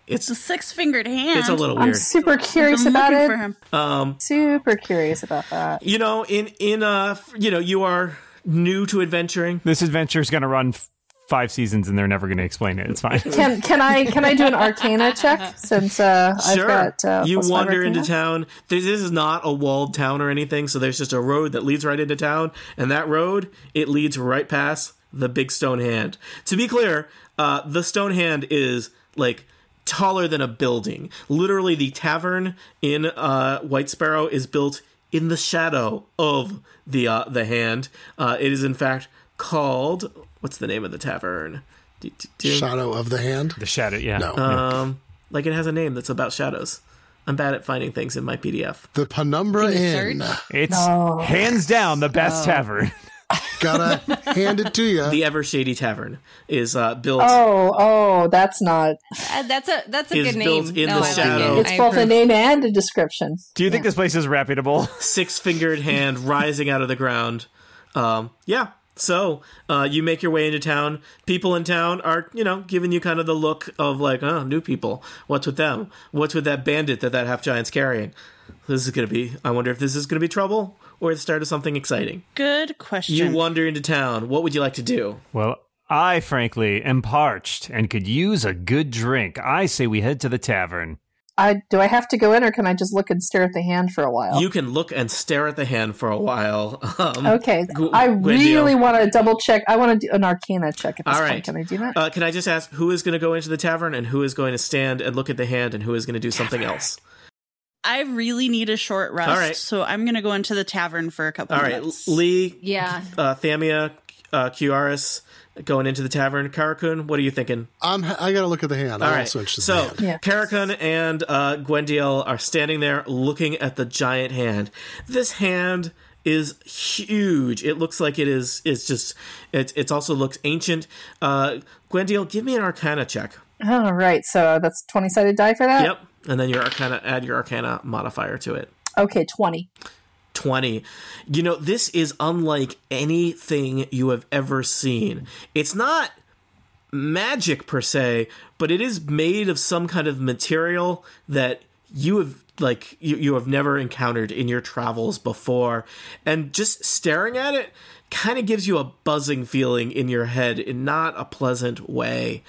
Speaker 6: It's a
Speaker 1: it's
Speaker 6: six fingered hand.
Speaker 1: it's a little
Speaker 4: I'm
Speaker 1: weird.
Speaker 4: super curious
Speaker 6: I'm
Speaker 4: about
Speaker 6: looking
Speaker 4: it.
Speaker 6: for him.
Speaker 1: Um,
Speaker 4: Super curious about that.
Speaker 1: you know, in in uh, you know, you are new to adventuring.
Speaker 3: This adventure is going to run f- five seasons, and they're never going to explain it. It's fine.
Speaker 4: Can can I can I do an Arcana check since uh,
Speaker 1: sure.
Speaker 4: I've got uh,
Speaker 1: you
Speaker 4: plus five
Speaker 1: wander into
Speaker 4: Arcana?
Speaker 1: town. This, this is not a walled town or anything, so there's just a road that leads right into town, and that road it leads right past the big stone hand. To be clear, uh, the stone hand is like taller than a building. Literally, the tavern in uh, White Sparrow is built in the shadow of the uh, the hand. Uh, it is in fact called what's the name of the tavern? Do- do- do.
Speaker 5: Shadow of the hand.
Speaker 3: The shadow, yeah.
Speaker 5: No.
Speaker 1: Um, like it has a name that's about shadows. I'm bad at finding things in my PDF.
Speaker 5: The Penumbra Inn.
Speaker 3: It's
Speaker 4: No.
Speaker 3: hands down the best tavern.
Speaker 5: Gotta hand it to you.
Speaker 1: The Ever Shady Tavern is uh, built.
Speaker 4: Oh, oh, that's not.
Speaker 7: Uh, that's a that's a
Speaker 1: Is
Speaker 7: good name.
Speaker 1: built in the
Speaker 7: I like
Speaker 1: shadow.
Speaker 7: it.
Speaker 4: It's
Speaker 7: I
Speaker 4: both a
Speaker 7: approve.
Speaker 4: name and a description.
Speaker 3: Do you think this place is reputable?
Speaker 1: six fingered hand rising out of the ground. Um, yeah. So uh, you make your way into town. People in town are, you know, giving you kind of the look of like, oh, new people. What's with them? What's with that bandit that that half giant's carrying? This is gonna be. I wonder if this is gonna be trouble or the start of something exciting.
Speaker 6: Good question.
Speaker 1: You wander into town. What would you like to do?
Speaker 3: Well, I frankly am parched and could use a good drink. I say we head to the tavern.
Speaker 4: I do I have to go in or can I just look and stare at the hand for a while?
Speaker 1: You can look and stare at the hand for a while. Um,
Speaker 4: okay.
Speaker 1: Gu-
Speaker 4: I
Speaker 1: Gwendio.
Speaker 4: really want to double check. I want to do an Arcana check at this
Speaker 1: All
Speaker 4: point.
Speaker 1: right.
Speaker 4: Can I do that?
Speaker 1: Uh, can I just ask who is going to go into the tavern and who is going to stand and look at the hand and who is going to do something else?
Speaker 6: I really need a short rest,
Speaker 1: All right.
Speaker 6: so I'm gonna go into the tavern for a couple.
Speaker 1: All right,
Speaker 6: minutes.
Speaker 1: Lee,
Speaker 7: Yeah.
Speaker 1: uh, Thamia, uh, Kiaris going into the tavern. Karakun, what are you thinking?
Speaker 5: I'm, I gotta look at the hand.
Speaker 1: All
Speaker 5: I'm
Speaker 1: right,
Speaker 5: also interested in
Speaker 1: so
Speaker 5: the hand.
Speaker 4: Yeah.
Speaker 1: Karakun and uh, Gwendiel are standing there looking at the giant hand. This hand is huge. It looks like it is. It's just. It. It also looks ancient. Uh, Gwendiel, give me an Arcana check.
Speaker 4: All right. So uh, that's twenty sided die for that.
Speaker 1: Yep, and then your Arcana. Add your Arcana modifier to it.
Speaker 4: Okay, twenty.
Speaker 1: 20. You know, this is unlike anything you have ever seen. It's not magic per se, but it is made of some kind of material that you have like you, you have never encountered in your travels before and just staring at it kind of gives you a buzzing feeling in your head in not a pleasant way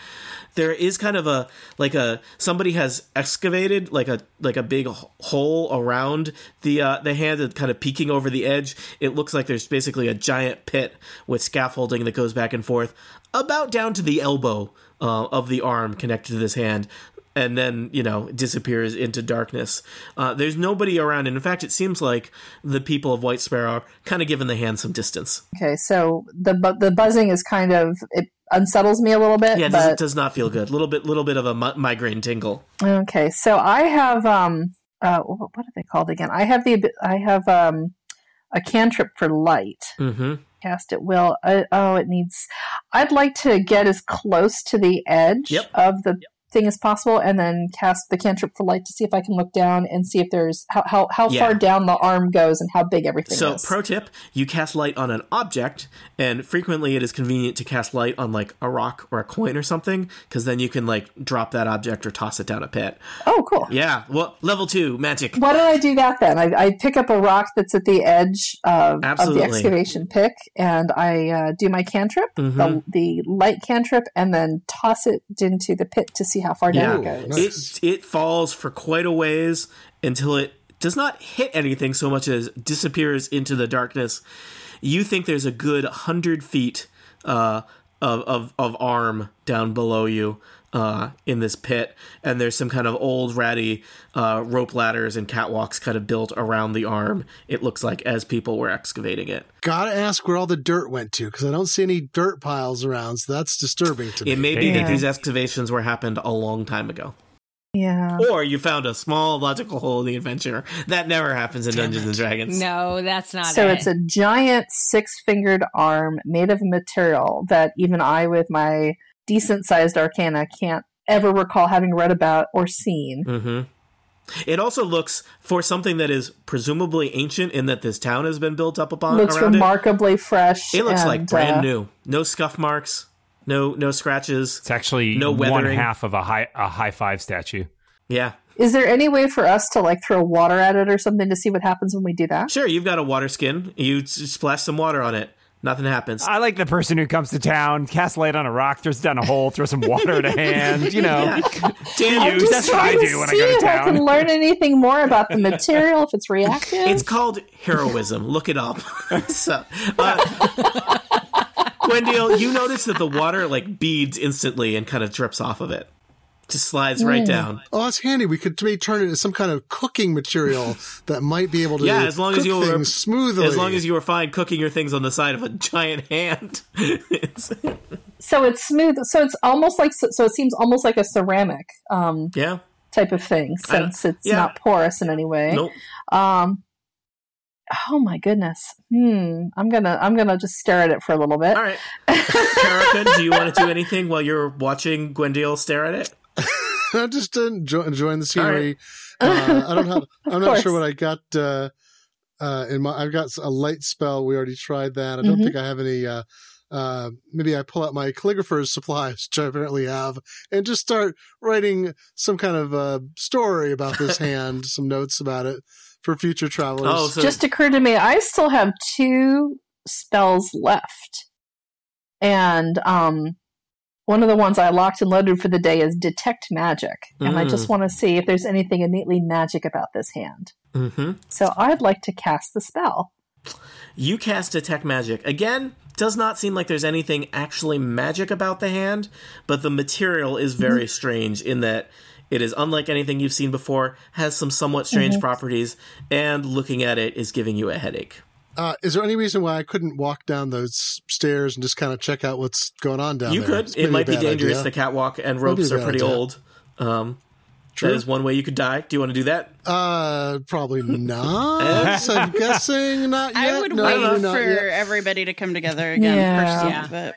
Speaker 1: there is kind of a like a somebody has excavated like a like a big h- hole around the uh, the hand and kind of peeking over the edge. It looks like there's basically a giant pit with scaffolding that goes back and forth about down to the elbow uh, of the arm connected to this hand. And then you know disappears into darkness. Uh, there's nobody around, and in fact, it seems like the people of White Sparrow are kind of giving the hand some distance.
Speaker 4: Okay, so the bu- the buzzing is kind of it unsettles me a little bit.
Speaker 1: Yeah, it does,
Speaker 4: Uh, but
Speaker 1: it does not feel good. Little bit, little bit of a mi- migraine tingle.
Speaker 4: okay, so I have um uh wh- what are they called again? I have the ab- I have um a cantrip for light.
Speaker 1: Mm-hmm.
Speaker 4: Cast at will. I, oh, it needs. I'd like to get as close to the edge
Speaker 1: Yep.
Speaker 4: of the thing as possible, and then cast the cantrip for light to see if I can look down and see if there's how how, how
Speaker 1: Yeah.
Speaker 4: far down the arm goes and how big everything
Speaker 1: So,
Speaker 4: is.
Speaker 1: pro tip you cast light on an object, and frequently it is convenient to cast light on like a rock or a coin or something, because then you can like drop that object or toss it down a pit.
Speaker 4: oh, cool.
Speaker 1: Yeah, well, level two, magic.
Speaker 4: Why don't I do that then? I, I pick up a rock that's at the edge of, of
Speaker 1: Absolutely.
Speaker 4: the excavation pick, and I uh, do my cantrip,
Speaker 1: Mhm.
Speaker 4: the, the light cantrip, and then toss it into the pit to see how far down
Speaker 5: Yeah.
Speaker 4: it
Speaker 5: Ooh,
Speaker 4: goes.
Speaker 1: It, it falls for quite a ways until it does not hit anything so much as disappears into the darkness. You think there's a good hundred feet uh, of, of of arm down below you uh, in this pit, and there's some kind of old ratty uh, rope ladders and catwalks kind of built around the arm. It looks like as people were excavating it.
Speaker 5: Gotta ask where all the dirt went to because I don't see any dirt piles around. So that's disturbing to me.
Speaker 1: It may be
Speaker 4: Yeah.
Speaker 1: that these excavations were happened a long time ago.
Speaker 4: Yeah.
Speaker 1: Or you found a small logical hole in the adventure. That never happens in Dungeons and Dragons.
Speaker 7: No, that's not
Speaker 4: So
Speaker 7: it.
Speaker 4: it's a giant six fingered arm made of material that even I, with my decent sized arcana, can't ever recall having read about or seen.
Speaker 1: hmm It also looks for something that is presumably ancient in that this town has been built up upon
Speaker 4: looks
Speaker 1: around
Speaker 4: remarkably fresh.
Speaker 1: it. It looks like
Speaker 4: and,
Speaker 1: brand
Speaker 4: uh,
Speaker 1: new. No scuff marks, No, no scratches.
Speaker 3: It's actually
Speaker 1: No
Speaker 3: one
Speaker 1: weathering.
Speaker 3: half of a high a high five statue.
Speaker 1: Yeah,
Speaker 4: Is there any way for us to like throw water at it or something to see what happens when we do that?
Speaker 1: sure. You've got a water skin. You s- splash some water on it. Nothing happens.
Speaker 3: I like the person who comes to town, casts light on a rock, throws it down a hole, throws some water at a hand. You know,
Speaker 1: Damn
Speaker 4: I'm
Speaker 1: you!
Speaker 4: just
Speaker 3: that's what
Speaker 4: trying
Speaker 3: I
Speaker 4: to
Speaker 3: do when I
Speaker 4: see
Speaker 3: go to
Speaker 4: if I
Speaker 3: town.
Speaker 4: can learn anything more about the material if it's reactive.
Speaker 1: It's called heroism. Look it up. so, uh, Gwendale, you notice that the water like beads instantly and kind of drips off of it. Just slides right down.
Speaker 5: Oh, that's handy. We could maybe turn it into some kind of cooking material that might be able to
Speaker 1: Yeah, as long
Speaker 5: cook
Speaker 1: as you were
Speaker 5: things smoothly.
Speaker 1: As long as you were fine cooking your things on the side of a giant hand. It's-
Speaker 4: so it's smooth. So it's almost like so it seems almost like a ceramic um,
Speaker 1: yeah.
Speaker 4: type of thing
Speaker 1: I don't-
Speaker 4: since it's
Speaker 1: yeah.
Speaker 4: not porous in any way.
Speaker 1: Nope.
Speaker 4: Um, oh my goodness. Hmm. I'm gonna I'm gonna just stare at it for a little bit.
Speaker 1: All right. Karakin, do you want to do anything while you're watching Gwendale stare at it?
Speaker 5: I'm just enjoy, enjoying the
Speaker 1: All
Speaker 5: scenery.
Speaker 1: right.
Speaker 5: Uh, I don't have. I'm not
Speaker 4: course.
Speaker 5: sure what I got. Uh, uh, in my, I've got a light spell. We already tried that. I don't
Speaker 4: Mhm.
Speaker 1: Mm-hmm.
Speaker 5: think I have any. Uh, uh, maybe I pull out my calligrapher's supplies, which I apparently have, and just start writing some kind of uh, story about this hand, some notes about it for future travelers.
Speaker 1: Oh, so
Speaker 4: just occurred to me I still have two spells left. And um one of the ones I locked and loaded for the day is detect magic. And I
Speaker 1: Mm.
Speaker 4: just want to see if there's anything innately magic about this hand.
Speaker 1: hmm
Speaker 4: So I'd like to cast the spell.
Speaker 1: you cast detect magic again. Does not seem like there's anything actually magic about the hand, but the material is very strange in that it is unlike anything you've seen before, has some somewhat strange properties, and looking at it is giving you a headache.
Speaker 5: Uh, is there any reason why I couldn't walk down those stairs and just kind of check out what's going on down
Speaker 1: you
Speaker 5: there?
Speaker 1: could.
Speaker 5: It's maybe
Speaker 1: It
Speaker 5: a
Speaker 1: might be
Speaker 5: bad
Speaker 1: dangerous.
Speaker 5: idea.
Speaker 1: The catwalk and ropes
Speaker 5: a
Speaker 1: are
Speaker 5: bad
Speaker 1: pretty
Speaker 5: idea.
Speaker 1: old. Um,
Speaker 5: True.
Speaker 1: that is one way you could die. Do you want to do that?
Speaker 5: Uh, probably not. I'm guessing not yet.
Speaker 6: I would
Speaker 5: no,
Speaker 6: wait
Speaker 5: probably not
Speaker 6: for
Speaker 5: yet.
Speaker 6: everybody to come together again
Speaker 4: Yeah.
Speaker 6: personally,
Speaker 7: Yeah.
Speaker 6: but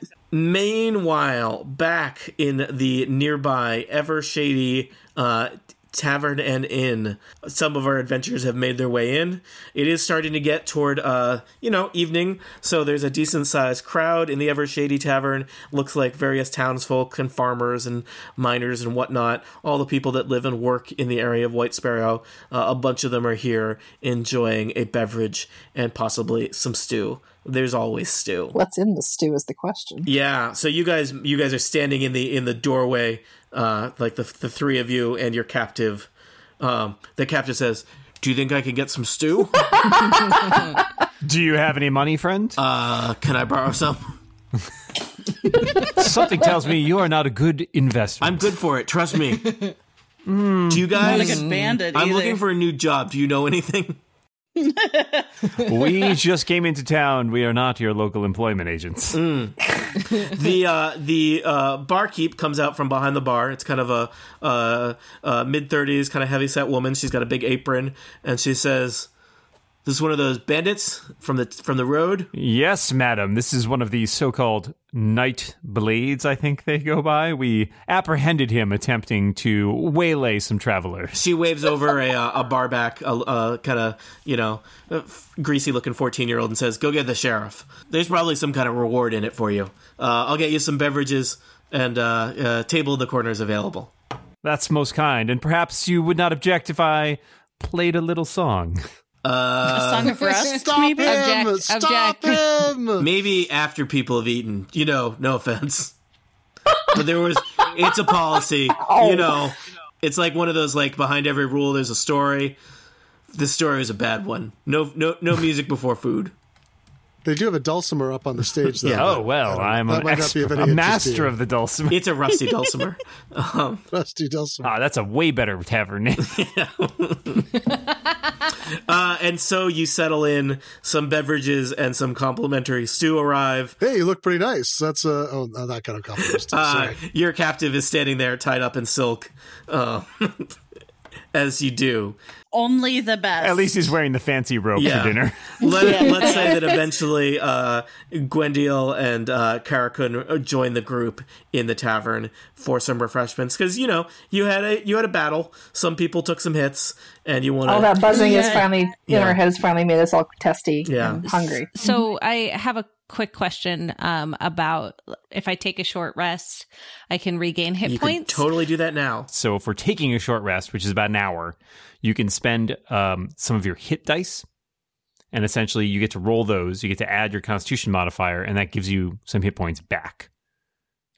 Speaker 1: Meanwhile, back in the nearby, ever shady uh, tavern and inn, some of our adventurers have made their way in. It is starting to get toward, uh, you know, evening, so there's a decent sized crowd in the ever shady tavern. Looks like various townsfolk and farmers and miners and whatnot, all the people that live and work in the area of White Sparrow. Uh, a bunch of them are here enjoying a beverage and possibly some stew. There's always stew.
Speaker 4: What's in the stew is the question.
Speaker 1: Yeah, so you guys you guys are standing in the in the doorway, uh, like the the three of you and your captive. Um, the captive says, "Do you think I can get some stew?
Speaker 3: Do you have any money, friend?
Speaker 1: uh, can I borrow some?
Speaker 3: Something tells me you are not a good investment.
Speaker 1: I'm good for it. Trust me. Do you
Speaker 6: not a
Speaker 1: guys?
Speaker 6: good bandit
Speaker 1: I'm
Speaker 6: either.
Speaker 1: looking for a new job. Do you know anything?
Speaker 3: we just came into town. We are not your local employment agents.
Speaker 5: Mm.
Speaker 1: the uh, the uh, barkeep comes out from behind the bar. It's kind of a uh, uh, mid thirties, kind of heavy set woman. She's got a big apron, and she says, "This is one of those bandits from the from the road."
Speaker 3: Yes, madam. This is one of the so-called night blades. I think they go by. We apprehended him attempting to waylay some travelers.
Speaker 1: she waves over a, uh, a bar back, a, a kind of, you know, uh, greasy looking 14 year old and says, Go get the sheriff. There's probably some kind of reward in it for you. Uh, I'll get you some beverages, and uh, uh, table in the corner is available.
Speaker 3: That's most kind, and perhaps you would not object if I played a little song.
Speaker 6: a song of rust,
Speaker 5: Stop
Speaker 6: maybe.
Speaker 5: him!
Speaker 7: Object,
Speaker 5: Stop him!
Speaker 1: Maybe after people have eaten, you know, no offense. But there was, it's a policy, you know. It's like one of those, like, behind every rule, there's a story. This story is a bad one. No, no, no music before food.
Speaker 5: They do have a dulcimer up on the stage, though.
Speaker 3: Oh well, I'm
Speaker 5: that
Speaker 3: an
Speaker 5: might not be of
Speaker 3: expert, a
Speaker 5: any interest to
Speaker 3: master
Speaker 5: you.
Speaker 3: of the dulcimer.
Speaker 1: It's a rusty dulcimer. Um,
Speaker 5: Rusty dulcimer.
Speaker 3: Ah, that's a way better tavern name.
Speaker 1: Uh, and so you settle in, some beverages and some complimentary stew arrive.
Speaker 5: Hey, you look pretty nice. That's a oh, no, that kind of compliment.
Speaker 1: Uh,
Speaker 3: Ah.
Speaker 5: Sorry.
Speaker 1: your captive is standing there tied up in silk, uh, as you do.
Speaker 6: Only the best.
Speaker 3: At least he's wearing the fancy robe
Speaker 1: Yeah.
Speaker 3: for dinner.
Speaker 1: Let, Let's say that eventually uh, Gwendil and uh, Karakun join the group in the tavern for some refreshments because you know you had a you had a battle. Some people took some hits, and you want
Speaker 4: All
Speaker 1: to.
Speaker 4: that buzzing is
Speaker 6: Yeah.
Speaker 4: finally in
Speaker 1: Yeah.
Speaker 4: our heads finally made us all testy
Speaker 1: Yeah.
Speaker 4: and hungry.
Speaker 7: So I have a quick question um, about if I take a short rest, I can regain hit
Speaker 1: you
Speaker 7: points.
Speaker 1: can totally do that now.
Speaker 3: So if we're taking a short rest, which is about an hour, you can spend um, some of your hit dice, and essentially you get to roll those. You get to add your Constitution modifier, and that gives you some hit points back.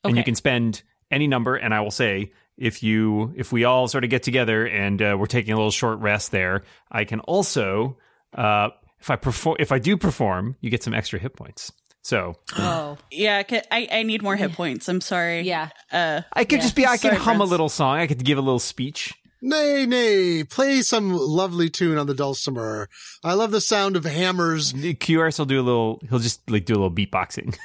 Speaker 3: And you
Speaker 7: Okay.
Speaker 3: can spend any number. And I will say, if you if we all sort of get together and uh, we're taking a little short rest there, I can also uh, if I perform if I do perform, you get some extra hit points. So
Speaker 7: oh,
Speaker 6: Yeah, ca- I, I need more hit points. I'm sorry.
Speaker 7: yeah.
Speaker 6: Uh,
Speaker 3: I could
Speaker 7: Yeah.
Speaker 3: just be I could
Speaker 6: Sorry,
Speaker 3: hum a
Speaker 6: Prince.
Speaker 3: little song. I could give a little speech.
Speaker 5: Nay, nay, play some lovely tune on the dulcimer. I love the sound of hammers.
Speaker 3: QRS will do a little. He'll just like do a little beatboxing.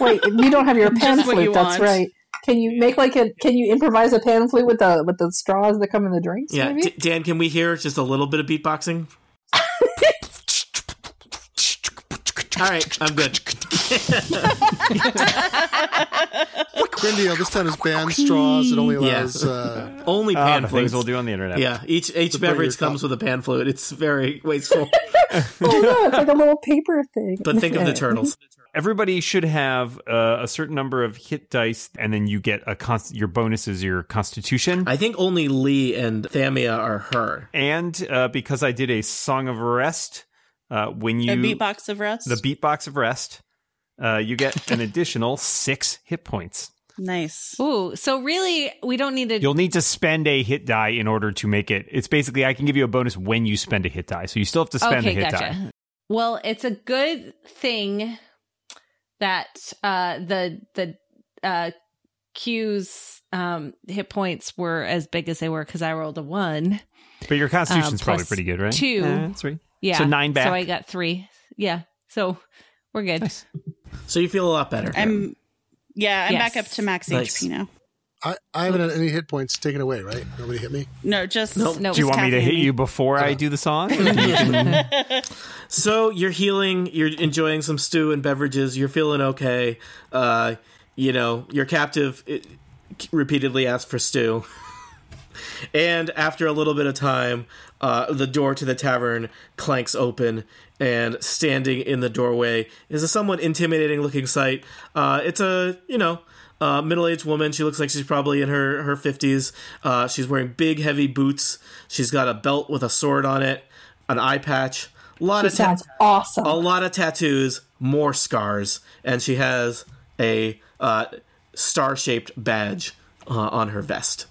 Speaker 4: Wait, you don't have your pan
Speaker 6: Just what you
Speaker 4: flute. That's
Speaker 6: want.
Speaker 4: right. Can you make like a? Can you improvise a pan flute with the with the straws that come in the drinks?
Speaker 1: Yeah,
Speaker 4: maybe?
Speaker 1: D- Dan, can we hear just a little bit of beatboxing? All right, I'm good.
Speaker 5: Grindio, uh, this time is banned straws. It only
Speaker 1: Yeah.
Speaker 5: allows. Uh,
Speaker 1: Only
Speaker 3: Ah,
Speaker 1: pan
Speaker 3: the
Speaker 1: flutes.
Speaker 3: things we'll do on the internet.
Speaker 1: Yeah, each each
Speaker 5: bring
Speaker 1: beverage
Speaker 5: your cup.
Speaker 1: comes with a pan flute. It's very wasteful.
Speaker 4: I know, Oh, it's like a little paper thing.
Speaker 1: but think of the turtles.
Speaker 3: Everybody should have uh, a certain number of hit dice, and then you get a const- your bonuses, your constitution.
Speaker 1: I think only Lee and Thamia are her.
Speaker 3: and uh, because I did a song of rest, uh, when you
Speaker 6: a beatbox of rest.
Speaker 3: the beatbox of rest, uh, you get an additional six hit points.
Speaker 6: nice.
Speaker 7: Ooh, so really, we don't need to.
Speaker 3: You'll need to spend a hit die in order to make it. It's basically I can give you a bonus when you spend a hit die, so you still have to spend a
Speaker 7: okay,
Speaker 3: hit
Speaker 7: gotcha.
Speaker 3: die.
Speaker 7: Well, it's a good thing that uh, the the uh, Q's um, hit points were as big as they were because I rolled a one,
Speaker 3: But your constitution's
Speaker 7: Uh,
Speaker 3: probably
Speaker 7: plus
Speaker 3: pretty good, right?
Speaker 7: two.
Speaker 3: Eh, three.
Speaker 7: yeah.
Speaker 3: So nine back.
Speaker 7: So I got three. Yeah. So we're good.
Speaker 1: So you feel a lot better.
Speaker 6: I'm yeah, I'm
Speaker 7: Yes.
Speaker 6: back up to max
Speaker 1: Nice.
Speaker 6: HP now.
Speaker 5: I, I haven't had any hit points taken away, right? Nobody hit me.
Speaker 6: No, just
Speaker 1: Nope.
Speaker 7: No,
Speaker 3: do you
Speaker 6: just
Speaker 3: want me to hit
Speaker 6: caffeine.
Speaker 3: you before I do the song? Or do you-
Speaker 1: So you're healing, you're enjoying some stew and beverages, you're feeling okay. Uh, you know, your captive it, repeatedly asked for stew. and after a little bit of time, uh, the door to the tavern clanks open, and standing in the doorway is a somewhat intimidating looking sight. Uh, it's a, you know, uh, middle-aged woman. She looks like she's probably in her her fifties. Uh, she's wearing big, heavy boots. She's got a belt with a sword on it, an eye patch, a lot
Speaker 4: It
Speaker 1: of ta-
Speaker 4: sounds awesome.
Speaker 1: a lot of tattoos, more scars, and she has a uh, star-shaped badge uh, on her vest.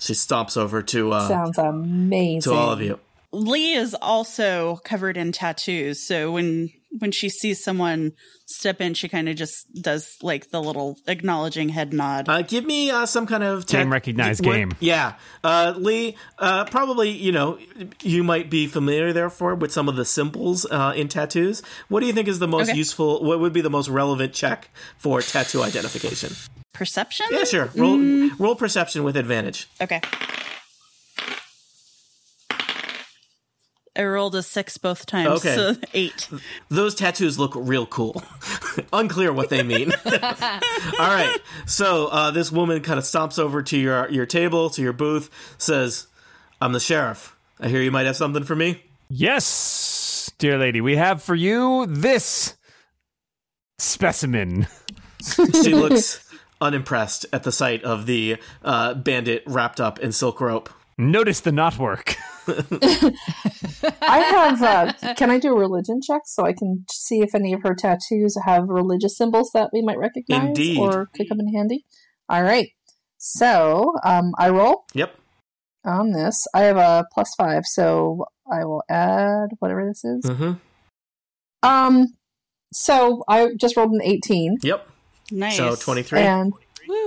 Speaker 1: She stomps over to uh,
Speaker 4: sounds amazing.
Speaker 1: to all of you.
Speaker 6: Lee is also covered in tattoos, so when when she sees someone step in, she kind of just does like the little acknowledging head nod.
Speaker 1: Uh, give me uh, some kind of
Speaker 3: Game recognized
Speaker 1: what-
Speaker 3: game.
Speaker 1: Yeah, uh, Lee. Uh, probably you know you might be familiar therefore with some of the symbols uh, in tattoos. What do you think is the most
Speaker 6: Okay.
Speaker 1: useful? What would be the most relevant check for tattoo identification?
Speaker 6: Perception?
Speaker 1: Yeah, sure. Roll roll perception with advantage.
Speaker 6: Okay. I rolled a six both times,
Speaker 1: Okay.
Speaker 6: so eight.
Speaker 1: Those tattoos look real cool. Unclear what they mean. All right. So uh, this woman kind of stomps over to your your table to your booth. Says, "I'm the sheriff. I hear you might have something for me."
Speaker 3: yes, dear lady, we have for you this specimen.
Speaker 1: she looks unimpressed at the sight of the uh, bandit wrapped up in silk rope.
Speaker 3: Notice the knot work.
Speaker 4: I have. Uh, can I do a religion check so I can see if any of her tattoos have religious symbols that we might recognize
Speaker 1: Indeed.
Speaker 4: or could come in handy? All right. So um, I roll
Speaker 1: Yep.
Speaker 4: on this. I have a plus five, so I will add whatever this is.
Speaker 1: Mm-hmm.
Speaker 4: Um, so I just rolled an eighteen
Speaker 1: Yep.
Speaker 6: Nice.
Speaker 1: So twenty three.
Speaker 4: and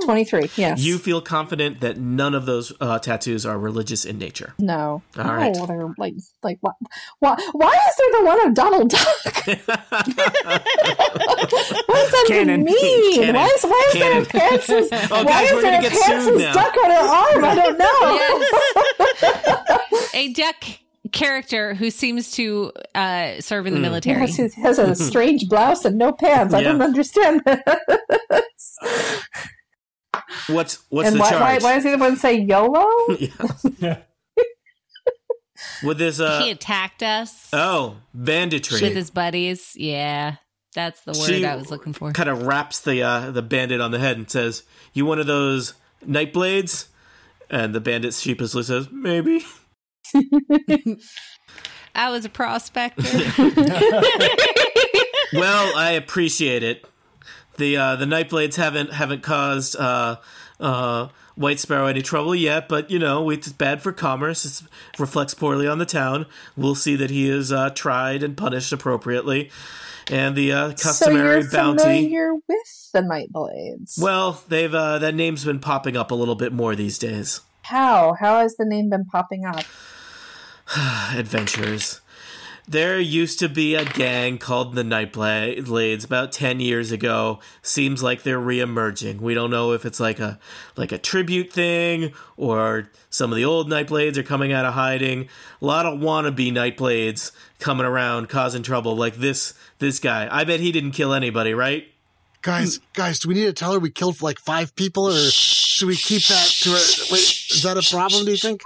Speaker 4: twenty-three. Yes.
Speaker 1: You feel confident that none of those uh, tattoos are religious in nature.
Speaker 4: no.
Speaker 1: All
Speaker 4: no,
Speaker 1: right.
Speaker 4: they're like like what? Why? Why is there the one of Donald Duck? What does that
Speaker 3: Cannon.
Speaker 4: even mean?
Speaker 1: Cannon.
Speaker 4: Why is why is
Speaker 1: Cannon.
Speaker 4: there a Kansas? why
Speaker 1: Oh, guys, we're gonna
Speaker 4: is there a
Speaker 1: get sued
Speaker 4: Kansas
Speaker 1: now.
Speaker 4: duck on her arm? I don't know.
Speaker 7: Yes. a duck character who seems to uh, serve
Speaker 3: Mm.
Speaker 7: in the military.
Speaker 4: Yes, She has a strange blouse and no pants. I
Speaker 1: Yeah.
Speaker 4: don't understand.
Speaker 1: What's what's
Speaker 4: and
Speaker 1: the
Speaker 4: why, why
Speaker 1: charge?
Speaker 4: why does the other one say YOLO?
Speaker 1: With this,
Speaker 7: he
Speaker 1: uh,
Speaker 7: attacked us
Speaker 3: Uh,
Speaker 1: oh, banditry.
Speaker 7: with his buddies. Yeah. That's the word
Speaker 1: She-
Speaker 7: I was looking for.
Speaker 1: Kind of wraps the uh, the bandit on the head and says, "You one of those night blades?" And the bandit sheepishly says, "Maybe."
Speaker 7: I was a prospector.
Speaker 1: well, I appreciate it. The uh, the Nightblades haven't haven't caused uh, uh, White Sparrow any trouble yet, but you know it's bad for commerce. It reflects poorly on the town. We'll see that he is uh, tried and punished appropriately, and the uh, customary
Speaker 4: so you're
Speaker 1: bounty.
Speaker 4: familiar with the Nightblades.
Speaker 1: Well, they've uh, that name's been popping up a little bit more these days.
Speaker 4: how how has the name been popping up?
Speaker 1: adventures. There used to be a gang called the Nightblades about ten years ago. Seems like they're reemerging. We don't know if it's like a like a tribute thing or some of the old Nightblades are coming out of hiding. A lot of wannabe Nightblades coming around causing trouble, like this this guy. I bet he didn't kill anybody, right?
Speaker 5: Guys,
Speaker 1: Mm.
Speaker 5: guys, do we need to tell her we killed like five people, or should we keep that to her? Wait, is that a problem? Do you think?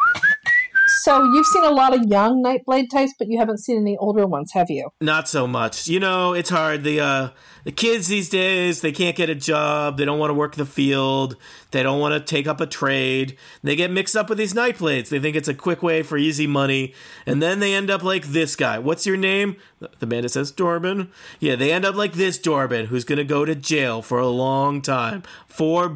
Speaker 4: So you've seen a lot of young Nightblade types, but you haven't seen any older ones, have you?
Speaker 1: Not so much. You know, it's hard. The uh, the kids these days they can't get a job. They don't want to work the field. They don't want to take up a trade. They get mixed up with these nightblades. They think it's a quick way for easy money, and then they end up like this guy. What's your name? The bandit says Dorbin. Yeah, they end up like this Dorbin, who's gonna go to jail for a long time for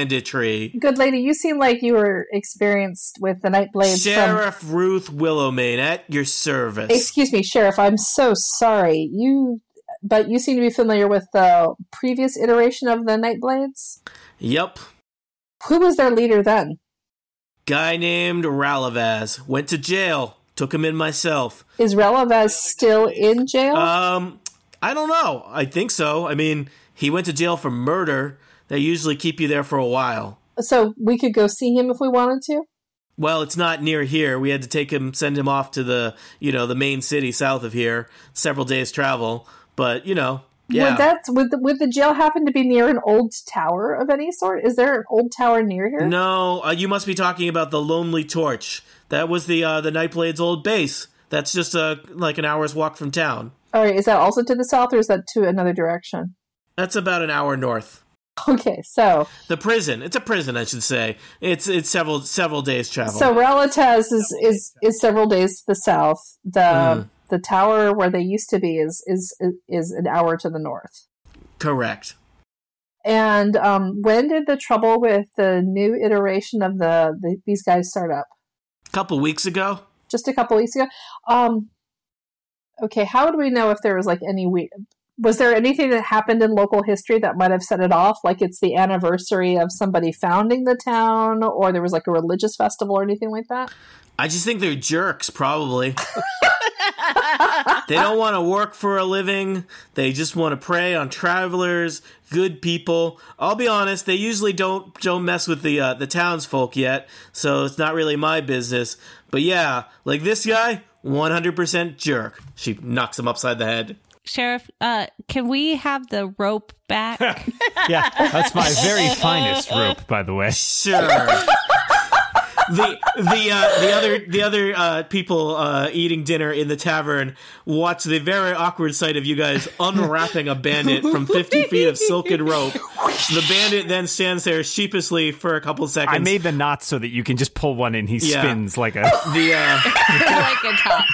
Speaker 1: banditry.
Speaker 4: Good lady, you seem like you were experienced with the Nightblades. From,
Speaker 1: Sheriff Ruth Willowmain at your service.
Speaker 4: excuse me, Sheriff. I'm so sorry. You, but you seem to be familiar with the previous iteration of the Nightblades.
Speaker 1: yep,
Speaker 4: Who was their leader then?
Speaker 1: guy named Ralavaz went to jail. Took him in myself.
Speaker 4: Is Relavaz still in jail?
Speaker 1: Um, I don't know. I think so. I mean, he went to jail for murder. They usually keep you there for a while.
Speaker 4: so we could go see him if we wanted to.
Speaker 1: Well, it's not near here. We had to take him, send him off to the, you know, the main city south of here, several days travel. But you know, yeah,
Speaker 4: Would that would the, would the jail happen to be near an old tower of any sort? Is there an old tower near here?
Speaker 1: no, uh, you must be talking about the Lonely Torch. That was the uh, the Nightblade's old base. That's just uh, like an hour's walk from town.
Speaker 4: All right, is that also to the south or is that to another direction?
Speaker 1: That's about an hour north.
Speaker 4: Okay, so
Speaker 1: The prison. It's a prison, I should say. It's it's several several days travel.
Speaker 4: so Relatez is is is several days to the south. The the tower where they used to be is is is an hour to the north.
Speaker 1: Correct.
Speaker 4: And um, when did the trouble with the new iteration of the, the these guys start up?
Speaker 1: couple weeks ago.
Speaker 4: Just a couple weeks ago. Um, okay, how would we know if there was like any we was there anything that happened in local history that might have set it off? Like it's the anniversary of somebody founding the town, or there was like a religious festival or anything like that?
Speaker 1: I just think they're jerks, probably. they don't want to work for a living. They just want to prey on travelers, good people. I'll be honest; they usually don't don't mess with the uh, the townsfolk yet, so it's not really my business. But yeah, like this guy, one hundred percent jerk. She knocks him upside the head.
Speaker 7: Sheriff, uh, can we have the rope back?
Speaker 3: Yeah, that's my very finest rope, by the way.
Speaker 1: Sure. the the uh, the other the other uh, people uh, eating dinner in the tavern watch the very awkward sight of you guys unwrapping a bandit from fifty feet of silken rope. The bandit then stands there sheepishly for a couple seconds.
Speaker 3: I made the knot so that you can just pull one and he
Speaker 1: Yeah.
Speaker 3: spins like a.
Speaker 1: the uh,
Speaker 7: like a top.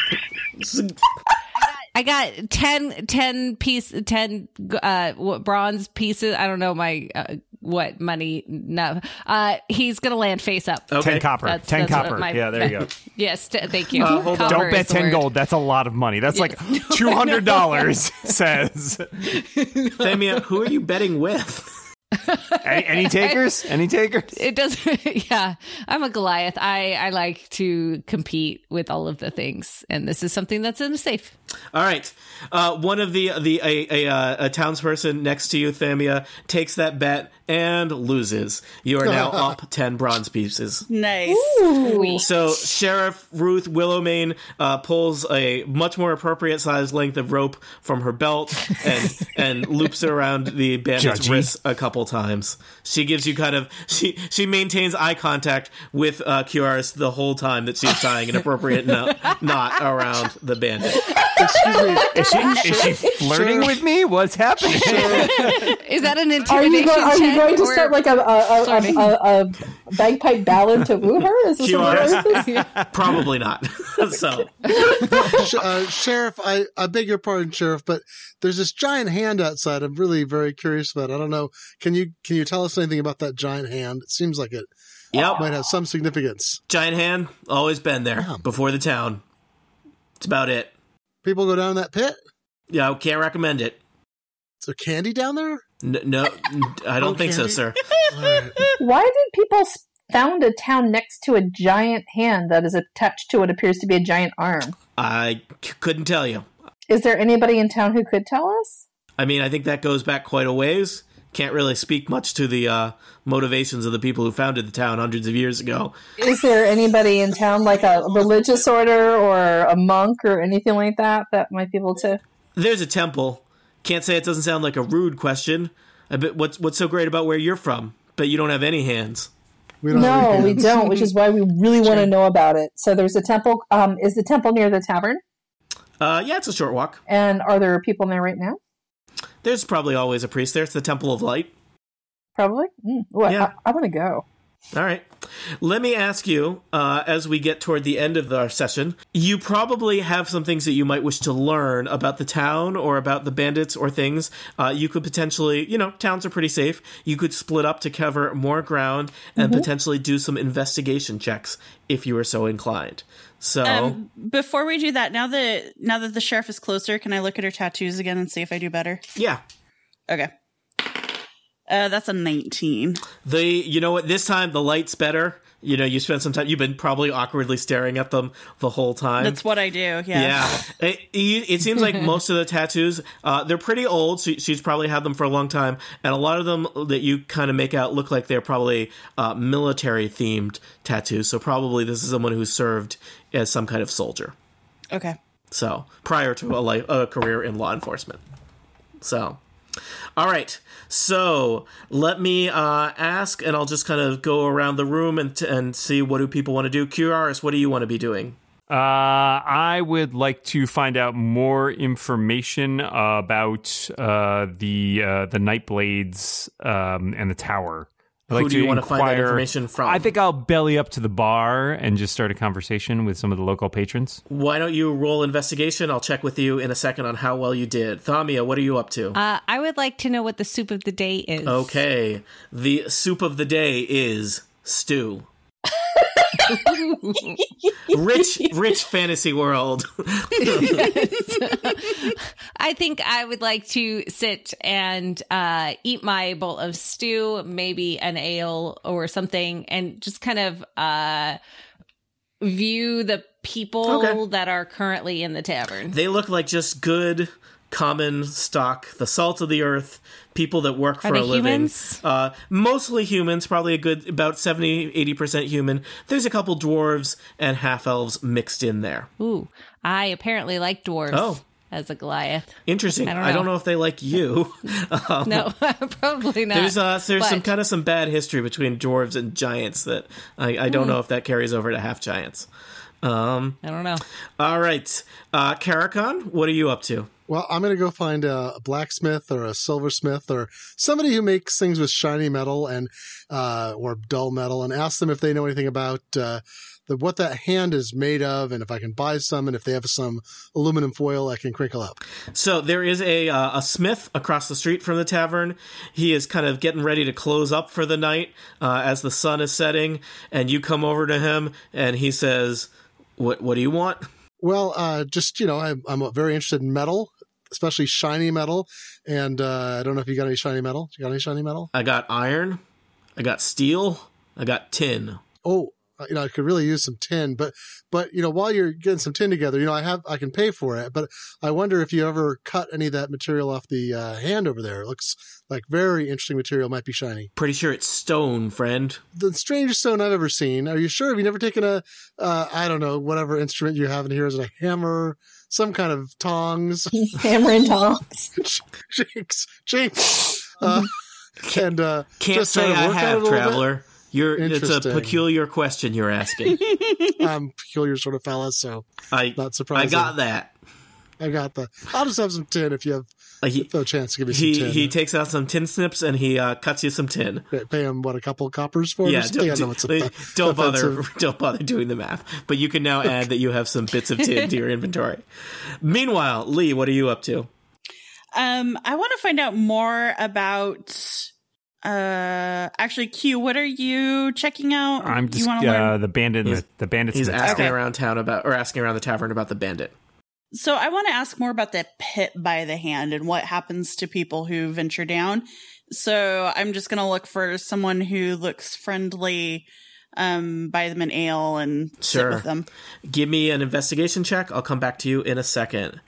Speaker 7: I got 10, 10 piece, 10 uh, what, bronze pieces. I don't know my, uh, what money. No. Uh, he's going to land face up.
Speaker 1: okay.
Speaker 3: Ten copper.
Speaker 7: That's-
Speaker 3: ten
Speaker 7: that's
Speaker 3: copper.
Speaker 7: what my-
Speaker 3: yeah, there you go.
Speaker 7: Yes. T- thank you.
Speaker 1: Uh, hold on.
Speaker 7: Copper
Speaker 3: Don't bet
Speaker 7: is the
Speaker 3: ten
Speaker 7: word.
Speaker 3: gold. That's a lot of money. That's like two hundred dollars. says
Speaker 1: Thamia, who are you betting with?
Speaker 3: any, any takers? Any takers?
Speaker 7: It doesn't. Yeah. I'm a Goliath. I, I like to compete with all of the things. And this is something that's in the safe.
Speaker 1: All right, uh, one of the the a, a, uh, a townsperson next to you, Thamia, takes that bet and loses. You are now up ten bronze pieces.
Speaker 6: Nice.
Speaker 7: Sweet.
Speaker 1: So Sheriff Ruth Willowmain uh, pulls a much more appropriate sized length of rope from her belt and and loops it around the bandit's
Speaker 3: Judgy.
Speaker 1: wrist a couple times. She gives you kind of she she maintains eye contact with uh, Kioris the whole time that she's tying an appropriate kno- knot around the bandit.
Speaker 5: Excuse me.
Speaker 3: Is she, is she flirting
Speaker 5: Sure.
Speaker 3: with me? What's happening?
Speaker 7: Is that an
Speaker 4: Are
Speaker 7: intimidation
Speaker 4: you, go- are you
Speaker 7: check?
Speaker 4: going to
Speaker 7: or-
Speaker 4: start like a, a, a,
Speaker 7: flirting?
Speaker 4: a, a, a bagpipe ballad to woo her? Is this
Speaker 1: She
Speaker 4: what
Speaker 1: was.
Speaker 4: it is?
Speaker 1: Probably not. so
Speaker 5: Sh- uh, Sheriff, I, I beg your pardon, Sheriff, but there's this giant hand outside. I'm really very curious about. I don't know. Can you can you tell us anything about that giant hand? It seems like it
Speaker 1: yep,
Speaker 5: might have some significance.
Speaker 1: giant hand always been there before the town. It's about it.
Speaker 5: People go down that pit.
Speaker 1: Yeah, I can't recommend it.
Speaker 5: Is there candy down there?
Speaker 1: N- no, n- I don't think so,
Speaker 5: Okay.
Speaker 1: sir.
Speaker 5: All right.
Speaker 4: Why did people s- found a town next to a giant hand that is attached to what appears to be a giant arm?
Speaker 1: I c- couldn't tell you.
Speaker 4: Is there anybody in town who could tell us?
Speaker 1: I mean, I think that goes back quite a ways. Can't really speak much to the uh, motivations of the people who founded the town hundreds of years ago.
Speaker 4: Is there anybody in town, like a religious order or a monk or anything like that, that might be able to?
Speaker 1: There's a temple. Can't say it doesn't sound like a rude question. I bet what's what's so great about where you're from? But you don't have any hands.
Speaker 5: We don't have
Speaker 4: No,
Speaker 5: any
Speaker 4: we
Speaker 5: hands.
Speaker 4: don't, which is why we really want to know about it. So there's a temple. Um, is the temple near the tavern?
Speaker 1: Uh, yeah, it's a short walk.
Speaker 4: And are there people there right now?
Speaker 1: There's probably always a priest there. It's the Temple of Light.
Speaker 4: Probably. Mm, ooh, I-
Speaker 1: Yeah.
Speaker 4: I, I want to go.
Speaker 1: All right. Let me ask you, uh, as we get toward the end of the- our session, you probably have some things that you might wish to learn about the town or about the bandits or things. Uh, you could potentially, you know, towns are pretty safe. You could split up to cover more ground and
Speaker 6: Mm-hmm.
Speaker 1: potentially do some investigation checks if you were so inclined. So,
Speaker 6: Um, before we do that, now that now that the sheriff is closer, can I look at her tattoos again and see if I do better?
Speaker 1: yeah.
Speaker 6: Okay. Uh, that's a nineteen.
Speaker 1: The, you know what, this time the light's better. You know, you spent some time, you've been probably awkwardly staring at them the whole time.
Speaker 6: That's what I do. Yeah.
Speaker 1: Yeah, it, you- it seems like most of the tattoos uh, they're pretty old. So she's probably had them for a long time, and a lot of them that you kind of make out look like they're probably uh, military themed tattoos. So probably this is someone who served as some kind of soldier.
Speaker 6: Okay.
Speaker 1: So prior to a life, a career in law enforcement. So, all right. So let me uh, ask, and I'll just kind of go around the room and and see what do people want to do. QRS, what do you want to be doing?
Speaker 3: Uh, I would like to find out more information about uh, the uh, the Nightblades um, and the tower. I'd
Speaker 1: Who
Speaker 3: like
Speaker 1: do you
Speaker 3: want
Speaker 1: wanna find that information from?
Speaker 3: I think I'll belly up to the bar and just start a conversation with some of the local patrons.
Speaker 1: Why don't you roll investigation? I'll check with you in a second on how well you did. Thamia, what are you up to?
Speaker 7: Uh, I would like to know what the soup of the day is.
Speaker 1: okay. The soup of the day is stew. rich, rich fantasy world.
Speaker 7: I think I would like to sit and uh, eat my bowl of stew, maybe an ale or something, and just kind of uh, view the people
Speaker 1: Okay.
Speaker 7: that are currently in the tavern.
Speaker 1: they look like just good, common stock, the salt of the earth, people that work for
Speaker 7: they
Speaker 1: a living.
Speaker 7: humans?
Speaker 1: Uh, mostly humans, probably a good about 70, 80% human. There's a couple dwarves and half elves mixed in there.
Speaker 7: Ooh, I apparently like dwarves
Speaker 1: Oh.
Speaker 7: as a Goliath.
Speaker 1: Interesting. I
Speaker 7: don't
Speaker 1: don't know,
Speaker 7: know.
Speaker 1: if they like you. Um,
Speaker 7: No, probably not.
Speaker 1: There's uh, there's some
Speaker 7: But-
Speaker 1: kind of some bad history between dwarves and giants that I, I don't know if that carries over to half giants.
Speaker 7: I don't know.
Speaker 1: All right, uh, Karakon, what are you up to?
Speaker 5: Well, I'm going to go find a blacksmith or a silversmith or somebody who makes things with shiny metal and uh, or dull metal, and ask them if they know anything about uh, the, what that hand is made of, and if I can buy some, and if they have some aluminum foil I can crinkle up.
Speaker 1: So there is a uh, a smith across the street from the tavern. He is kind of getting ready to close up for the night uh, as the sun is setting, and you come over to him, and he says, "What what do you want?"
Speaker 5: Well, uh, just you know, I'm, I'm very interested in metal, especially shiny metal, and uh, I don't know if you got any shiny metal. You got any shiny metal?
Speaker 1: I got iron, I got steel, I got tin.
Speaker 5: oh you know i could really use some tin but but you know while you're getting some tin together you know i have i can pay for it but i wonder if you ever cut any of that material off the uh, hand over there it looks like very interesting material might be shiny
Speaker 1: Pretty sure it's stone, friend.
Speaker 5: the strangest stone i've ever seen are you sure have you never taken a uh, i don't know whatever instrument you have in here is it a hammer some kind of tongs
Speaker 4: Hammer and tongs.
Speaker 5: jinx jinx uh, and uh
Speaker 1: Can't
Speaker 5: just
Speaker 1: say
Speaker 5: sort of
Speaker 1: I
Speaker 5: work on it a
Speaker 1: have,
Speaker 5: little bit.
Speaker 1: traveler. You're it's a
Speaker 5: Interesting.
Speaker 1: peculiar question you're asking.
Speaker 5: i'm a peculiar sort of fella so
Speaker 1: I
Speaker 5: not
Speaker 1: I
Speaker 5: surprising
Speaker 1: got that.
Speaker 5: I got the. I'll just have some tin if you have
Speaker 1: Uh, he,
Speaker 5: a chance to give me some
Speaker 1: he
Speaker 5: tin.
Speaker 1: he takes out some tin snips and he uh, cuts you some tin.
Speaker 5: Great. Pay him what a couple coppers for.
Speaker 1: Yeah,
Speaker 5: Just- I
Speaker 1: don't,
Speaker 5: know it's a-
Speaker 1: don't- don't bother,
Speaker 5: offensive.
Speaker 1: don't bother doing the math. But you can now add that you have some bits of tin to your inventory. Meanwhile, Lee, what are you up to?
Speaker 6: Um, I want to find out more about. Uh, actually, Q, what are you checking out?
Speaker 3: I'm just
Speaker 6: you wanna
Speaker 3: uh, the bandit.
Speaker 1: He's-
Speaker 3: The, the bandits.
Speaker 1: He's
Speaker 3: in the town.
Speaker 1: asking around town about, or asking around the tavern about the bandit.
Speaker 6: So I want to ask more about the pit by the hand and what happens to people who venture down. So I'm just going to look for someone who looks friendly, um, buy them an ale and sit
Speaker 1: Sure.
Speaker 6: with them.
Speaker 1: Give me an investigation check. I'll come back to you in a second.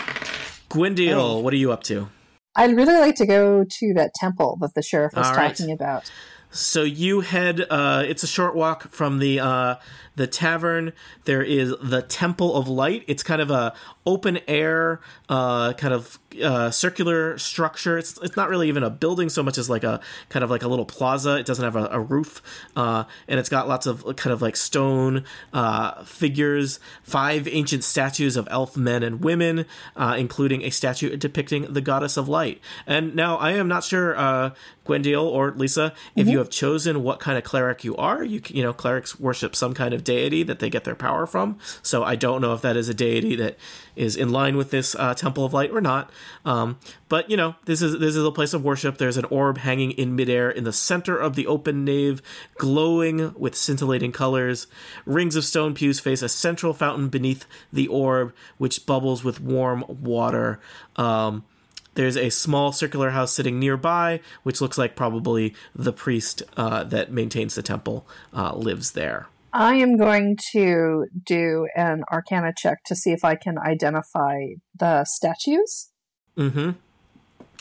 Speaker 1: Gwendil,
Speaker 6: Oh.
Speaker 1: what are you up to?
Speaker 4: I'd really like to go to that temple that the sheriff was
Speaker 1: All right.
Speaker 4: talking about.
Speaker 1: So you head. Uh, it's a short walk from the uh, the tavern. There is the Temple of Light. It's kind of a open air, uh, kind of uh, circular structure. It's it's not really even a building so much as like a kind of like a little plaza. It doesn't have a, a roof, uh, and it's got lots of kind of like stone uh, figures, five ancient statues of elf men and women, uh, including a statue depicting the goddess of light. And now I am not sure, uh, Gwendil or Lisa, if you have chosen what kind of cleric you are. You c- you know clerics worship some kind of deity that they get their power from. So I don't know if that is a deity that is in line with this uh, temple of light or not. Um, but you know this is this is a place of worship. There's an orb hanging in midair in the center of the open nave, glowing with scintillating colors. Rings of stone pews face a central fountain beneath the orb, which bubbles with warm water. Um, there's a small circular house sitting nearby, which looks like probably the priest uh, that maintains the temple uh, lives there.
Speaker 4: I am going to do an arcana check to see if I can identify the statues
Speaker 1: hmm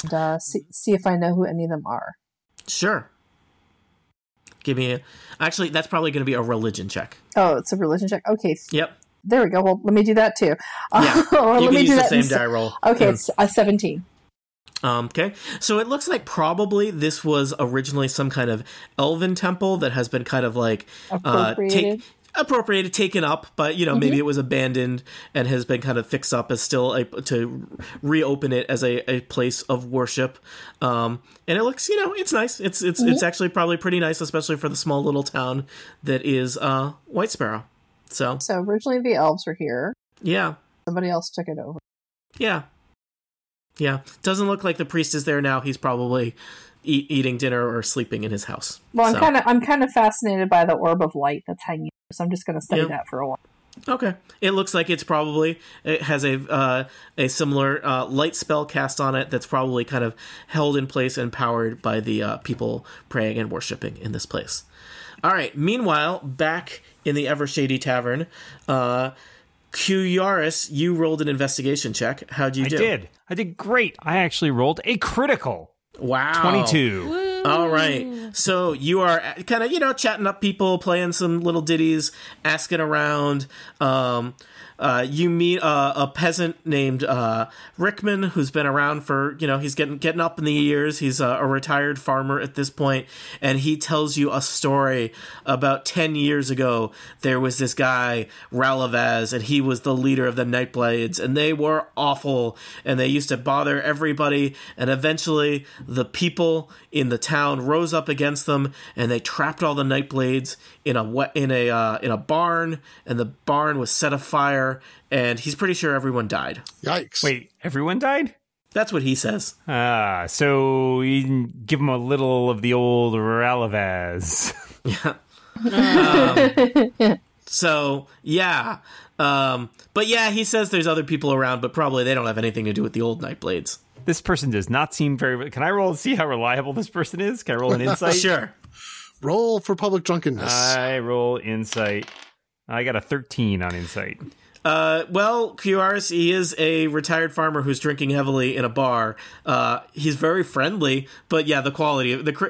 Speaker 4: and uh, see, see if I know who any of them are.
Speaker 1: Sure. Give me a. Actually, that's probably going to be a religion check.
Speaker 4: Oh, it's a religion check. Okay,
Speaker 1: Yep.
Speaker 4: there we go. Well, let me do that too.
Speaker 1: Yeah.
Speaker 4: Or
Speaker 1: you
Speaker 4: let
Speaker 1: can
Speaker 4: me
Speaker 1: use
Speaker 4: do
Speaker 1: the
Speaker 4: that.
Speaker 1: same Mm.
Speaker 4: in s-
Speaker 1: die roll. Hmm.
Speaker 4: Okay,
Speaker 1: Yeah.
Speaker 4: it's uh, a 17.
Speaker 1: Um, okay, so it looks like probably this was originally some kind of elven temple that has been kind of like uh, take,
Speaker 4: Appropriated.
Speaker 1: appropriated, taken up, but you know maybe it was abandoned and has been kind of fixed up as still a, to reopen it as a, a place of worship. Um, and it looks, you know, it's nice. It's it's it's actually probably pretty nice, especially for the small little town that is uh, White Sparrow. So
Speaker 4: So originally the elves were here.
Speaker 1: yeah,
Speaker 4: Somebody else took it over.
Speaker 1: yeah. Yeah. Doesn't look like the priest is there now. He's probably eat, eating dinner or sleeping in his house.
Speaker 4: Well, I'm
Speaker 1: So-
Speaker 4: kind of I'm kind of fascinated by the orb of light that's hanging. So I'm just going to study
Speaker 1: Yeah.
Speaker 4: that for a while.
Speaker 1: Okay. It looks like it's probably it has a uh, a similar uh, light spell cast on it that's probably kind of held in place and powered by the uh, people praying and worshiping in this place. All right. Meanwhile, back in the Evershady Tavern, uh, Qyaris, you rolled an investigation check. How'd you
Speaker 3: I
Speaker 1: do?
Speaker 3: did. I did great. I actually rolled a critical
Speaker 1: Wow.
Speaker 3: 22.
Speaker 1: All right. So you are kind of, you know, chatting up people, playing some little ditties, asking around. Um, uh, you meet uh, a peasant named uh, Rickman, who's been around for, you know, he's getting getting up in the years. He's a, a retired farmer at this point, and he tells you a story about ten years ago. There was this guy Ralavaz, and he was the leader of the Nightblades, and they were awful, and they used to bother everybody. And eventually, the people in the town rose up against them, and they trapped all the Nightblades in a we- in a uh, in a barn, and the barn was set afire. And he's pretty sure everyone died.
Speaker 5: Yikes!
Speaker 3: Wait, everyone died?
Speaker 1: That's what he says.
Speaker 3: Ah, so you can give him a little of the old Ralavaz.
Speaker 1: So yeah, um, but yeah, he says there's other people around, but probably they don't have anything to do with the old Nightblades.
Speaker 3: This person does not seem very. Can I roll to see how reliable this person is? Can I roll an insight?
Speaker 1: Sure.
Speaker 5: Roll for public drunkenness.
Speaker 1: Uh,
Speaker 3: I roll insight. I got a 13 on insight.
Speaker 1: Uh, well, QRS, he is a retired farmer who's drinking heavily in a bar. Uh, he's very friendly, but yeah, the quality of the cre-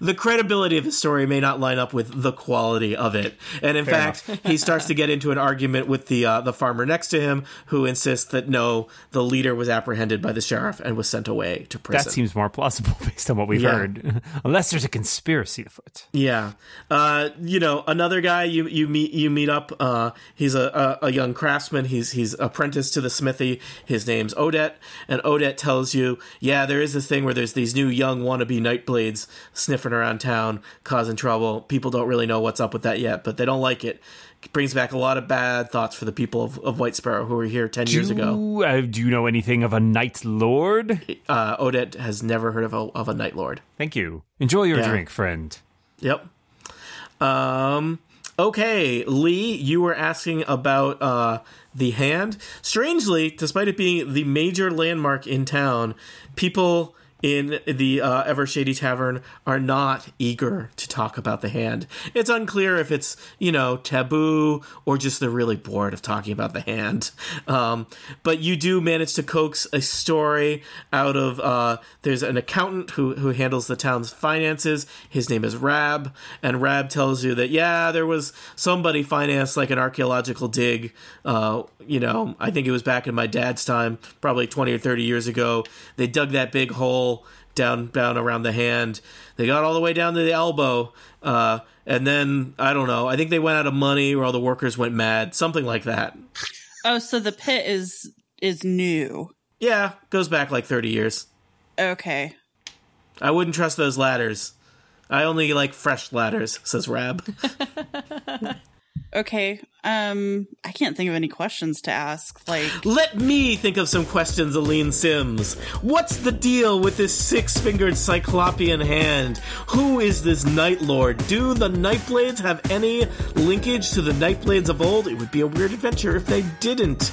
Speaker 1: the credibility of his story may not line up with the quality of it. And in fact, he starts to get into an argument with the uh, the farmer next to him, who insists that no, the leader was apprehended by the sheriff and was sent away to prison.
Speaker 3: That seems more plausible based on what we've
Speaker 1: Yeah.
Speaker 3: heard. Unless there's a conspiracy afoot.
Speaker 1: Yeah, uh, you know, another guy you you meet you meet up. Uh, he's a, a a young craftsman. He's he's apprenticed to the smithy. His name's Odette, and Odette tells you, yeah, there is this thing where there's these new young wannabe nightblades sniffing around town, causing trouble. People don't really know what's up with that yet, but they don't like it. It brings back a lot of bad thoughts for the people of, of White Sparrow who were here ten years ago.
Speaker 3: Do, uh, do you know anything of a Night Lord?
Speaker 1: Uh, Odette has never heard of a of a night lord.
Speaker 3: Thank you. Enjoy your
Speaker 1: Yeah.
Speaker 3: drink, friend.
Speaker 1: Yep. Um okay, Lee, you were asking about uh the hand. Strangely, despite it being the major landmark in town, people in the uh, Ever Shady Tavern are not eager to talk about the hand. It's unclear if it's, you know, taboo or just they're really bored of talking about the hand. Um, but you do manage to coax a story out of uh, there's an accountant who, who handles the town's finances. His name is Rab. And Rab tells you that, yeah, there was somebody financed like an archaeological dig. Uh, you know, I think it was back in my dad's time, probably 20 or 30 years ago. They dug that big hole down down around the hand. They got all the way down to the elbow, uh, and then I don't know. I think they went out of money, or all the workers went mad, something like that.
Speaker 6: Oh, so the pit is is new.
Speaker 1: Yeah, goes back like thirty years.
Speaker 6: Okay.
Speaker 1: I wouldn't trust those ladders. I only like fresh ladders, says Rab.
Speaker 6: Okay. Um I can't think of any questions to ask. Like
Speaker 1: Let me think of some questions, Aline Sims. What's the deal with this six fingered cyclopean hand? Who is this Night Lord? Do the Nightblades have any linkage to the Nightblades of old? It would be a weird adventure if they didn't.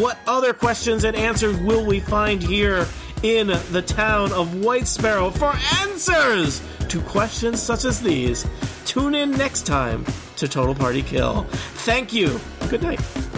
Speaker 1: What other questions and answers will we find here in the town of White Sparrow for answers to questions such as these? Tune in next time to Total Party Kill. Thank you. Good night.